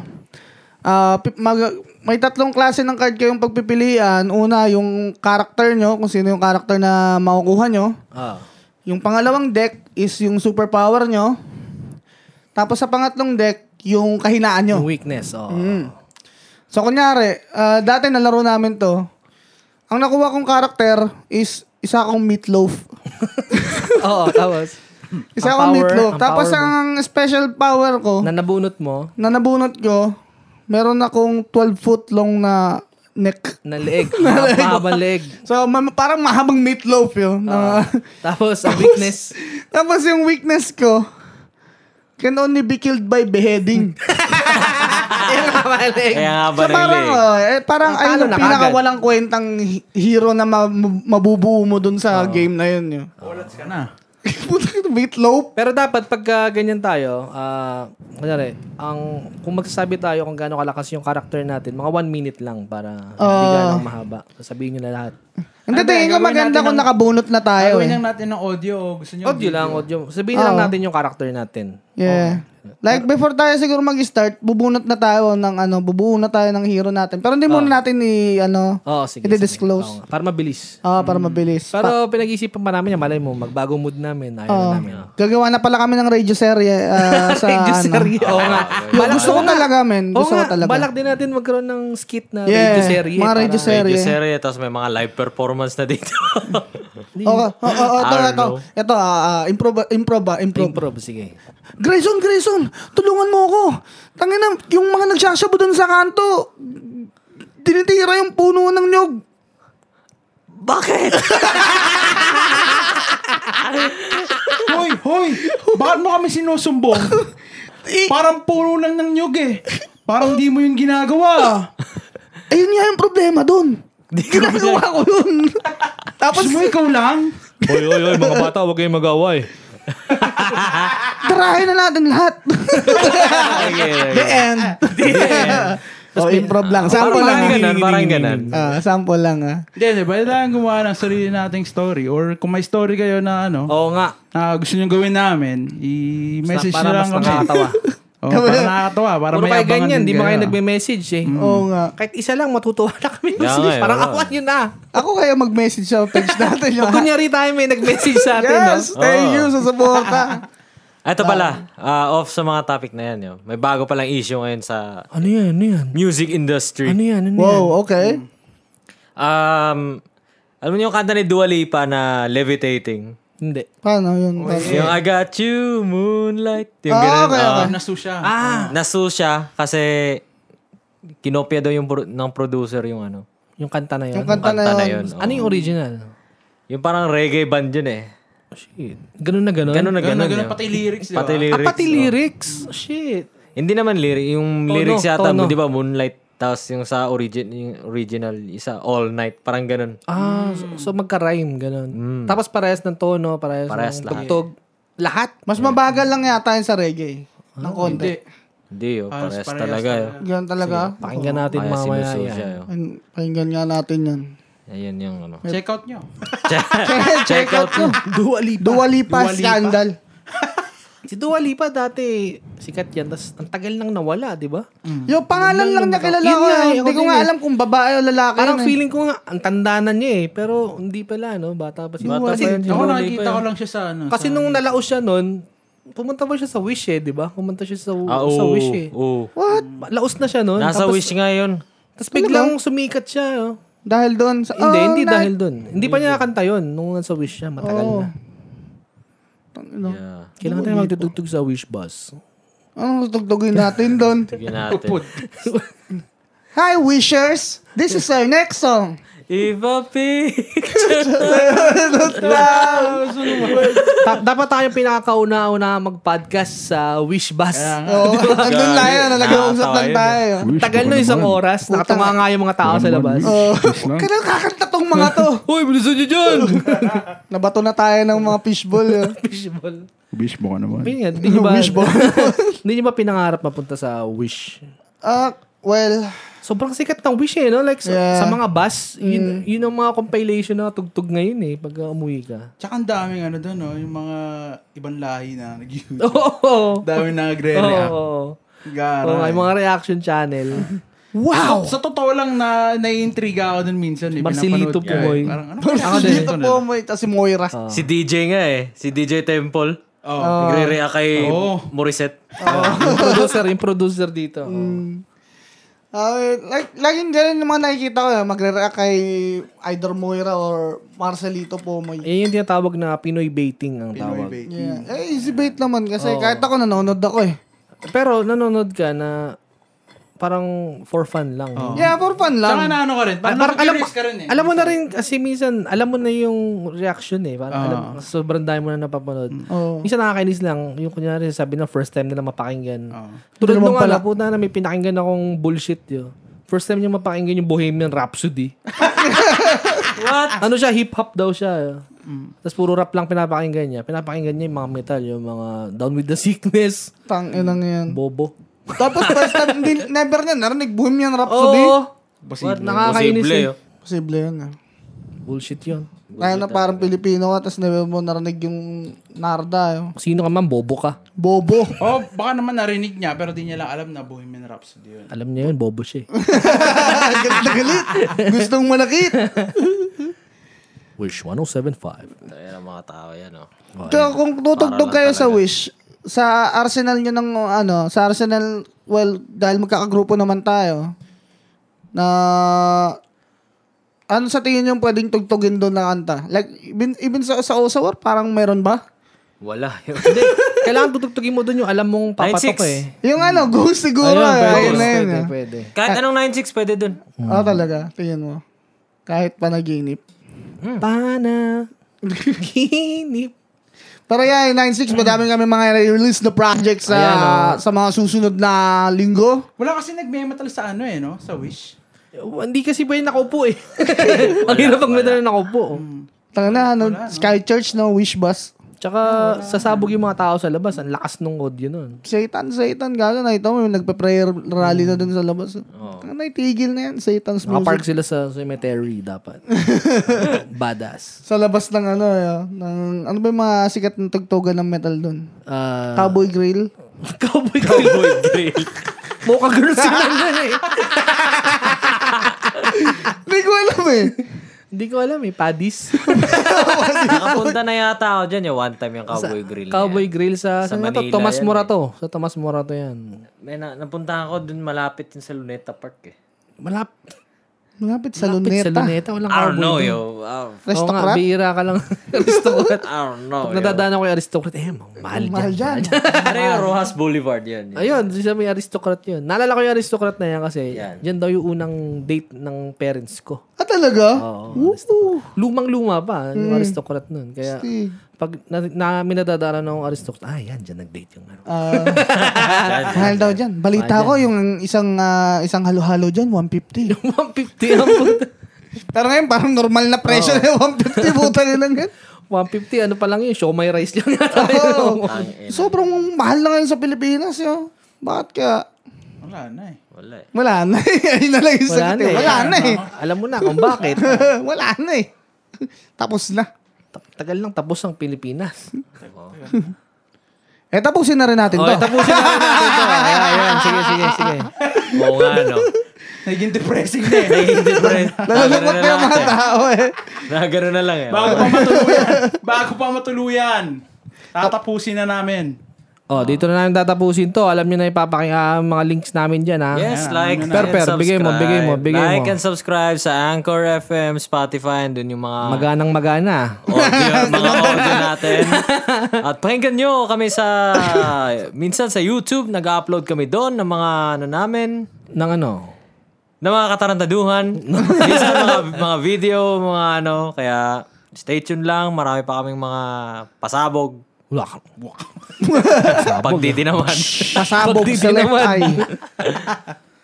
[SPEAKER 3] Ah, pi- mag- may tatlong klase ng card kayong pagpipilian. Una, yung character nyo, kung sino yung character na makukuha nyo.
[SPEAKER 4] Ah.
[SPEAKER 3] Yung pangalawang deck is yung superpower nyo. Tapos sa pangatlong deck, yung kahinaan nyo.
[SPEAKER 4] Yung weakness, oh.
[SPEAKER 3] Mm. So, kunyari, ah, dati nalaro namin to. Ang nakuha kong karakter is isa akong
[SPEAKER 4] *laughs*
[SPEAKER 3] meatloaf.
[SPEAKER 4] *laughs* Oo, tapos,
[SPEAKER 3] Isa
[SPEAKER 4] Ang
[SPEAKER 3] akong
[SPEAKER 4] power-
[SPEAKER 3] meatloaf.
[SPEAKER 4] ang
[SPEAKER 3] Tapos
[SPEAKER 4] power mo.
[SPEAKER 3] Oh. ang special power ko,
[SPEAKER 4] na nabunot mo,
[SPEAKER 3] na nabunot ko, meron akong 12 foot long na neck.
[SPEAKER 4] Na
[SPEAKER 3] *laughs*
[SPEAKER 4] leeg. Napahaba leeg.
[SPEAKER 3] So, ma- parang mahabang meatloaf yun.
[SPEAKER 4] Ah.
[SPEAKER 3] na-
[SPEAKER 4] Tapos, ang weakness.
[SPEAKER 3] *laughs* Tapos yung weakness ko, can only be killed by
[SPEAKER 4] *laughs*
[SPEAKER 3] beheading.
[SPEAKER 2] Kaya nga ba
[SPEAKER 3] so parang,
[SPEAKER 2] rin
[SPEAKER 3] oh, eh, parang
[SPEAKER 4] Natalo
[SPEAKER 3] ayun yung
[SPEAKER 4] na
[SPEAKER 3] pinaka
[SPEAKER 4] kagad.
[SPEAKER 3] walang kwentang hi- hero na ma- mabubuo mo dun sa game na yun. *laughs* yun.
[SPEAKER 1] Bullets ka na.
[SPEAKER 3] Puta ka, meatloaf.
[SPEAKER 4] Pero dapat pagka ganyan tayo, ah, kunyari, ang, kung magsasabi tayo kung gaano kalakas yung character natin, mga one minute lang para hindi
[SPEAKER 3] Ah.
[SPEAKER 4] gaano mahaba. Sabihin nyo na lahat.
[SPEAKER 3] Hindi,
[SPEAKER 1] Ano,
[SPEAKER 3] tingin ko
[SPEAKER 1] gagawin
[SPEAKER 3] maganda
[SPEAKER 1] natin
[SPEAKER 3] kung
[SPEAKER 1] ng-
[SPEAKER 3] nakabunot na tayo.
[SPEAKER 1] Gawin
[SPEAKER 3] Eh.
[SPEAKER 1] lang natin ng audio. o Gusto nyo
[SPEAKER 4] Audio
[SPEAKER 1] video?
[SPEAKER 4] lang, audio. Sabihin na
[SPEAKER 3] Oo.
[SPEAKER 4] lang natin yung character natin.
[SPEAKER 3] Yeah. Like before tayo siguro mag-start, bubunot na tayo ng ano, bubuo na tayo ng hero natin. Pero hindi muna natin i ano,
[SPEAKER 4] Oo, Oh, sige. sige. Oo
[SPEAKER 3] i-disclose.
[SPEAKER 4] nga, para mabilis.
[SPEAKER 3] Ah, para mabilis. Pa-
[SPEAKER 4] Pero pinag-iisipan pa namin yan. Malay mo, magbago mood namin. Ayaw na namin.
[SPEAKER 3] Gagawa na pala kami ng radio serye
[SPEAKER 4] *laughs*
[SPEAKER 3] ah, Oh. sa
[SPEAKER 4] Radio
[SPEAKER 3] ano.
[SPEAKER 4] serye. Oo *laughs* nga.
[SPEAKER 3] Yung gusto ko talaga, men.
[SPEAKER 4] Oo
[SPEAKER 3] Gusto ko
[SPEAKER 4] nga,
[SPEAKER 3] talaga.
[SPEAKER 4] balak din natin magkaroon ng skit na
[SPEAKER 3] Yeah,
[SPEAKER 4] radio serye.
[SPEAKER 3] mga radio
[SPEAKER 4] para-
[SPEAKER 2] Medyo
[SPEAKER 3] serye.
[SPEAKER 2] serye, tapos may mga live performance na dito.
[SPEAKER 3] Oo, oo, oo, ito,
[SPEAKER 2] I don't
[SPEAKER 3] ah, ito.
[SPEAKER 2] know.
[SPEAKER 3] Ito, ah, ah, improv, ah, improv, ah, improv.
[SPEAKER 4] Improve, sige.
[SPEAKER 3] Grayson, Grayson, tulungan mo ako. Tangina, yung mga nagsasabu dun sa kanto, tinitira yung puno ng nyog.
[SPEAKER 2] Bakit?
[SPEAKER 1] Hoy, hoy! Bakit mo kami *laughs* sinusumbong? Parang puro lang ng nyug eh. Parang di mo yung ginagawa.
[SPEAKER 3] Ayun nga yung problema dun. Ginagawa ko yun.
[SPEAKER 1] Tapos
[SPEAKER 3] Tapos,
[SPEAKER 1] mo ikaw lang?
[SPEAKER 2] *laughs* Hoy, hoy, hoy, mga bata, huwag kayong mag-away.
[SPEAKER 3] tarahin na natin lahat. The end. Oh, improv lang. Sample
[SPEAKER 2] Parang
[SPEAKER 3] lang. ah.
[SPEAKER 2] ganun, parang ganun.
[SPEAKER 3] Ah, sample lang ah.
[SPEAKER 1] Hindi, hindi. Pwede tayong gumawa ng sarili nating story. Or kung may story kayo na ano,
[SPEAKER 4] Oo nga.
[SPEAKER 1] na gusto nyo gawin namin, i-message
[SPEAKER 4] Para
[SPEAKER 1] nyo lang
[SPEAKER 4] mas
[SPEAKER 1] kami. *laughs*
[SPEAKER 4] nakakatawa.
[SPEAKER 1] Oo,
[SPEAKER 4] *laughs*
[SPEAKER 1] para nakakatawa. Para
[SPEAKER 4] Puro
[SPEAKER 1] may
[SPEAKER 4] kayo
[SPEAKER 1] abangan
[SPEAKER 4] ganyan,
[SPEAKER 1] din Mm.
[SPEAKER 4] di ba kayo nagme-message eh?
[SPEAKER 3] Oo nga.
[SPEAKER 4] Kahit isa lang, matutuwa na kami.
[SPEAKER 2] Yeah, nga eh,
[SPEAKER 4] Parang
[SPEAKER 2] wala.
[SPEAKER 4] awan yun na.
[SPEAKER 3] Ako kaya mag-message sa page natin. yung-
[SPEAKER 4] Pag kunyari tayo may nag-message sa atin, no?
[SPEAKER 3] yes, thank you sa suporta.
[SPEAKER 2] Ito pala, ah, off sa mga topic na yan. Yo. May bago palang issue ngayon sa
[SPEAKER 4] Ano yan? Ano yan?
[SPEAKER 2] music industry.
[SPEAKER 4] Ano yan? Ano yan?
[SPEAKER 3] wow, okay.
[SPEAKER 2] Um, alam niyo yung kanta ni Dua Lipa na Levitating?
[SPEAKER 4] Hindi.
[SPEAKER 3] Paano yun?
[SPEAKER 2] Yung I got you, moonlight. Yung
[SPEAKER 3] Ah,
[SPEAKER 2] ganun.
[SPEAKER 3] okay,
[SPEAKER 2] ah.
[SPEAKER 3] okay.
[SPEAKER 1] Nasu siya.
[SPEAKER 2] Nasu siya kasi kinopya daw yung pro- ng producer yung ano.
[SPEAKER 4] Yung kanta na yun.
[SPEAKER 3] Yung kanta na
[SPEAKER 2] Kanta na
[SPEAKER 3] yun.
[SPEAKER 2] yun. oh.
[SPEAKER 4] Ano yung original? Oh,
[SPEAKER 2] Yung parang reggae band yun eh.
[SPEAKER 4] Shit. Ganun na ganun?
[SPEAKER 2] Ganun na
[SPEAKER 1] Ganun,
[SPEAKER 2] ganun.
[SPEAKER 1] ganun,
[SPEAKER 2] yun.
[SPEAKER 1] pati lyrics, di ba?
[SPEAKER 2] Pati lyrics.
[SPEAKER 4] Ah, pati
[SPEAKER 2] no?
[SPEAKER 4] lyrics. Oh, Shit.
[SPEAKER 2] Hindi naman lyrics. Yung
[SPEAKER 4] Tono,
[SPEAKER 2] lyrics yata,
[SPEAKER 4] tono.
[SPEAKER 2] di ba, Moonlight. Tapos yung sa origin, yung original, isa, All Night. Parang ganun.
[SPEAKER 4] Ah, so, so magka-rhyme, ganun. Tapos parehas ng tono, parehas,
[SPEAKER 2] Parehas
[SPEAKER 4] ng
[SPEAKER 2] lahat.
[SPEAKER 4] tugtog. Lahat.
[SPEAKER 3] Mas mabagal lang yata yun sa reggae. Ng konti.
[SPEAKER 2] Hindi, oh,
[SPEAKER 1] Parehas-
[SPEAKER 2] parehas,
[SPEAKER 1] parehas
[SPEAKER 2] talaga. Yo.
[SPEAKER 3] Ganun talaga.
[SPEAKER 4] Pakinggan natin
[SPEAKER 2] Kaya
[SPEAKER 4] mamaya
[SPEAKER 2] sinuso
[SPEAKER 4] yan.
[SPEAKER 2] siya. Yo.
[SPEAKER 3] Ayun, Pakinggan nga natin yan.
[SPEAKER 2] Ayan yung ano.
[SPEAKER 1] Check out nyo.
[SPEAKER 3] Check out nyo. Dua Lipa. Dua Lipa scandal.
[SPEAKER 4] Si Dua Lipa dati, sikat yan. Tapos ang tagal nang nawala, di ba?
[SPEAKER 3] Yung pangalan lang niya kilala
[SPEAKER 4] Yun
[SPEAKER 3] ko. eh.
[SPEAKER 4] nga, ako
[SPEAKER 3] Hindi ko
[SPEAKER 4] din
[SPEAKER 3] nga
[SPEAKER 4] eh.
[SPEAKER 3] alam kung babae o lalaki.
[SPEAKER 4] Parang
[SPEAKER 3] yun eh.
[SPEAKER 4] feeling ko nga, ang tandanan niya eh. Pero hindi pala, no? Bata
[SPEAKER 3] eh.
[SPEAKER 4] pa si Dua.
[SPEAKER 2] Bata pa yun, si
[SPEAKER 1] Ako
[SPEAKER 2] Dua
[SPEAKER 1] nakikita ko lang siya sa ano.
[SPEAKER 4] Kasi
[SPEAKER 1] sa-
[SPEAKER 4] nung nalaos siya nun, pumunta pa siya sa Wish eh, di ba? Pumunta siya sa,
[SPEAKER 2] Ah,
[SPEAKER 4] sa
[SPEAKER 2] oo,
[SPEAKER 4] Wish eh.
[SPEAKER 2] oo.
[SPEAKER 4] What? Laos na siya nun.
[SPEAKER 2] Nasa
[SPEAKER 4] tapos,
[SPEAKER 2] Wish nga yun.
[SPEAKER 4] Tapos biglang sumikat siya. Oh.
[SPEAKER 3] Dahil doon sa...
[SPEAKER 4] Hindi,
[SPEAKER 3] Oh,
[SPEAKER 4] hindi
[SPEAKER 3] na- Oh.
[SPEAKER 4] dahil dun. Hindi pa niya nakanta yun nung nasa Wish siya. Matagal
[SPEAKER 3] Oo.
[SPEAKER 4] na.
[SPEAKER 2] Yeah.
[SPEAKER 4] Kailangan tayo magdudugtog sa Wish Bus.
[SPEAKER 3] Anong tutugtugin natin doon?
[SPEAKER 4] *laughs*
[SPEAKER 2] Sige natin.
[SPEAKER 3] Hi, wishers! This is our next song.
[SPEAKER 2] If a pig-
[SPEAKER 4] Ta- dapat tayo pinakauna-una mag-podcast sa Wish Bus.
[SPEAKER 3] Oo, nandun lang yan. Nag-uusap
[SPEAKER 2] Nakakatawa
[SPEAKER 3] lang
[SPEAKER 2] yun eh.
[SPEAKER 3] tayo.
[SPEAKER 4] Tagal na isang oras. Nakatunga nga yung mga tao sa labas.
[SPEAKER 3] Oo. Kailan kakanta tong mga to?
[SPEAKER 4] Hoy, bilisan niyo *laughs* dyan!
[SPEAKER 3] Nabato na tayo ng mga fishball. eh. yun.
[SPEAKER 4] Wishball.
[SPEAKER 5] Wish mo ka naman.
[SPEAKER 4] Yun yan, Hindi niyo ba,
[SPEAKER 3] Wishball.
[SPEAKER 4] *laughs* hindi niyo ba pinangarap mapunta sa Wish?
[SPEAKER 3] Ah, well,
[SPEAKER 4] Sobrang sikat ng Wish eh, no? Like, sa,
[SPEAKER 3] Yeah. Mm.
[SPEAKER 4] sa mga bus, yun, yun ang mga compilation na tugtog ngayon eh, pag uh, umuwi ka. *laughs*
[SPEAKER 1] Tsaka ang daming ano doon, no? yung mga ibang lahi na nag-YouTube.
[SPEAKER 4] *laughs* Oo! Oh,
[SPEAKER 1] Daming na nagre-react. Gara.
[SPEAKER 4] yung mga reaction
[SPEAKER 3] *laughs*
[SPEAKER 4] channel.
[SPEAKER 1] Wow! Sa, sa totoo lang na naiintriga ako dun minsan. Eh. Pinapanood
[SPEAKER 4] Marcelito
[SPEAKER 1] ko,
[SPEAKER 4] Pumoy.
[SPEAKER 1] eh. Parang ano kaya
[SPEAKER 3] ako
[SPEAKER 1] dito
[SPEAKER 3] dito po mo ito si Moira.
[SPEAKER 4] Ah.
[SPEAKER 2] si DJ nga eh. Si DJ Temple.
[SPEAKER 1] Oh.
[SPEAKER 2] Nagre-react kay
[SPEAKER 1] Oo.
[SPEAKER 2] Morissette.
[SPEAKER 3] Oh.
[SPEAKER 4] yung producer, yung producer dito.
[SPEAKER 3] Mm. Ah, like, laging ganun yung mga nakikita ko. eh. Magre-react kay either Moira or Marcelito po mo.
[SPEAKER 4] Eh, yung tinatawag na Pinoy baiting ang tawag.
[SPEAKER 3] Yeah. Eh, easy bait naman kasi kahit ako nanonood ako eh.
[SPEAKER 4] Pero nanonood ka na parang for fun lang.
[SPEAKER 3] Yeah, for fun
[SPEAKER 1] Saka
[SPEAKER 3] lang.
[SPEAKER 1] na ano ka rin. Oh.
[SPEAKER 4] Ah,
[SPEAKER 1] Parang,
[SPEAKER 4] parang alam,
[SPEAKER 1] curious ka rin eh.
[SPEAKER 4] alam mo na rin kasi minsan, alam mo na yung reaction eh. Parang
[SPEAKER 1] Ah.
[SPEAKER 4] alam, sobrang dami mo na napapanood.
[SPEAKER 3] Oo.
[SPEAKER 4] Minsan nakakainis lang. Yung kunyari, sabi na first time nila mapakinggan.
[SPEAKER 3] Ah.
[SPEAKER 1] Oo.
[SPEAKER 4] Tulad
[SPEAKER 3] Hindi
[SPEAKER 4] nung
[SPEAKER 3] naman pala.
[SPEAKER 4] ala, puta na may pinakinggan akong bullshit yun. First time niya mapakinggan yung Bohemian Rhapsody.
[SPEAKER 2] What?
[SPEAKER 4] ano siya, hip-hop daw siya.
[SPEAKER 3] Mm.
[SPEAKER 4] Tapos puro rap lang pinapakinggan niya. Pinapakinggan niya yung mga metal, yung mga Down with the Sickness,
[SPEAKER 3] Tang inang yan.
[SPEAKER 4] Bobo.
[SPEAKER 3] Tapos first time, hindi- never niya narinig Bohemian
[SPEAKER 4] Oh.
[SPEAKER 3] Rhapsody.
[SPEAKER 4] Oo.
[SPEAKER 1] Posible.
[SPEAKER 4] Nakakainis
[SPEAKER 2] Posible,
[SPEAKER 4] eh.
[SPEAKER 2] oh.
[SPEAKER 3] Posible yun. ah.
[SPEAKER 4] Bullshit yun.
[SPEAKER 3] Kaya na parang Pilipino ka, tapos never mo narinig yung Narda. Yung
[SPEAKER 4] Sino ka man, bobo ka.
[SPEAKER 3] bobo.
[SPEAKER 1] Oh, baka naman narinig niya pero di niya lang alam na Bohemian Rhapsody yun.
[SPEAKER 4] Alam niya yun,
[SPEAKER 3] *laughs*
[SPEAKER 4] bobo siya eh.
[SPEAKER 3] galit na galit. Gustong malakit.
[SPEAKER 4] Wish 107.5.
[SPEAKER 2] Tayo na mga tao yan, oh.
[SPEAKER 3] Kaya kung tutugtog kayo sa Wish, sa Arsenal nyo ng ano, sa Arsenal, well, dahil magkakagrupo naman tayo, na ano sa tingin yung pwedeng tugtugin doon na kanta? Like, even, even sa, sa Osawar, parang meron ba?
[SPEAKER 2] Wala. yun. *laughs*
[SPEAKER 4] Kailangan tutugtugin mo dun yung alam mong papatok
[SPEAKER 2] 9-6.
[SPEAKER 4] eh.
[SPEAKER 3] Yung ano, ghost siguro. Ayun, ayun, na yun,
[SPEAKER 4] pwede,
[SPEAKER 3] ah.
[SPEAKER 4] pwede.
[SPEAKER 2] Kahit anong 9-6, pwede
[SPEAKER 4] *laughs*
[SPEAKER 2] dun.
[SPEAKER 3] Oo talaga, tingin mo. Kahit panaginip.
[SPEAKER 4] Hmm. Pana. Ginip.
[SPEAKER 3] Pero yeah, 96, madami kami mga release na projects sa sa mga susunod na linggo.
[SPEAKER 1] Wala kasi nagme-metal sa ano eh, no? Sa Wish.
[SPEAKER 4] Hindi kasi ba yung nakaupo
[SPEAKER 2] *laughs*
[SPEAKER 4] eh. Ang hirap pag medal na nakaupo.
[SPEAKER 3] Tanga na, ano, Sky Church, no, Wish Bus.
[SPEAKER 4] Tsaka sasabog yung mga tao sa labas. Ang lakas nung audio nun.
[SPEAKER 3] Satan, Satan, gago na ito. May nagpe-prayer rally na dun sa labas. Tanga na, itigil na yan, Satan's music.
[SPEAKER 4] Nakapark sila sa cemetery dapat. *laughs* Badass.
[SPEAKER 3] Sa labas ng ano, eh, ng, ano ba yung mga sikat na tugtugan ng metal dun?
[SPEAKER 4] *laughs* Uh,
[SPEAKER 3] Cowboy Grill.
[SPEAKER 4] cowboy Cowboy Drill. Mocha girls sila *laughs* nun eh.
[SPEAKER 3] Hindi ko alam *laughs* eh.
[SPEAKER 4] Hindi ko alam eh. Padis.
[SPEAKER 2] Nakapunta na yata ako dyan. Yung one time yung cowboy grill. niya.
[SPEAKER 4] Cowboy Grill sa, sa
[SPEAKER 2] Sa
[SPEAKER 4] to?
[SPEAKER 2] Manila
[SPEAKER 4] Tomas
[SPEAKER 2] yan eh.
[SPEAKER 4] Morato. Sa Tomas Morato yan.
[SPEAKER 2] May na, napunta ako dun malapit yun sa Luneta Park eh.
[SPEAKER 4] Malap
[SPEAKER 3] Malapit sa
[SPEAKER 4] Luneta. Sa
[SPEAKER 3] luneta.
[SPEAKER 4] luneta, walang
[SPEAKER 2] I don't
[SPEAKER 4] cowboy.
[SPEAKER 2] know,
[SPEAKER 4] doon.
[SPEAKER 2] yo.
[SPEAKER 4] Oo
[SPEAKER 2] Ah,
[SPEAKER 4] nga,
[SPEAKER 3] Restaurant.
[SPEAKER 4] bihira ka lang. aristocrat.
[SPEAKER 2] I don't know,
[SPEAKER 4] Pag
[SPEAKER 2] yo.
[SPEAKER 4] nadadaan ako yung aristocrat, eh, mahal, mahal
[SPEAKER 3] Mahal
[SPEAKER 4] yan.
[SPEAKER 3] dyan. *laughs*
[SPEAKER 2] Pero yung Rojas Boulevard yan. eh. yun.
[SPEAKER 4] Ayun, siya may aristocrat yun. Naalala ko yung aristocrat na yan kasi
[SPEAKER 2] Yan.
[SPEAKER 4] yan daw yung unang date ng parents ko.
[SPEAKER 3] ah, talaga? Woo!
[SPEAKER 4] Lumang-luma pa yung aristocrat nun. Kaya
[SPEAKER 3] Steve.
[SPEAKER 4] pag na, na minadadaanan ng aristocrat, ah, yan, dyan nag-date yung ano. *laughs*
[SPEAKER 3] Ah. mahal daw dyan. Balita ko yung isang ah, isang halo-halo dyan, *laughs* 150.
[SPEAKER 4] 150 ang puta.
[SPEAKER 3] Pero ngayon, parang normal na presyo na yung 150. Buta na lang *laughs* yan.
[SPEAKER 4] 150, ano pa lang yun, show my rice lang
[SPEAKER 3] *laughs*
[SPEAKER 4] yata. *laughs*
[SPEAKER 3] Oo. Sobrang mahal na ngayon sa Pilipinas. Yo. Bakit kaya?
[SPEAKER 1] Wala na eh.
[SPEAKER 2] Wala eh.
[SPEAKER 3] Wala na eh. *laughs* Ayun na lang yung
[SPEAKER 4] Wala
[SPEAKER 3] sagot.
[SPEAKER 4] na
[SPEAKER 3] eh.
[SPEAKER 4] eh.
[SPEAKER 3] Wala na eh.
[SPEAKER 4] Alam mo na kung bakit.
[SPEAKER 3] *laughs* Wala na eh. Tapos na.
[SPEAKER 4] Ta- Tagal lang tapos ang Pilipinas.
[SPEAKER 3] Eh, tapusin na rin natin
[SPEAKER 2] Oh,
[SPEAKER 3] to.
[SPEAKER 2] tapusin na natin ito.
[SPEAKER 4] Ayan, ayan, sige, sige, sige.
[SPEAKER 2] Oo nga, no.
[SPEAKER 1] Naging depressing na eh.
[SPEAKER 4] *laughs*
[SPEAKER 2] Naging different.
[SPEAKER 3] Nalulungkot na yung mga tao eh.
[SPEAKER 2] Nagano na lang eh.
[SPEAKER 1] Bago pa matuluyan. Bago pa matuluyan. Tatapusin na namin.
[SPEAKER 4] Oh, dito na namin tatapusin to. Alam niyo na ipapakita ang mga links namin ah. diyan, ha.
[SPEAKER 2] Yes, like
[SPEAKER 1] ano
[SPEAKER 2] and
[SPEAKER 1] na.
[SPEAKER 4] Per, per,
[SPEAKER 2] subscribe.
[SPEAKER 4] bigay mo, bigay mo, bigay mo.
[SPEAKER 2] Like and subscribe sa Anchor FM, Spotify, and dun yung mga
[SPEAKER 4] Maganang magana.
[SPEAKER 2] audio, mga audio natin. At pakinggan nyo kami sa, minsan sa YouTube, nag-upload kami doon ng mga ano namin,
[SPEAKER 4] Nang ano?
[SPEAKER 2] ng mga katarantaduhan. minsan mga, mga video, mga ano, kaya stay tuned lang. Marami pa kaming mga pasabog.
[SPEAKER 4] Wala ka.
[SPEAKER 2] Pagdidinaman.
[SPEAKER 3] Pasabog sa left eye.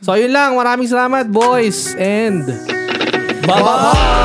[SPEAKER 4] So, yun lang. Maraming salamat, boys. And... Bye-bye!